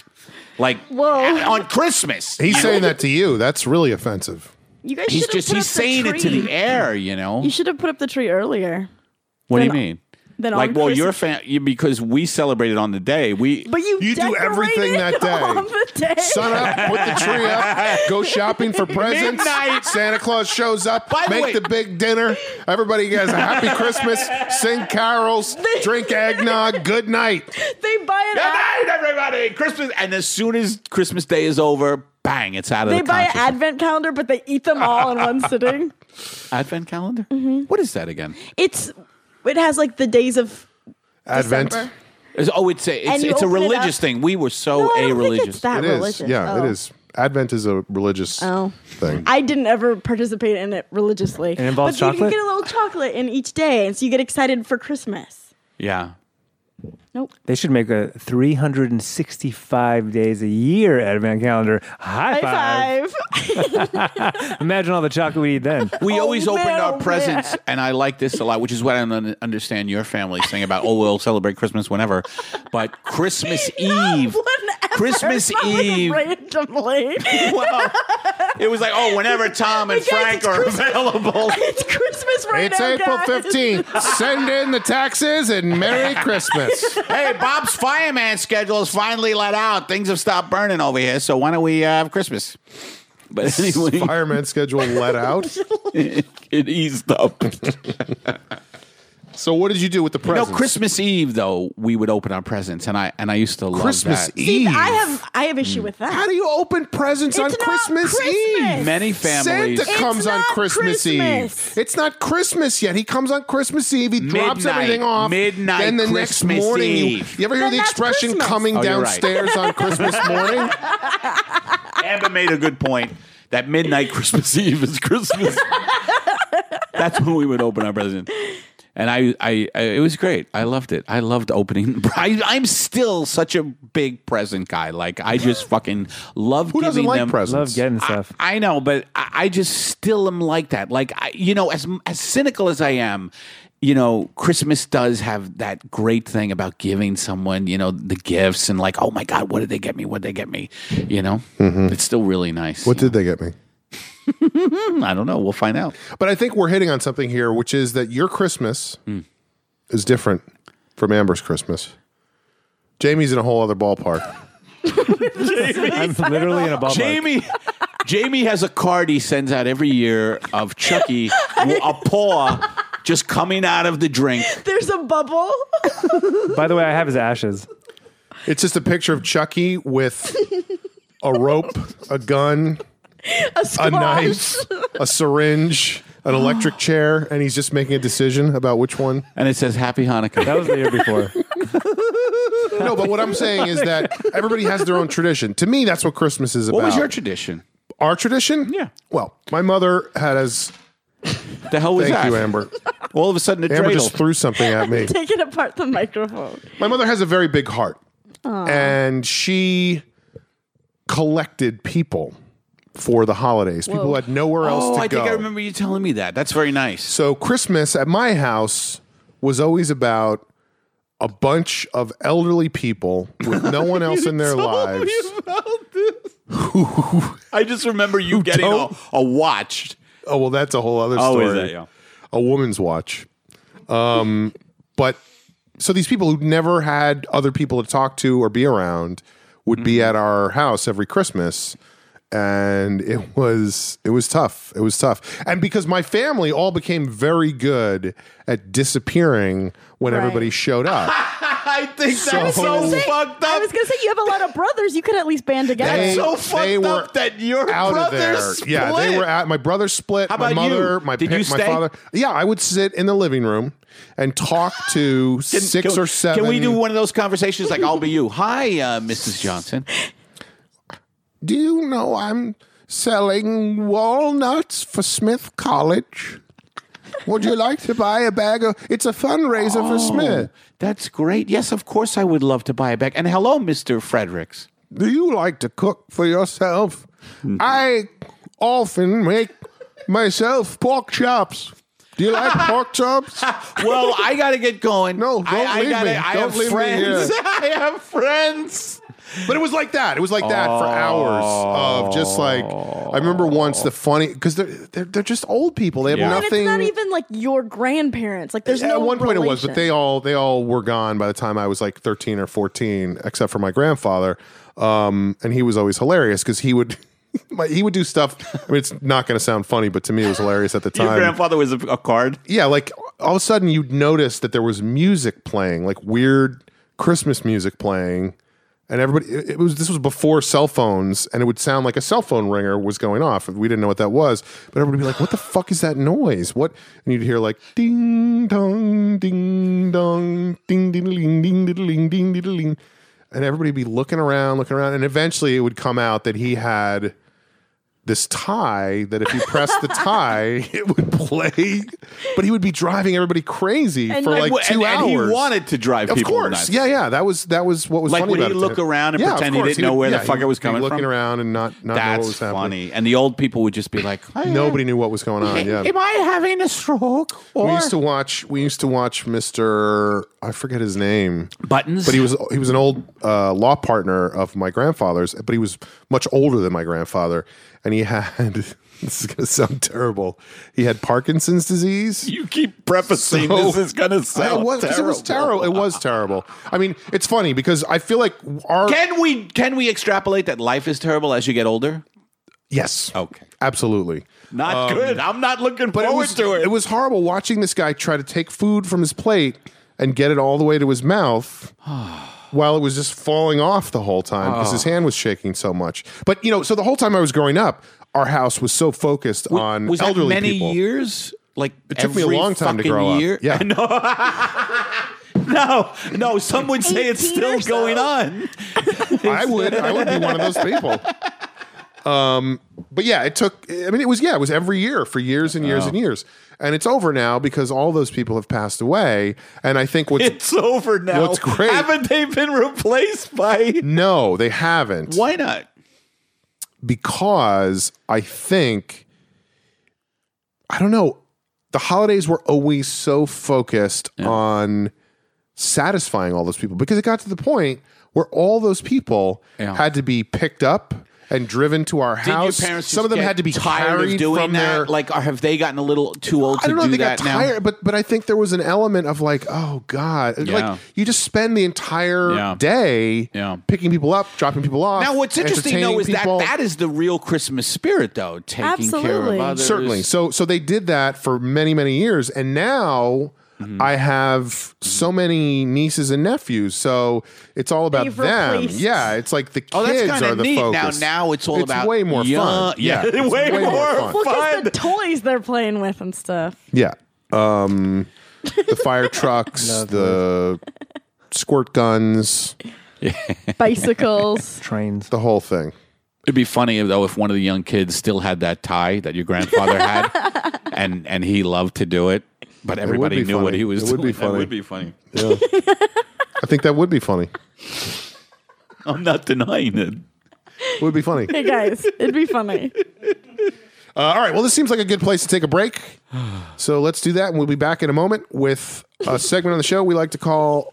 [SPEAKER 6] Like,
[SPEAKER 3] Whoa.
[SPEAKER 6] on Christmas.
[SPEAKER 1] He's
[SPEAKER 6] You know?
[SPEAKER 1] saying that to you. That's really offensive.
[SPEAKER 3] You guys
[SPEAKER 6] He's
[SPEAKER 3] should've
[SPEAKER 6] just
[SPEAKER 3] put
[SPEAKER 6] he's
[SPEAKER 3] up the
[SPEAKER 6] saying it to
[SPEAKER 3] tree.
[SPEAKER 6] the air, you know.
[SPEAKER 3] You should have put up the tree earlier.
[SPEAKER 6] what do you
[SPEAKER 3] then-
[SPEAKER 6] mean?
[SPEAKER 3] then
[SPEAKER 6] like,
[SPEAKER 3] on
[SPEAKER 6] well, you're a
[SPEAKER 3] Christmas-
[SPEAKER 6] fan you- because we celebrated on the day. We
[SPEAKER 3] But you
[SPEAKER 1] You do everything that
[SPEAKER 3] decorated
[SPEAKER 1] day.
[SPEAKER 3] [LAUGHS] on the day.
[SPEAKER 1] Sun up, put the tree up, go shopping for presents.
[SPEAKER 6] Midnight.
[SPEAKER 1] Santa Claus shows up,
[SPEAKER 6] By the
[SPEAKER 1] make
[SPEAKER 6] way-
[SPEAKER 1] the big dinner. Everybody has a happy Christmas, sing carols, drink eggnog. Good night.
[SPEAKER 3] they buy it.
[SPEAKER 6] good night,
[SPEAKER 3] Ad-
[SPEAKER 6] everybody. Christmas, and as soon as Christmas Day is over, bang, it's out of
[SPEAKER 3] they
[SPEAKER 6] the
[SPEAKER 3] buy an
[SPEAKER 6] consciousness.
[SPEAKER 3] advent calendar, but they eat them all in one sitting.
[SPEAKER 6] Advent calendar.
[SPEAKER 3] Mm-hmm.
[SPEAKER 6] What is that again?
[SPEAKER 3] It's it has like the days of
[SPEAKER 1] Advent.
[SPEAKER 3] December.
[SPEAKER 6] It's- oh, it's a it's,
[SPEAKER 3] you
[SPEAKER 6] it's a
[SPEAKER 3] open it
[SPEAKER 6] religious
[SPEAKER 3] up-
[SPEAKER 6] thing. We were so
[SPEAKER 3] No, I
[SPEAKER 6] a
[SPEAKER 3] don't think
[SPEAKER 6] religious.
[SPEAKER 3] it's that
[SPEAKER 1] It is.
[SPEAKER 3] religious.
[SPEAKER 1] Yeah,
[SPEAKER 3] Oh.
[SPEAKER 1] it is. Advent is a religious
[SPEAKER 3] Oh.
[SPEAKER 1] thing.
[SPEAKER 3] I didn't ever participate in it religiously.
[SPEAKER 4] It involves
[SPEAKER 3] but you
[SPEAKER 4] chocolate?
[SPEAKER 3] can get a little chocolate in each day, and so you get excited for Christmas.
[SPEAKER 6] Yeah.
[SPEAKER 3] Nope.
[SPEAKER 4] They should make a 365 days a year advent calendar. High, five.
[SPEAKER 3] High five.
[SPEAKER 4] Imagine all the chocolate we eat
[SPEAKER 3] [LAUGHS]
[SPEAKER 4] then.
[SPEAKER 6] We always
[SPEAKER 3] man,
[SPEAKER 6] opened
[SPEAKER 3] oh,
[SPEAKER 6] our
[SPEAKER 3] man.
[SPEAKER 6] presents, and I like this a lot, which is what I don't un- understand your family's thing about. Oh, we'll celebrate Christmas whenever, but
[SPEAKER 3] [LAUGHS]
[SPEAKER 6] Christmas Eve,
[SPEAKER 3] Whenever.
[SPEAKER 6] Christmas
[SPEAKER 3] Not, like,
[SPEAKER 6] Eve.
[SPEAKER 3] randomly.
[SPEAKER 6] [LAUGHS] well, it was like, oh, whenever Tom and
[SPEAKER 3] Hey, guys,
[SPEAKER 6] Frank
[SPEAKER 3] it's
[SPEAKER 6] are
[SPEAKER 3] Christmas. [LAUGHS]
[SPEAKER 6] available.
[SPEAKER 3] it's Christmas right
[SPEAKER 1] It's
[SPEAKER 3] now.
[SPEAKER 1] April
[SPEAKER 3] guys.
[SPEAKER 1] 15th. Send in the taxes and Merry Christmas.
[SPEAKER 6] hey, Bob's fireman schedule is finally let out. Things have stopped burning over here, so why don't we uh, have Christmas? But anyway,
[SPEAKER 1] Fireman schedule let out.
[SPEAKER 6] [LAUGHS] it eased up.
[SPEAKER 1] So what did you do with the
[SPEAKER 6] No,
[SPEAKER 1] presents?
[SPEAKER 6] Christmas Eve though, we would open our presents, and I and I used to love
[SPEAKER 1] Christmas
[SPEAKER 6] that.
[SPEAKER 1] Eve. Hmm.
[SPEAKER 3] See, I have I have issue with that.
[SPEAKER 1] How do you open presents on
[SPEAKER 3] It's not
[SPEAKER 1] Christmas, Eve?
[SPEAKER 3] Christmas.
[SPEAKER 6] Many families.
[SPEAKER 1] Santa comes on
[SPEAKER 3] not
[SPEAKER 1] Christmas, Eve.
[SPEAKER 3] Christmas.
[SPEAKER 1] It's not Christmas yet. He comes on Christmas Eve. He drops
[SPEAKER 6] Midnight.
[SPEAKER 1] everything off.
[SPEAKER 6] Midnight
[SPEAKER 1] Then the
[SPEAKER 6] Christmas
[SPEAKER 1] next morning, you-
[SPEAKER 6] Eve.
[SPEAKER 1] You, ever hear
[SPEAKER 3] Then
[SPEAKER 1] the
[SPEAKER 3] that's
[SPEAKER 1] expression
[SPEAKER 3] Christmas.
[SPEAKER 1] coming
[SPEAKER 6] Oh, you're right. [LAUGHS]
[SPEAKER 1] downstairs on Christmas morning?
[SPEAKER 6] Amber made a good point that midnight Christmas Eve is Christmas. That's when we would open our present. And I, I, I, it was great. I loved it. [LAUGHS] I loved opening. I, I'm still such a big present guy. Like I just fucking love
[SPEAKER 1] Who doesn't
[SPEAKER 6] giving
[SPEAKER 1] like
[SPEAKER 6] them.
[SPEAKER 1] presents?
[SPEAKER 4] Love getting
[SPEAKER 3] [LAUGHS]
[SPEAKER 4] stuff.
[SPEAKER 6] I know, but I, I just still am like that. Like I, you know, as as cynical as I am, you know, Christmas does have that great thing about giving someone, you know, the gifts and like, oh my God, what did they get me? What did they get me? You know,
[SPEAKER 1] Mm-hmm.
[SPEAKER 6] it's still really nice. Hmm,
[SPEAKER 1] What did they get me?
[SPEAKER 6] I don't know. We'll find out.
[SPEAKER 1] But I think we're hitting on something here, which is that your Christmas
[SPEAKER 6] Mm.
[SPEAKER 1] is different from Amber's Christmas. Jamie's in a whole other ballpark.
[SPEAKER 4] I'm literally in a ballpark.
[SPEAKER 6] Jamie. [LAUGHS] Jamie has a card he sends out every year of Chucky,
[SPEAKER 1] [LAUGHS]
[SPEAKER 6] a paw just coming out of the drink.
[SPEAKER 3] There's a bubble.
[SPEAKER 4] By the way, I have his ashes.
[SPEAKER 1] It's just a picture of Chucky with a rope, a gun,
[SPEAKER 3] A,
[SPEAKER 1] a
[SPEAKER 3] squash. [LAUGHS]
[SPEAKER 1] knife, a syringe, an electric chair, and he's just making a decision about which one.
[SPEAKER 6] And it says, Happy Hanukkah.
[SPEAKER 4] That was the year before.
[SPEAKER 1] No, but what I'm saying is that everybody has their own tradition. To me, that's what Christmas is about.
[SPEAKER 6] what was your tradition?
[SPEAKER 1] our tradition?
[SPEAKER 6] Yeah.
[SPEAKER 1] Well, my mother had as
[SPEAKER 6] The hell was
[SPEAKER 1] thank
[SPEAKER 6] that? [LAUGHS]
[SPEAKER 1] you, Amber.
[SPEAKER 6] All of a sudden, a
[SPEAKER 1] Amber
[SPEAKER 6] dreidel.
[SPEAKER 1] just threw something at me.
[SPEAKER 3] Taking apart the microphone.
[SPEAKER 1] My mother has a very big heart, and she collected people for the holidays. People who had nowhere else
[SPEAKER 6] Oh,
[SPEAKER 1] to
[SPEAKER 6] I
[SPEAKER 1] go.
[SPEAKER 6] think I remember you telling me that. That's very nice.
[SPEAKER 1] So Christmas at my house was always about a bunch of elderly people with no one else in their lives.
[SPEAKER 6] I just remember you getting a,
[SPEAKER 1] don't-
[SPEAKER 6] a watch.
[SPEAKER 1] Oh well, that's a whole other
[SPEAKER 6] Oh,
[SPEAKER 1] story.
[SPEAKER 6] is that, yeah.
[SPEAKER 1] A woman's watch. Um, but so these people who never had other people to talk to or be around would be at our house every Christmas. And it was it was tough. It was tough. And because my family all became very good at disappearing when
[SPEAKER 3] Right.
[SPEAKER 1] everybody showed up.
[SPEAKER 6] I think that's
[SPEAKER 1] So-
[SPEAKER 6] so,
[SPEAKER 1] I was gonna say-
[SPEAKER 6] fucked
[SPEAKER 3] I
[SPEAKER 6] up.
[SPEAKER 3] was gonna say you have a lot of brothers. You could at least band together.
[SPEAKER 6] that's
[SPEAKER 1] They-
[SPEAKER 6] so
[SPEAKER 1] they
[SPEAKER 6] fucked
[SPEAKER 1] were
[SPEAKER 6] up that your
[SPEAKER 1] out of
[SPEAKER 6] brother
[SPEAKER 1] there.
[SPEAKER 6] split.
[SPEAKER 1] Yeah, they were out. My brother split.
[SPEAKER 6] How
[SPEAKER 1] my
[SPEAKER 6] about you?
[SPEAKER 1] mother, my
[SPEAKER 6] Did
[SPEAKER 1] pa-
[SPEAKER 6] you
[SPEAKER 1] my
[SPEAKER 6] stay?
[SPEAKER 1] father. Yeah, I would sit in the living room and talk to
[SPEAKER 6] [LAUGHS] Can-
[SPEAKER 1] six
[SPEAKER 6] can-
[SPEAKER 1] or seven.
[SPEAKER 6] Can we do one of those conversations like I'll be you? Hi, uh, Mrs. Johnson.
[SPEAKER 1] Do you know I'm selling walnuts for Smith College? Would you like to buy a bag of? It's a fundraiser
[SPEAKER 6] Oh.
[SPEAKER 1] for Smith.
[SPEAKER 6] That's great. Yes, of course I would love to buy a bag. And hello, Mr. Fredericks.
[SPEAKER 1] Do you like to cook for yourself?
[SPEAKER 6] Hmm.
[SPEAKER 1] I often make myself pork chops. Do
[SPEAKER 6] [LAUGHS]
[SPEAKER 1] you like pork chops?
[SPEAKER 6] Well, I gotta get going.
[SPEAKER 1] No,
[SPEAKER 6] I,
[SPEAKER 1] don't
[SPEAKER 6] I
[SPEAKER 1] leave
[SPEAKER 6] gotta,
[SPEAKER 1] me.
[SPEAKER 6] I
[SPEAKER 1] Don't
[SPEAKER 6] have
[SPEAKER 1] leave me
[SPEAKER 6] friends.
[SPEAKER 1] here.
[SPEAKER 6] [LAUGHS] I have friends.
[SPEAKER 1] But it was like that. It was like that for hours of just like I remember once the funny because they're, they're they're just old people. They have
[SPEAKER 3] and
[SPEAKER 1] nothing.
[SPEAKER 3] it's not even like your grandparents. Like there's
[SPEAKER 1] at
[SPEAKER 3] no.
[SPEAKER 1] one point it was, but
[SPEAKER 3] relation.
[SPEAKER 1] they all they all were gone by the time I was like thirteen or fourteen, except for my grandfather. Um, and he was always hilarious because he would. [LAUGHS] My, he would do stuff. I mean, it's not going to sound funny, but to me, it was hilarious at the time.
[SPEAKER 6] Your grandfather was a, a card.
[SPEAKER 1] yeah, like all of a sudden you'd notice that there was music playing, like weird Christmas music playing, and everybody. It, it was this was before cell phones, and it would sound like a cell phone ringer was going off. We didn't know what that was, but everybody would be like, "What the fuck is that noise?" What? And you'd hear like ding dong, ding dong, ding ding ding ding ding ding ding. and everybody would be looking around, looking around, and eventually it would come out that he had this tie that if you press the tie, [LAUGHS] it would play, but he would be driving everybody crazy
[SPEAKER 3] And
[SPEAKER 1] for
[SPEAKER 3] like-
[SPEAKER 1] like
[SPEAKER 6] Well,
[SPEAKER 1] two
[SPEAKER 6] and,
[SPEAKER 1] hours.
[SPEAKER 6] and he wanted to drive
[SPEAKER 1] of
[SPEAKER 6] people
[SPEAKER 1] course,
[SPEAKER 6] nuts.
[SPEAKER 1] yeah, yeah. That was that was what was
[SPEAKER 6] Like,
[SPEAKER 1] funny
[SPEAKER 6] would he
[SPEAKER 1] about it to
[SPEAKER 6] look
[SPEAKER 1] him.
[SPEAKER 6] around and
[SPEAKER 1] Yeah, of
[SPEAKER 6] pretend he
[SPEAKER 1] course.
[SPEAKER 6] didn't know
[SPEAKER 1] would-
[SPEAKER 6] where the
[SPEAKER 1] he
[SPEAKER 6] fucker
[SPEAKER 1] would
[SPEAKER 6] was
[SPEAKER 1] be
[SPEAKER 6] coming
[SPEAKER 1] looking
[SPEAKER 6] from.
[SPEAKER 1] around and not not know what
[SPEAKER 6] That's
[SPEAKER 1] was happening.
[SPEAKER 6] funny. And the old people would just be like,
[SPEAKER 1] Nobody knew what was going on. Yeah,
[SPEAKER 5] Am I having a stroke? Or
[SPEAKER 1] we used to watch. We used to watch Mister. I forget his name.
[SPEAKER 6] buttons. [LAUGHS]
[SPEAKER 1] but he was he was an old uh, law partner of my grandfather's, but he was much older than my grandfather, and he [LAUGHS] had this is going to sound terrible. He had Parkinson's disease.
[SPEAKER 6] you keep prefacing
[SPEAKER 1] So-
[SPEAKER 6] this is gonna
[SPEAKER 1] [LAUGHS] it
[SPEAKER 6] sound
[SPEAKER 1] was
[SPEAKER 6] terrible.
[SPEAKER 1] it was terrible. It was terrible. I mean, it's funny because I feel like our
[SPEAKER 6] Can we can we extrapolate that life is terrible as you get older?
[SPEAKER 1] yes,
[SPEAKER 6] Okay.
[SPEAKER 1] absolutely.
[SPEAKER 6] Not good. I'm not looking
[SPEAKER 1] Um, But
[SPEAKER 6] forward
[SPEAKER 1] it was
[SPEAKER 6] to it.
[SPEAKER 1] it was horrible watching this guy try to take food from his plate and get it all the way to
[SPEAKER 8] [SIGHS]
[SPEAKER 1] his mouth. while it was just falling off the whole time because
[SPEAKER 8] Ah.
[SPEAKER 1] his hand was shaking so much. But you know, so the whole time I was growing up, our house was so focused on
[SPEAKER 6] was
[SPEAKER 1] elderly
[SPEAKER 6] that many
[SPEAKER 1] people.
[SPEAKER 6] years? Like
[SPEAKER 1] It took me a
[SPEAKER 6] every
[SPEAKER 1] long time to
[SPEAKER 6] fucking
[SPEAKER 1] grow
[SPEAKER 6] year? [LAUGHS]
[SPEAKER 1] up. Yeah,
[SPEAKER 6] No, no. Some would say it's
[SPEAKER 3] 18
[SPEAKER 6] still
[SPEAKER 3] or so.
[SPEAKER 6] going on.
[SPEAKER 1] I would. I would be one of those people. Um, but yeah, it took. I mean, it was yeah, it was every year for years and years and years, and it's over now because all those people have passed away. And I think what's
[SPEAKER 6] It's over now.
[SPEAKER 1] What's great-
[SPEAKER 6] Haven't they been replaced by?
[SPEAKER 1] no, they haven't.
[SPEAKER 6] Why not?
[SPEAKER 1] because I think I don't know. The holidays were always so focused on satisfying all those people because it got to the point where all those people
[SPEAKER 6] Yeah.
[SPEAKER 1] had to be picked up and driven to our
[SPEAKER 6] Did
[SPEAKER 1] house.
[SPEAKER 6] your parents
[SPEAKER 1] Some of
[SPEAKER 6] just
[SPEAKER 1] them
[SPEAKER 6] get
[SPEAKER 1] had to be
[SPEAKER 6] tired
[SPEAKER 1] carried
[SPEAKER 6] of doing
[SPEAKER 1] from
[SPEAKER 6] that?
[SPEAKER 1] their
[SPEAKER 6] Like, or have they gotten a little too old
[SPEAKER 1] I don't
[SPEAKER 6] to
[SPEAKER 1] know.
[SPEAKER 6] do
[SPEAKER 1] if They got
[SPEAKER 6] that now?
[SPEAKER 1] tired, but but I think there was an element of like, oh god,
[SPEAKER 6] Yeah.
[SPEAKER 1] like you just spend the entire
[SPEAKER 6] Yeah.
[SPEAKER 1] day
[SPEAKER 6] Yeah.
[SPEAKER 1] picking people up, dropping people off.
[SPEAKER 6] Now, what's interesting though
[SPEAKER 1] entertaining
[SPEAKER 6] is
[SPEAKER 1] people.
[SPEAKER 6] that that is the real Christmas spirit, though. Taking care of
[SPEAKER 3] Absolutely.
[SPEAKER 6] others,
[SPEAKER 1] certainly so so they did that for many many years and now
[SPEAKER 6] Mm-hmm.
[SPEAKER 1] i have so many nieces and nephews so it's all about
[SPEAKER 3] They've
[SPEAKER 1] them
[SPEAKER 3] replaced-
[SPEAKER 1] yeah it's like the
[SPEAKER 6] Oh, that's
[SPEAKER 1] kids
[SPEAKER 6] kinda
[SPEAKER 1] are the
[SPEAKER 6] neat.
[SPEAKER 1] focus
[SPEAKER 6] Now, now it's all
[SPEAKER 1] It's
[SPEAKER 6] about
[SPEAKER 1] way more
[SPEAKER 6] young-
[SPEAKER 1] fun
[SPEAKER 6] yeah,
[SPEAKER 1] it's
[SPEAKER 6] way more
[SPEAKER 3] Well,
[SPEAKER 6] Fun.
[SPEAKER 3] because the toys they're playing with and stuff.
[SPEAKER 1] yeah um the fire
[SPEAKER 3] [LAUGHS]
[SPEAKER 1] trucks the squirt guns
[SPEAKER 4] [LAUGHS]
[SPEAKER 3] Bicycles.
[SPEAKER 4] Trains.
[SPEAKER 1] the whole thing
[SPEAKER 6] It'd be funny though if one of the young kids still had that tie that your grandfather had, and and he loved to do it, but everybody
[SPEAKER 1] be
[SPEAKER 6] knew what
[SPEAKER 1] funny.
[SPEAKER 6] he was
[SPEAKER 1] It
[SPEAKER 6] doing.
[SPEAKER 1] would be
[SPEAKER 6] That
[SPEAKER 1] funny.
[SPEAKER 6] would be funny.
[SPEAKER 1] yeah [LAUGHS] i think that would be funny
[SPEAKER 6] I'm not denying it.
[SPEAKER 1] it would be funny
[SPEAKER 3] [LAUGHS] hey guys, it'd be funny.
[SPEAKER 1] Uh, all right. Well, this seems like a good place to take a break. So let's do that. And we'll be back in a moment with a segment on the show we like to call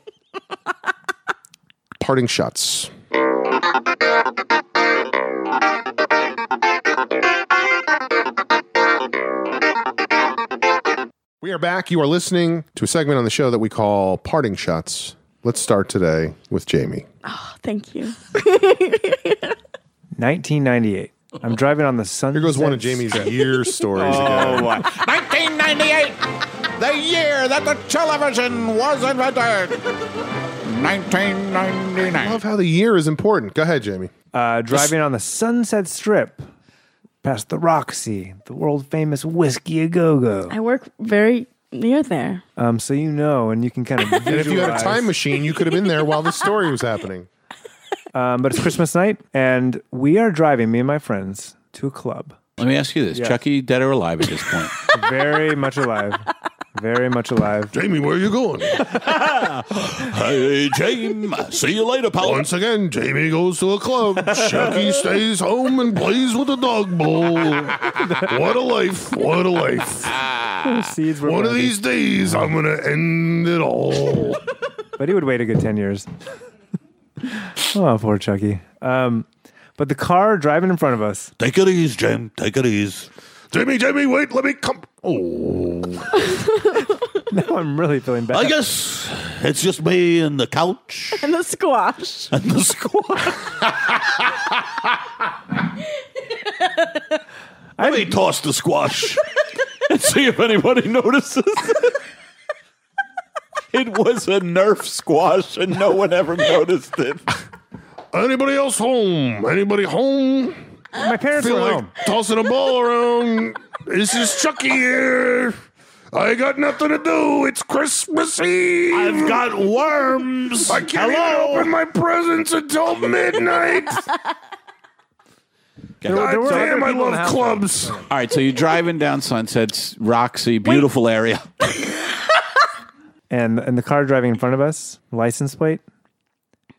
[SPEAKER 1] Parting Shots. We are back. You are listening to a segment on the show that we call Parting Shots. Let's start today with Jamie.
[SPEAKER 3] Oh, Thank you.
[SPEAKER 4] 1998. I'm driving on the sun.
[SPEAKER 1] Here goes one of Jamie's year stories.
[SPEAKER 6] Oh,
[SPEAKER 1] again.
[SPEAKER 5] 1998, the year that the television was invented. 1999.
[SPEAKER 1] I love how the year is important. Go ahead, Jamie.
[SPEAKER 4] Uh, driving on the Sunset Strip, past the Roxy, the world famous Whiskey A Go Go.
[SPEAKER 3] I work very near there.
[SPEAKER 4] Um, so you know, and you can kind of.
[SPEAKER 1] [LAUGHS] And if you had a
[SPEAKER 4] visualize.
[SPEAKER 1] time machine, you could have been there while the story was [LAUGHS] happening.
[SPEAKER 4] Um, but it's Christmas night, and we are driving, me and my friends, to a club.
[SPEAKER 6] Let me ask you this: Chucky, dead or alive at this point?
[SPEAKER 4] Very much alive. Very much alive.
[SPEAKER 1] Jamie, where are you going?
[SPEAKER 6] hey, Jane, see you later, pal.
[SPEAKER 1] Once again, Jamie goes to a club. [LAUGHS] Chucky stays home and plays with the dog bowl. What a life. What a life.
[SPEAKER 4] Seeds were
[SPEAKER 1] One of
[SPEAKER 4] planted.
[SPEAKER 1] these days, I'm going to end it all.
[SPEAKER 4] but he would wait a good 10 years. oh, poor Chucky. Um, but the car driving in front of us, [LAUGHS]
[SPEAKER 8] Take it easy, Jim. Take it easy.
[SPEAKER 1] Jamie, Jamie, wait, let me come. Oh.
[SPEAKER 4] now I'm really feeling bad.
[SPEAKER 8] I guess it's just me and the couch
[SPEAKER 3] And the squash.
[SPEAKER 6] [LAUGHS]
[SPEAKER 8] and the squad. Let me toss the squash.
[SPEAKER 6] and see if anybody notices. it was a Nerf squash, and no one ever noticed it.
[SPEAKER 1] [LAUGHS] Anybody else home? Anybody home?
[SPEAKER 4] My parents
[SPEAKER 1] feel
[SPEAKER 4] were
[SPEAKER 1] like
[SPEAKER 4] home.
[SPEAKER 8] [LAUGHS]
[SPEAKER 1] tossing a ball around. This is Chucky here.
[SPEAKER 8] I got nothing to do. It's Christmas Eve.
[SPEAKER 6] I've got worms.
[SPEAKER 8] I can't even open my presents until midnight.
[SPEAKER 6] There
[SPEAKER 4] were- there were other
[SPEAKER 8] Damn, I
[SPEAKER 4] people in the
[SPEAKER 8] love
[SPEAKER 4] house.
[SPEAKER 8] clubs.
[SPEAKER 6] All right, so you're driving down Sunset's Roxy, beautiful area.
[SPEAKER 4] and and the car driving in front of us, license plate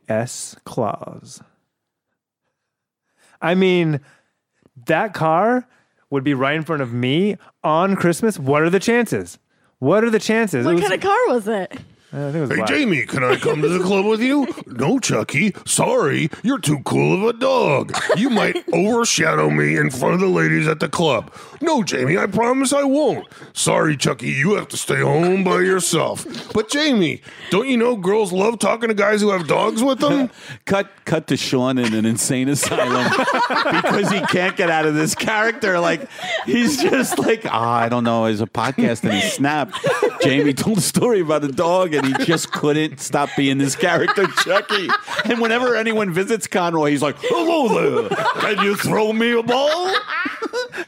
[SPEAKER 4] S Claus. I mean, that car would be right in front of me on Christmas. What are the chances? What are the chances? It
[SPEAKER 3] What
[SPEAKER 4] was-
[SPEAKER 3] kind of car was it?
[SPEAKER 4] I think it was
[SPEAKER 8] Hey,
[SPEAKER 4] black.
[SPEAKER 8] Jamie, can I come to the club with you? No, Chucky. Sorry, you're too cool of a dog. You might overshadow me in front of the ladies at the club. No, Jamie, I promise I won't. Sorry, Chucky, you have to stay home by yourself. But, Jamie, don't you know girls love talking to guys who have dogs with them?
[SPEAKER 6] Cut, cut to Sean in an insane [LAUGHS] asylum because he can't get out of this character. Like he's just like, ah, I don't know. It's a podcast, and he snapped. Jamie told a story about a dog, and he just couldn't stop being this character, Chucky. And whenever anyone visits Conroy, he's like, "Hello there, can you throw me a ball?"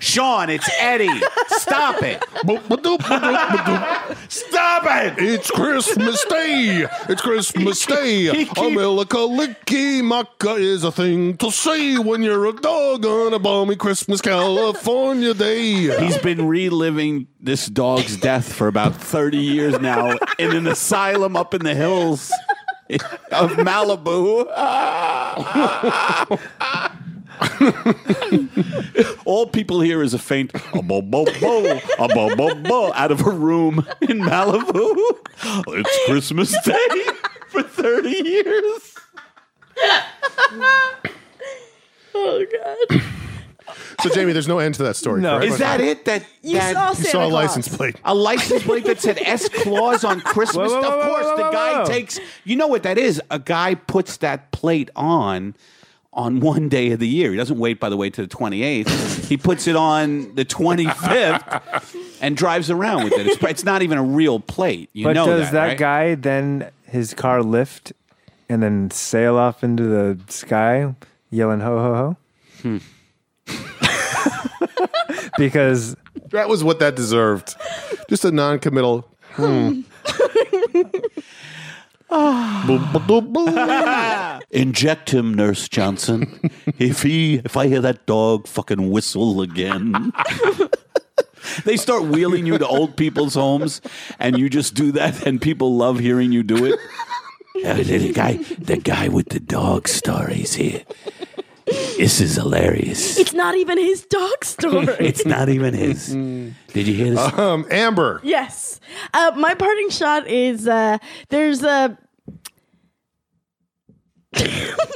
[SPEAKER 6] Sean, it's Eddie. Stop it.
[SPEAKER 8] Boop, ba-doop, ba-doop, ba-doop.
[SPEAKER 6] Stop it.
[SPEAKER 8] It's Christmas Day. It's Christmas Day.
[SPEAKER 6] He keep-
[SPEAKER 8] America licky maca is a thing to say when you're a dog on a balmy Christmas California day.
[SPEAKER 6] He's been reliving this dog's death for about 30 years now in an asylum up in the hills of Malibu. All people hear is a faint a bo bo bo a bo bo bo out of a room in Malibu. It's Christmas [LAUGHS] Day for 30 years.
[SPEAKER 3] Oh god!
[SPEAKER 1] So, Jamie, there's no end to that story.
[SPEAKER 4] No.
[SPEAKER 1] correct?
[SPEAKER 6] Is that it? That
[SPEAKER 3] You
[SPEAKER 6] that-
[SPEAKER 3] saw
[SPEAKER 1] You
[SPEAKER 3] Santa
[SPEAKER 1] saw a
[SPEAKER 3] Claus.
[SPEAKER 1] license plate.
[SPEAKER 6] A license plate that said S Claus on Christmas.
[SPEAKER 4] [LAUGHS] Whoa, whoa,
[SPEAKER 6] of
[SPEAKER 4] whoa,
[SPEAKER 6] course,
[SPEAKER 4] whoa,
[SPEAKER 6] the
[SPEAKER 4] whoa,
[SPEAKER 6] guy
[SPEAKER 4] whoa.
[SPEAKER 6] takes. You know what that is? A guy puts that plate on on one day of the year. He doesn't wait, by the way, to the twenty eighth. he puts it on the twenty fifth
[SPEAKER 4] [LAUGHS]
[SPEAKER 6] and drives around with it. It's, it's not even a real plate. You
[SPEAKER 4] But
[SPEAKER 6] know
[SPEAKER 4] does that,
[SPEAKER 6] right?
[SPEAKER 4] guy then his car lift and then sail off into the sky yelling ho ho ho?
[SPEAKER 6] Hmm.
[SPEAKER 4] [LAUGHS] because
[SPEAKER 1] That was what that deserved. Just a non-committal. hmm.
[SPEAKER 6] Inject him, Nurse [LAUGHS] Johnson. if he, if I hear that dog fucking whistle [LAUGHS] again. They start wheeling you to old people's homes, and you just do that, and people love hearing you do it. Uh, the, the guy, the guy with the dog stories here. This is hilarious.
[SPEAKER 3] It's not even his dog story.
[SPEAKER 6] It's not even his. [LAUGHS] Did you hear this?
[SPEAKER 1] Um, Amber.
[SPEAKER 3] yes. Uh, my parting shot is uh, there's a. [LAUGHS]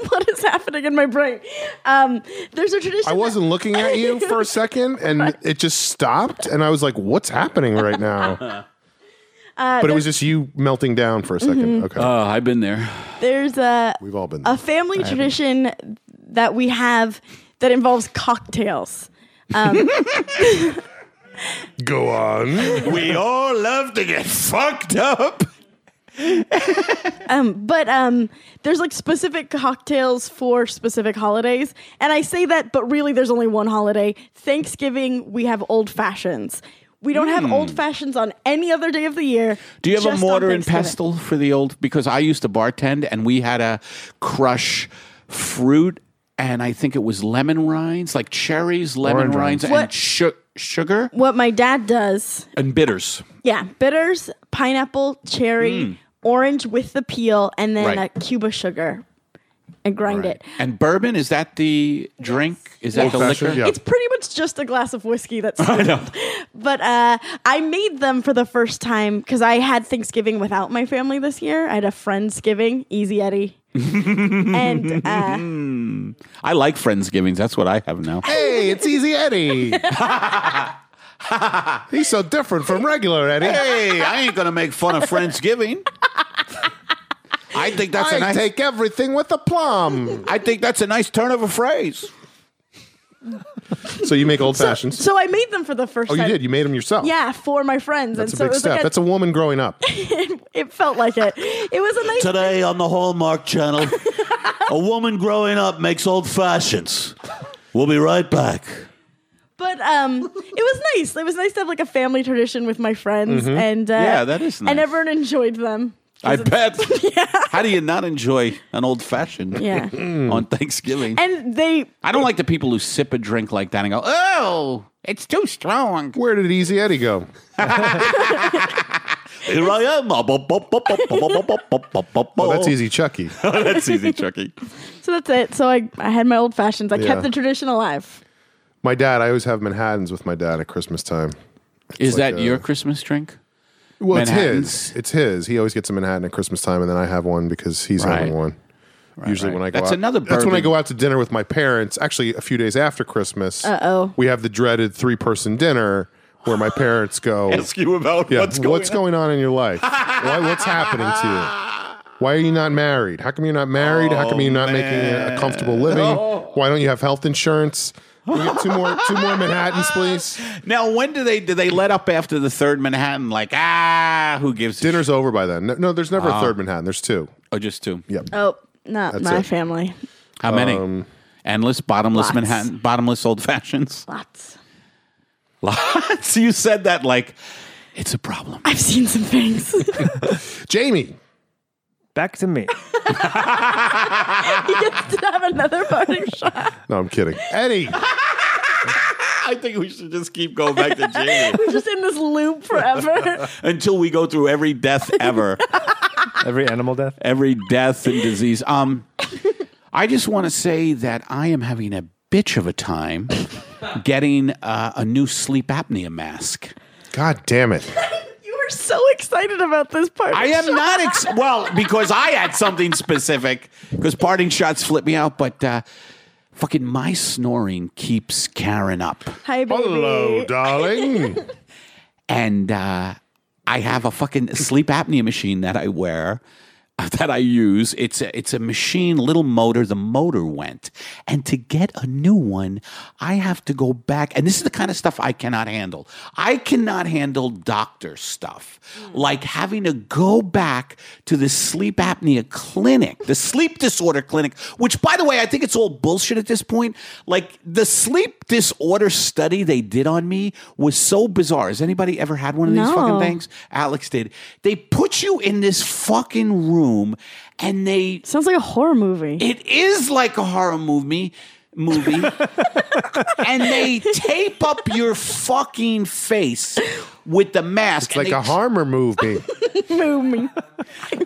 [SPEAKER 3] what is happening in my brain? Um, there's a tradition.
[SPEAKER 1] I wasn't looking at you for a second, and it just stopped, and I was like, "What's happening right now?" but it was just you melting down for a 2nd Okay,
[SPEAKER 5] Uh,
[SPEAKER 6] Uh, I've been there.
[SPEAKER 3] that- There's a
[SPEAKER 1] we've all been.
[SPEAKER 3] a
[SPEAKER 1] There.
[SPEAKER 3] family tradition that we have that involves cocktails.
[SPEAKER 8] Go on.
[SPEAKER 6] We all love to get fucked up.
[SPEAKER 3] But um, there's like specific cocktails for specific holidays. And I say that, but really there's only one holiday. Thanksgiving, we have old fashions. We don't have old fashions on any other day of the year.
[SPEAKER 6] Hmm. Do you have
[SPEAKER 3] just
[SPEAKER 6] a
[SPEAKER 3] on
[SPEAKER 6] mortar and
[SPEAKER 3] Thanksgiving.
[SPEAKER 6] pestle for the old? Because I used to bartend and we had a crush fruit and I think it was lemon rinds, like cherries, lemon
[SPEAKER 4] Orange
[SPEAKER 6] rinds, and
[SPEAKER 3] What-
[SPEAKER 6] shu- sugar
[SPEAKER 3] What my dad does,
[SPEAKER 6] and bitters.
[SPEAKER 3] yeah, bitters, pineapple, cherry,
[SPEAKER 1] Mm.
[SPEAKER 3] orange with the peel, and then
[SPEAKER 6] Right.
[SPEAKER 3] a cube of sugar and grind it.
[SPEAKER 6] And bourbon, is that the drink? Is that the liquor?
[SPEAKER 1] fashioned, yeah.
[SPEAKER 3] It's pretty much just a glass of
[SPEAKER 1] [LAUGHS]
[SPEAKER 3] whiskey that's [LAUGHS] But uh, I made them for the first time because I had Thanksgiving without my family this year. I had a Friendsgiving,
[SPEAKER 1] [LAUGHS]
[SPEAKER 3] Easy Eddie. and uh,
[SPEAKER 6] I like Friendsgivings. That's what I have now.
[SPEAKER 1] hey, it's Easy Eddie. He's so different from regular Eddie.
[SPEAKER 6] hey, I ain't going to make fun of Friendsgiving. I think that's a
[SPEAKER 1] I
[SPEAKER 6] nice
[SPEAKER 1] take everything with a plum.
[SPEAKER 6] I think that's a nice turn of a phrase.
[SPEAKER 1] so you make old fashions.
[SPEAKER 3] so I made them for the first
[SPEAKER 1] oh, you
[SPEAKER 3] time.
[SPEAKER 1] did. You made them yourself.
[SPEAKER 3] Yeah, for my friends.
[SPEAKER 1] That's
[SPEAKER 3] and
[SPEAKER 1] a
[SPEAKER 3] so it
[SPEAKER 1] big
[SPEAKER 3] was
[SPEAKER 1] step.
[SPEAKER 3] like a,
[SPEAKER 1] That's a woman growing up.
[SPEAKER 3] it felt like it. It was a nice
[SPEAKER 6] Today on the Hallmark Channel, a woman growing up makes old fashions. We'll be right back.
[SPEAKER 3] But um, it was nice. It was nice to have like a family tradition with my friends, and uh,
[SPEAKER 6] Mm-hmm. Yeah, that is nice.
[SPEAKER 3] And everyone enjoyed them.
[SPEAKER 6] I bet. [LAUGHS] How do you not enjoy an old fashioned
[SPEAKER 3] Yeah.
[SPEAKER 6] [LAUGHS] on Thanksgiving?
[SPEAKER 3] And they
[SPEAKER 6] I don't like the people who sip a drink like that and go, oh, it's too strong.
[SPEAKER 1] Where did Easy Eddie go?
[SPEAKER 6] Here I am.
[SPEAKER 1] Oh,
[SPEAKER 6] Oh,
[SPEAKER 1] that's Easy Chucky.
[SPEAKER 6] that's easy, Chucky.
[SPEAKER 3] so that's it. So I, I had my old fashions. I
[SPEAKER 1] Yeah.
[SPEAKER 3] kept the tradition alive.
[SPEAKER 1] My dad, I always have Manhattans with my dad at Christmas time.
[SPEAKER 6] Is
[SPEAKER 1] like
[SPEAKER 6] that
[SPEAKER 1] a-
[SPEAKER 6] your Christmas drink?
[SPEAKER 1] Well, it's
[SPEAKER 6] Manhattans?
[SPEAKER 1] his. It's his. He always gets a Manhattan at Christmas time, and then I have one because he's
[SPEAKER 6] Right.
[SPEAKER 1] having one. Usually,
[SPEAKER 6] right.
[SPEAKER 1] when I go
[SPEAKER 6] That's
[SPEAKER 1] out,
[SPEAKER 6] another
[SPEAKER 1] That's when I
[SPEAKER 6] bourbon.
[SPEAKER 1] go out to dinner with my parents. Actually, a few days after Christmas,
[SPEAKER 3] Uh-oh.
[SPEAKER 1] we have the dreaded three-person dinner where my parents
[SPEAKER 6] [LAUGHS]
[SPEAKER 1] go.
[SPEAKER 6] you about
[SPEAKER 1] Yeah, what's, going, on in your life? Why, what's happening to you? Why are you not married? How come you're not married? How
[SPEAKER 6] Oh,
[SPEAKER 1] come you're not making a comfortable living? Why don't you have health insurance? Can we get two more, two more Manhattans,
[SPEAKER 6] [LAUGHS]
[SPEAKER 1] please.
[SPEAKER 6] Now, when do they do they let up after the third Manhattan? Like, ah, who gives a
[SPEAKER 1] Dinner's over by then. No, no there's never a third Manhattan. There's two.
[SPEAKER 6] sh- Oh, just two.
[SPEAKER 1] Yep.
[SPEAKER 3] Oh, not
[SPEAKER 1] That's
[SPEAKER 3] my
[SPEAKER 1] it.
[SPEAKER 3] family.
[SPEAKER 6] How many? Endless, bottomless
[SPEAKER 3] Lots.
[SPEAKER 6] Manhattan, bottomless old [LAUGHS] fashions.
[SPEAKER 3] Lots.
[SPEAKER 6] Lots. You said that like it's a problem.
[SPEAKER 3] I've seen some
[SPEAKER 6] [LAUGHS]
[SPEAKER 3] things. [LAUGHS]
[SPEAKER 1] Jamie,
[SPEAKER 4] Back to me.
[SPEAKER 3] he gets to have another parting shot.
[SPEAKER 1] No, I'm kidding. Eddie,
[SPEAKER 6] I think we should just keep going back to Jamie
[SPEAKER 3] We're just in this
[SPEAKER 6] [LAUGHS]
[SPEAKER 3] loop forever.
[SPEAKER 6] until we [LAUGHS] go through every death ever,
[SPEAKER 4] Every animal death.
[SPEAKER 6] every death and disease. Um, I just want to say that I am having a bitch of a time getting uh, a new sleep apnea mask.
[SPEAKER 1] God damn it.
[SPEAKER 3] you were so excited about this parting
[SPEAKER 6] I am
[SPEAKER 3] shot.
[SPEAKER 6] not ex- well because I had something specific because parting shots flip me out, but uh, fucking my snoring keeps Karen up,
[SPEAKER 3] Hi, baby.
[SPEAKER 1] Hello, darling.
[SPEAKER 6] and uh, I have a fucking sleep apnea machine that I wear. uh, That I use, it's a, it's a machine, little motor. The motor went, and to get a new one, I have to go back. And this is the kind of stuff I cannot handle. I cannot handle doctor stuff, like having to go back to the sleep apnea clinic, the sleep disorder clinic, which, by the way, I think it's all bullshit at this point. Like the sleep disorder study they did on me was so bizarre. Has anybody ever had one of these
[SPEAKER 3] No.
[SPEAKER 6] fucking things? Alex did. They put you in this fucking room and they
[SPEAKER 3] Sounds like a horror movie.
[SPEAKER 6] it is like a horror movie.
[SPEAKER 1] [LAUGHS]
[SPEAKER 6] Movie, and they tape up your fucking face with the mask.
[SPEAKER 1] Like
[SPEAKER 6] and
[SPEAKER 1] a
[SPEAKER 6] they,
[SPEAKER 1] harmer movie.
[SPEAKER 3] Boom.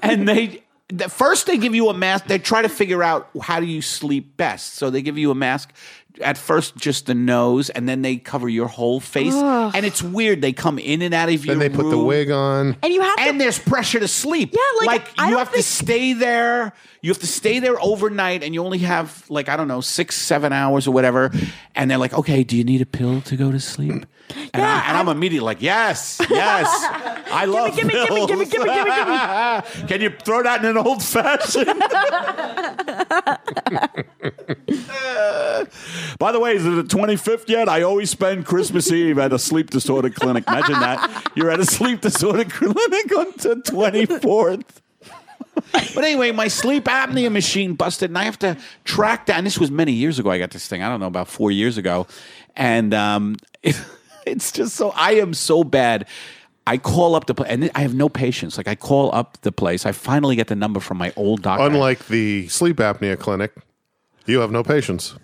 [SPEAKER 6] and they the, first they give you a mask. They try to figure out how do you sleep best. So they give you a mask at first, just the nose, and then they cover your whole face. And it's weird. They come in and out of your.
[SPEAKER 1] Then they put the
[SPEAKER 6] room.
[SPEAKER 1] wig on.
[SPEAKER 3] And you have to
[SPEAKER 6] and there's pressure to sleep.
[SPEAKER 3] Yeah, like, I
[SPEAKER 6] you
[SPEAKER 3] don't
[SPEAKER 6] have to
[SPEAKER 3] think-
[SPEAKER 6] stay there. You have to stay there overnight, and you only have like I don't know six, seven hours or whatever. And they're like, "Okay, do you need a pill to go to sleep?" And,
[SPEAKER 3] Yeah,
[SPEAKER 6] I, and I'm immediately like, "Yes,
[SPEAKER 3] [LAUGHS]
[SPEAKER 6] yes, I love
[SPEAKER 3] gimme, gimme,
[SPEAKER 6] pills.
[SPEAKER 3] gimme, gimme,
[SPEAKER 6] [LAUGHS]
[SPEAKER 3] gimme,
[SPEAKER 6] Can you throw that in an old fashioned? [LAUGHS] By the way, is it the 25th yet? I always spend Christmas Eve at a sleep disorder clinic. Imagine that. You're at a sleep disorder [LAUGHS] clinic on the 24th. But anyway, my sleep apnea machine busted, and I have to track that. And this was many years ago. I got this thing. I don't know about four years ago, and um, [LAUGHS] it- it's just so I am so bad. I call up the pla- and I have no patience. Like I call up the place. I finally get the number from my old doctor.
[SPEAKER 1] Unlike the sleep apnea clinic, you have no patience.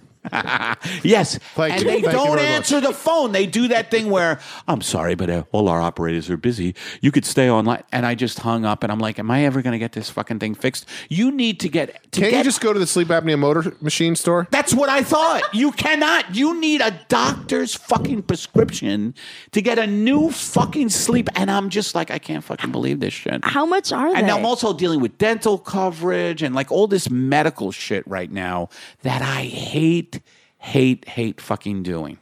[SPEAKER 6] Yes.
[SPEAKER 1] Thank
[SPEAKER 6] and
[SPEAKER 1] you.
[SPEAKER 6] they
[SPEAKER 1] Thank you
[SPEAKER 6] don't
[SPEAKER 1] very much.
[SPEAKER 6] answer the phone. They do that thing where, I'm sorry, but uh, all our operators are busy. You could stay online. And I just hung up and I'm like, am I ever going to get this fucking thing fixed? You need to get. To
[SPEAKER 1] Can't
[SPEAKER 6] get-
[SPEAKER 1] you just go to the sleep apnea motor machine store?
[SPEAKER 6] That's what I thought. You cannot. You need a doctor's fucking prescription to get a new fucking sleep. And I'm just like, I can't fucking believe this shit.
[SPEAKER 3] How much are they?
[SPEAKER 6] And I'm also dealing with dental coverage and like all this medical shit right now that I hate, hate, hate fucking doing.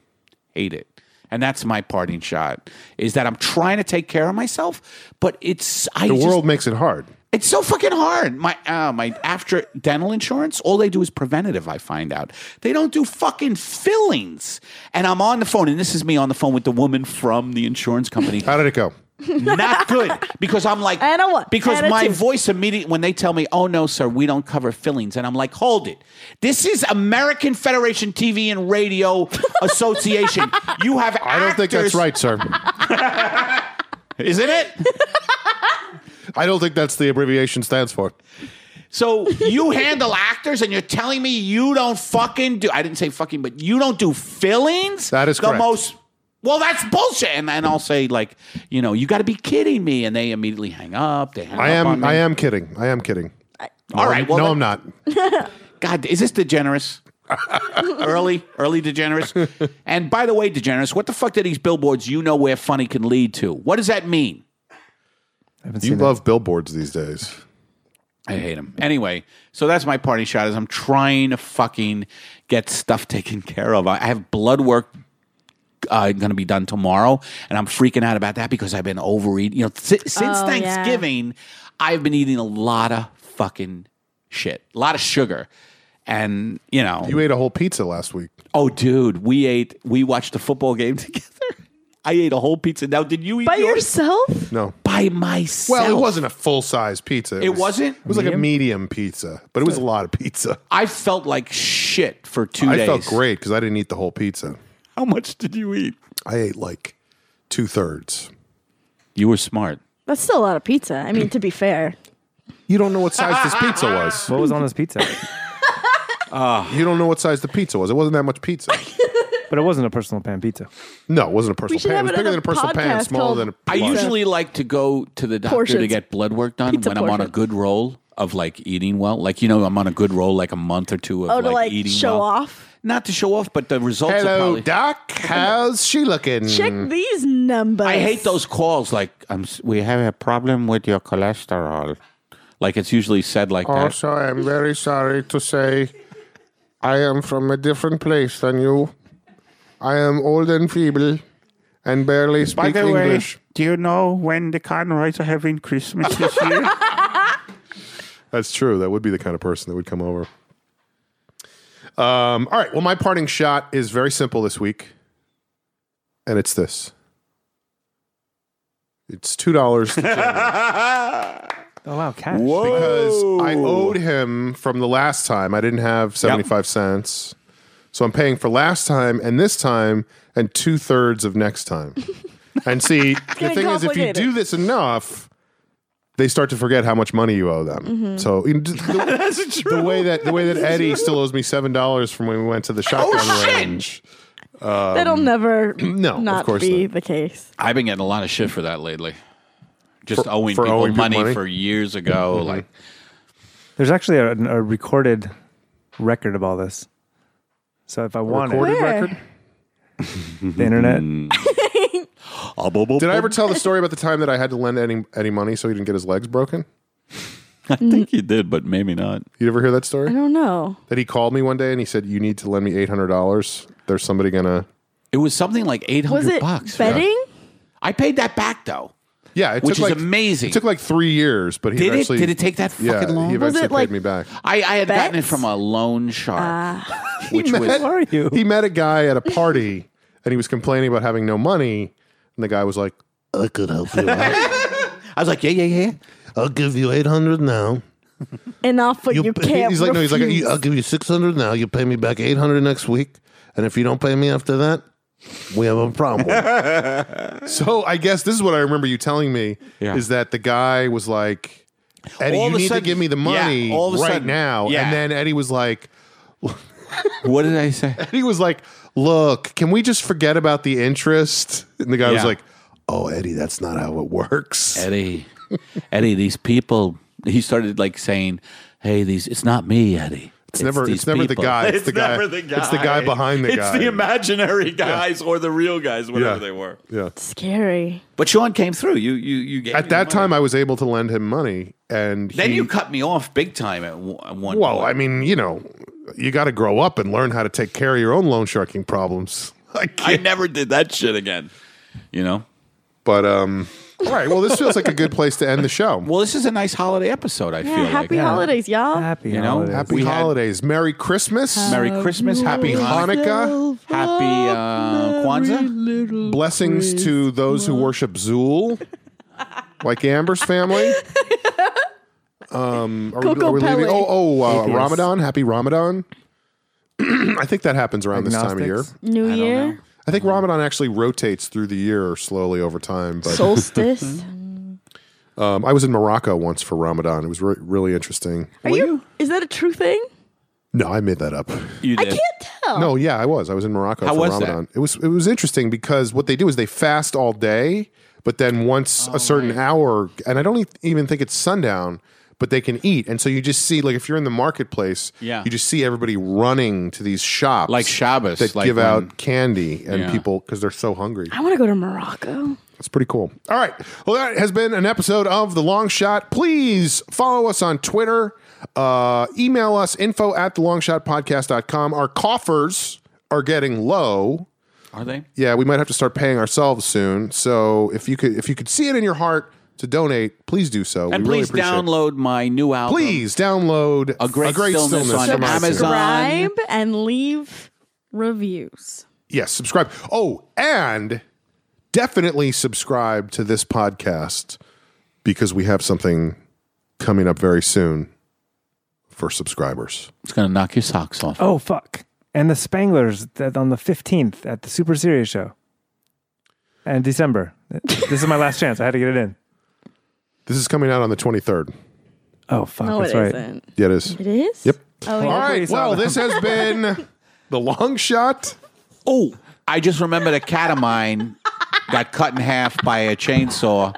[SPEAKER 6] Hate it. And that's my parting shot is that I'm trying to take care of myself, but it's I
[SPEAKER 1] The
[SPEAKER 6] just,
[SPEAKER 1] world makes it hard.
[SPEAKER 6] it's so fucking hard. My uh, my after dental insurance, all they do is preventative. I find out they don't do fucking
[SPEAKER 1] [LAUGHS]
[SPEAKER 6] fillings. And I'm on the phone, and this is me on the phone with the woman from the insurance company.
[SPEAKER 1] How did it go?
[SPEAKER 6] Not good because I'm like
[SPEAKER 3] And a one,
[SPEAKER 6] because
[SPEAKER 3] and a
[SPEAKER 6] my
[SPEAKER 3] two.
[SPEAKER 6] voice immediately when they tell me, "Oh no, sir, we don't cover fillings," and I'm like, "Hold it! This is American Federation TV and Radio Association. You have
[SPEAKER 1] I don't think that's right, sir.
[SPEAKER 6] isn't it?
[SPEAKER 1] I don't think that's the abbreviation stands for.
[SPEAKER 6] So you handle actors, and you're telling me you don't fucking do. I didn't say fucking, but you don't do fillings.
[SPEAKER 1] That is
[SPEAKER 6] the
[SPEAKER 1] correct.
[SPEAKER 6] most. Well, that's bullshit. And then I'll say like, you know, you got to be kidding me. And they immediately hang up. They hang
[SPEAKER 1] I
[SPEAKER 6] up on
[SPEAKER 1] am.
[SPEAKER 6] me.
[SPEAKER 1] I am kidding. I am kidding.
[SPEAKER 6] All right. Well,
[SPEAKER 1] no,
[SPEAKER 6] then-
[SPEAKER 1] I'm not.
[SPEAKER 6] God, is this
[SPEAKER 1] [LAUGHS]
[SPEAKER 6] DeGeneres? early, early DeGeneres. And by the way, DeGeneres, what the fuck did these billboards? You know where funny can lead to. What does that mean?
[SPEAKER 4] I haven't
[SPEAKER 1] You
[SPEAKER 4] seen
[SPEAKER 1] love billboards these days.
[SPEAKER 6] I hate him. Anyway, so that's my party shot. Is I'm trying to fucking get stuff [LAUGHS] taken care of. I I have blood work uh, going to be done tomorrow, and I'm freaking out about that because I've been overeating. You know, si- since
[SPEAKER 3] Oh, yeah.
[SPEAKER 6] Thanksgiving, I've been eating a lot of fucking shit, a lot of sugar, and you know,
[SPEAKER 1] You ate a whole pizza last week.
[SPEAKER 6] oh dude, we ate, we watched the football game [LAUGHS] together. I ate a whole pizza. Now, did you eat
[SPEAKER 3] By
[SPEAKER 6] yours?
[SPEAKER 3] yourself?
[SPEAKER 1] No.
[SPEAKER 6] By myself.
[SPEAKER 1] Well, it wasn't a full size pizza.
[SPEAKER 6] It wasn't?
[SPEAKER 1] It was like a medium pizza, but it was a lot of pizza.
[SPEAKER 6] I felt like shit for two
[SPEAKER 1] I
[SPEAKER 6] days.
[SPEAKER 1] felt great because I didn't eat the whole pizza.
[SPEAKER 6] How much did you eat?
[SPEAKER 1] I ate like two thirds.
[SPEAKER 6] You were smart.
[SPEAKER 3] That's still a lot of pizza. I mean, to be fair.
[SPEAKER 1] You don't know what size this pizza
[SPEAKER 4] [LAUGHS]
[SPEAKER 1] was.
[SPEAKER 4] What was on this pizza?
[SPEAKER 1] You don't know what size the pizza was. It wasn't that much pizza.
[SPEAKER 4] but it wasn't a personal pan pizza.
[SPEAKER 1] No, it wasn't a
[SPEAKER 3] We
[SPEAKER 1] personal
[SPEAKER 3] should
[SPEAKER 1] pan. It
[SPEAKER 3] have
[SPEAKER 1] was bigger than a
[SPEAKER 3] another
[SPEAKER 1] personal pan,
[SPEAKER 3] podcast
[SPEAKER 1] smaller than a
[SPEAKER 6] I usually like to go to the doctor to
[SPEAKER 3] Portions.
[SPEAKER 6] get blood work done
[SPEAKER 3] Pizza
[SPEAKER 6] when I'm on a
[SPEAKER 3] portions.
[SPEAKER 6] good roll of like eating well. Like you know, I'm on a good roll like a month or two of
[SPEAKER 3] Oh,
[SPEAKER 6] like,
[SPEAKER 3] to like
[SPEAKER 6] eating
[SPEAKER 3] show
[SPEAKER 6] well.
[SPEAKER 3] off.
[SPEAKER 6] Not to show off, but the results. are
[SPEAKER 1] Hello,
[SPEAKER 6] probably,
[SPEAKER 1] Doc. How's she looking?
[SPEAKER 3] Check these numbers.
[SPEAKER 6] I hate those calls. Like I'm, s- we have a problem with your cholesterol. Like it's usually said like that.
[SPEAKER 8] Also, I'm very sorry to say I am from a different place than you. I am old and feeble and barely speak English.
[SPEAKER 5] do you know when the Conroys are having Christmas this year?
[SPEAKER 1] That's true. That would be the kind of person that would come over. Um, all right. Well, my parting shot is very simple this week, and it's this. It's two dollars
[SPEAKER 4] Oh wow, cash.
[SPEAKER 1] because I owed him from the last time. I didn't have seventy five cents, so I'm paying for last time and this time and two thirds of next time. and see, the
[SPEAKER 3] getting
[SPEAKER 1] thing is, if you
[SPEAKER 3] complicated.
[SPEAKER 1] do this enough, they start to forget how much money you owe them. So you know, just the, the way that the way that Eddie still owes me seven dollars from when we went to the shotgun range.
[SPEAKER 3] That'll never
[SPEAKER 1] no, of
[SPEAKER 3] not
[SPEAKER 1] course
[SPEAKER 3] be
[SPEAKER 1] not.
[SPEAKER 3] the case.
[SPEAKER 6] [LAUGHS] I've been getting a lot of shit for that lately. Just
[SPEAKER 1] For-
[SPEAKER 6] owing
[SPEAKER 1] for
[SPEAKER 6] people
[SPEAKER 1] owing people
[SPEAKER 6] money,
[SPEAKER 1] money?
[SPEAKER 6] for years ago.
[SPEAKER 5] Mm-hmm.
[SPEAKER 6] Like [LAUGHS]
[SPEAKER 4] There's actually a, a recorded record of all this. So if I wanted
[SPEAKER 1] recorded-
[SPEAKER 3] Where?
[SPEAKER 1] record?
[SPEAKER 4] the
[SPEAKER 6] Hmm.
[SPEAKER 4] internet,
[SPEAKER 1] Did I ever tell the story about the time that I had to lend any any money so he didn't get his legs broken?
[SPEAKER 6] I think you did, but maybe not.
[SPEAKER 1] You ever hear that story?
[SPEAKER 3] I don't know.
[SPEAKER 1] that he called me one day and he said, "You need to lend me eight hundred dollars. There's somebody gonna."
[SPEAKER 6] It was something like eight
[SPEAKER 3] Was
[SPEAKER 6] hundred
[SPEAKER 3] it
[SPEAKER 6] bucks.
[SPEAKER 3] betting?
[SPEAKER 6] I paid that back though.
[SPEAKER 1] Yeah, it
[SPEAKER 6] Which
[SPEAKER 1] took
[SPEAKER 6] is
[SPEAKER 1] like,
[SPEAKER 6] amazing.
[SPEAKER 1] It took like three years, but he
[SPEAKER 6] Did
[SPEAKER 1] actually
[SPEAKER 6] it? Did it take that fucking
[SPEAKER 1] yeah,
[SPEAKER 6] long?
[SPEAKER 1] He
[SPEAKER 3] Was
[SPEAKER 1] eventually
[SPEAKER 3] it
[SPEAKER 1] paid
[SPEAKER 3] like-
[SPEAKER 1] me back.
[SPEAKER 6] I, I had gotten it
[SPEAKER 3] Bets?
[SPEAKER 6] from a loan shark, [LAUGHS] which
[SPEAKER 4] who
[SPEAKER 6] was
[SPEAKER 4] are you?
[SPEAKER 1] He met a guy at a party and he was complaining about having no money, and the guy was like,
[SPEAKER 8] I could help you out.
[SPEAKER 6] I was like, yeah, yeah, yeah.
[SPEAKER 8] I'll give you 800 now.
[SPEAKER 3] An offer you, can't
[SPEAKER 8] he's like, no, he's like,
[SPEAKER 3] refuse.
[SPEAKER 8] I'll give you uh, 600 now. You pay me back 800 next week. And if you don't pay me after that, we have a problem.
[SPEAKER 1] "So I guess this is what I remember you telling me
[SPEAKER 6] Yeah.
[SPEAKER 1] is that the guy was like, Eddie,
[SPEAKER 6] All of
[SPEAKER 1] you
[SPEAKER 6] a
[SPEAKER 1] need
[SPEAKER 6] sudden-
[SPEAKER 1] to give me the
[SPEAKER 6] yeah,
[SPEAKER 1] money
[SPEAKER 6] all of a
[SPEAKER 1] right
[SPEAKER 6] sudden,
[SPEAKER 1] now,"
[SPEAKER 6] yeah.
[SPEAKER 1] and then Eddie was like,
[SPEAKER 6] What did I say?
[SPEAKER 1] Eddie was like, "Look, can we just forget about the interest?" And the guy was
[SPEAKER 6] Yeah.
[SPEAKER 1] like, "Oh, Eddie, that's not how it works."
[SPEAKER 6] [LAUGHS] Eddie, Eddie, these people. He started like saying, "Hey, these. It's not me, Eddie.
[SPEAKER 1] It's, never it's never the guy. It's, the guy. It's the guy behind the guy.
[SPEAKER 6] imaginary guys or the real guys,
[SPEAKER 1] whatever Yeah. they
[SPEAKER 6] were.
[SPEAKER 1] yeah.
[SPEAKER 3] Scary.
[SPEAKER 6] But Sean came through. You, you, you. Gave me
[SPEAKER 1] At
[SPEAKER 6] the
[SPEAKER 1] that
[SPEAKER 6] money.
[SPEAKER 1] time, I was able to lend him money, and
[SPEAKER 6] then
[SPEAKER 1] he,
[SPEAKER 6] you cut me off big time at one. at one
[SPEAKER 1] Well,
[SPEAKER 6] point.
[SPEAKER 1] I mean, you know, you got to grow up and learn how to take care of your own loan sharking problems. [LAUGHS] I
[SPEAKER 6] I
[SPEAKER 1] can't.
[SPEAKER 6] never did that shit again. You know.
[SPEAKER 1] But um, all right. Well, this feels like a good place to end the show.
[SPEAKER 6] [LAUGHS] Well, this is a nice holiday episode. I
[SPEAKER 3] Yeah,
[SPEAKER 6] feel
[SPEAKER 3] happy
[SPEAKER 6] like.
[SPEAKER 3] holidays, y'all.
[SPEAKER 4] Happy,
[SPEAKER 6] You know,
[SPEAKER 4] holidays.
[SPEAKER 1] Happy
[SPEAKER 6] we had-
[SPEAKER 1] holidays, Merry Christmas,
[SPEAKER 6] Merry Christmas, Happy Hanukkah,
[SPEAKER 1] Hanukkah,
[SPEAKER 6] Happy uh, Kwanzaa.
[SPEAKER 1] blessings to those who worship Zool. like Amber's family. Um, are, we,
[SPEAKER 3] Coco
[SPEAKER 1] are we leaving?
[SPEAKER 3] Pelé.
[SPEAKER 1] Oh, oh, uh,
[SPEAKER 4] Atheists.
[SPEAKER 1] Ramadan! Happy Ramadan! [CLEARS THROAT] I think that happens around this time of year.
[SPEAKER 4] Agnostics.
[SPEAKER 3] New Year,
[SPEAKER 1] I think Ramadan actually rotates through the year slowly over time. But [LAUGHS]
[SPEAKER 3] solstice.
[SPEAKER 1] um, I was in Morocco once for Ramadan. It was re- really interesting.
[SPEAKER 3] Are you? Is that a true thing?
[SPEAKER 1] No, I made that up.
[SPEAKER 6] You did.
[SPEAKER 3] Can't tell.
[SPEAKER 1] No, yeah, I was. I was in Morocco
[SPEAKER 6] How
[SPEAKER 1] for
[SPEAKER 6] was that?
[SPEAKER 1] Ramadan. It was it was interesting because what they do is they fast all day, but then once a certain hour, and I don't e- even think it's sundown, but they can eat, and so you just see like if you're in the marketplace,
[SPEAKER 6] Yeah.
[SPEAKER 1] you just see everybody running to these shops
[SPEAKER 6] Like Shabbos,
[SPEAKER 1] that
[SPEAKER 6] like
[SPEAKER 1] give
[SPEAKER 6] when-
[SPEAKER 1] out candy and
[SPEAKER 6] Yeah.
[SPEAKER 1] people because they're so hungry.
[SPEAKER 3] I want to go to Morocco.
[SPEAKER 1] It's pretty cool. All right. Well, that has been an episode of The Long Shot. Please follow us on Twitter. Uh, email us info at thelongshotpodcast.com. Our coffers are getting low.
[SPEAKER 6] Are they?
[SPEAKER 1] Yeah, we might have to start paying ourselves soon. So if you could if you could see it in your heart to donate, please do so.
[SPEAKER 6] And
[SPEAKER 1] we really
[SPEAKER 6] please
[SPEAKER 1] appreciate it.
[SPEAKER 6] download my new album.
[SPEAKER 1] Please download
[SPEAKER 6] A Great Stillness on
[SPEAKER 1] from iTunes.
[SPEAKER 6] Amazon.
[SPEAKER 3] Subscribe and leave reviews.
[SPEAKER 1] Yes, subscribe. Oh, and definitely subscribe to this podcast because we have something coming up very soon for subscribers.
[SPEAKER 6] It's going to knock your socks off.
[SPEAKER 4] Oh fuck! And the Spanglers that on the fifteenth at the Super Series show. And December. this is my last chance. I had to get it in.
[SPEAKER 1] This is coming out on the 23rd.
[SPEAKER 4] Oh fuck!
[SPEAKER 3] No,
[SPEAKER 4] that's
[SPEAKER 3] it
[SPEAKER 4] right.
[SPEAKER 3] not
[SPEAKER 1] Yeah, it is.
[SPEAKER 3] It is.
[SPEAKER 1] Yep.
[SPEAKER 3] Oh,
[SPEAKER 1] All
[SPEAKER 3] yeah.
[SPEAKER 1] right. Well, this has been the long shot.
[SPEAKER 6] Oh, I just remembered a cat of mine got cut in half by a chainsaw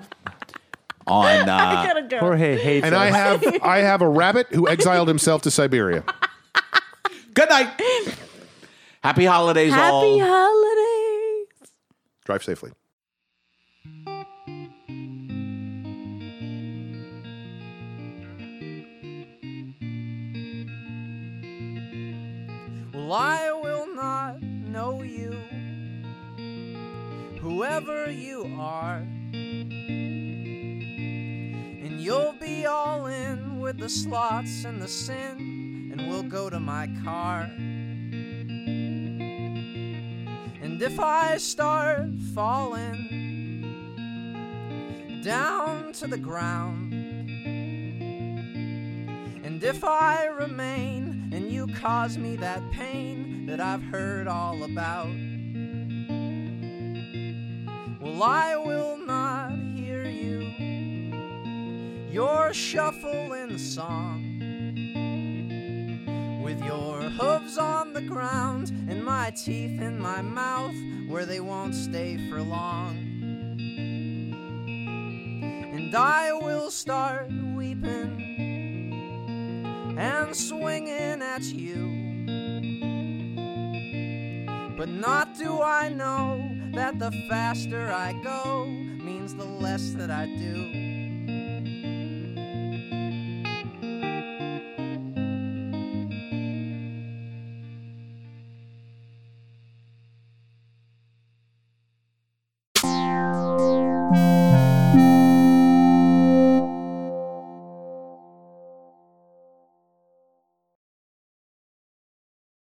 [SPEAKER 6] on.
[SPEAKER 3] I [LAUGHS]
[SPEAKER 6] Uh,
[SPEAKER 3] gotta go.
[SPEAKER 4] Jorge hates
[SPEAKER 1] And I
[SPEAKER 4] us.
[SPEAKER 1] have I have a rabbit who exiled himself to Siberia.
[SPEAKER 6] good night. Happy holidays, all.
[SPEAKER 3] Happy holidays.
[SPEAKER 1] Drive safely.
[SPEAKER 10] Well, I will not know you, whoever you are. And you'll be all in with the slots and the sin, and we'll go to my car. And if I start falling down to the ground, and if I remain and you cause me that pain that I've heard all about, well, I will not hear you. Your shuffling song with your hooves on the ground and my teeth in my mouth where they won't stay for long. And I will start weeping and swinging at you. But not do I know that the faster I go means the less that I do.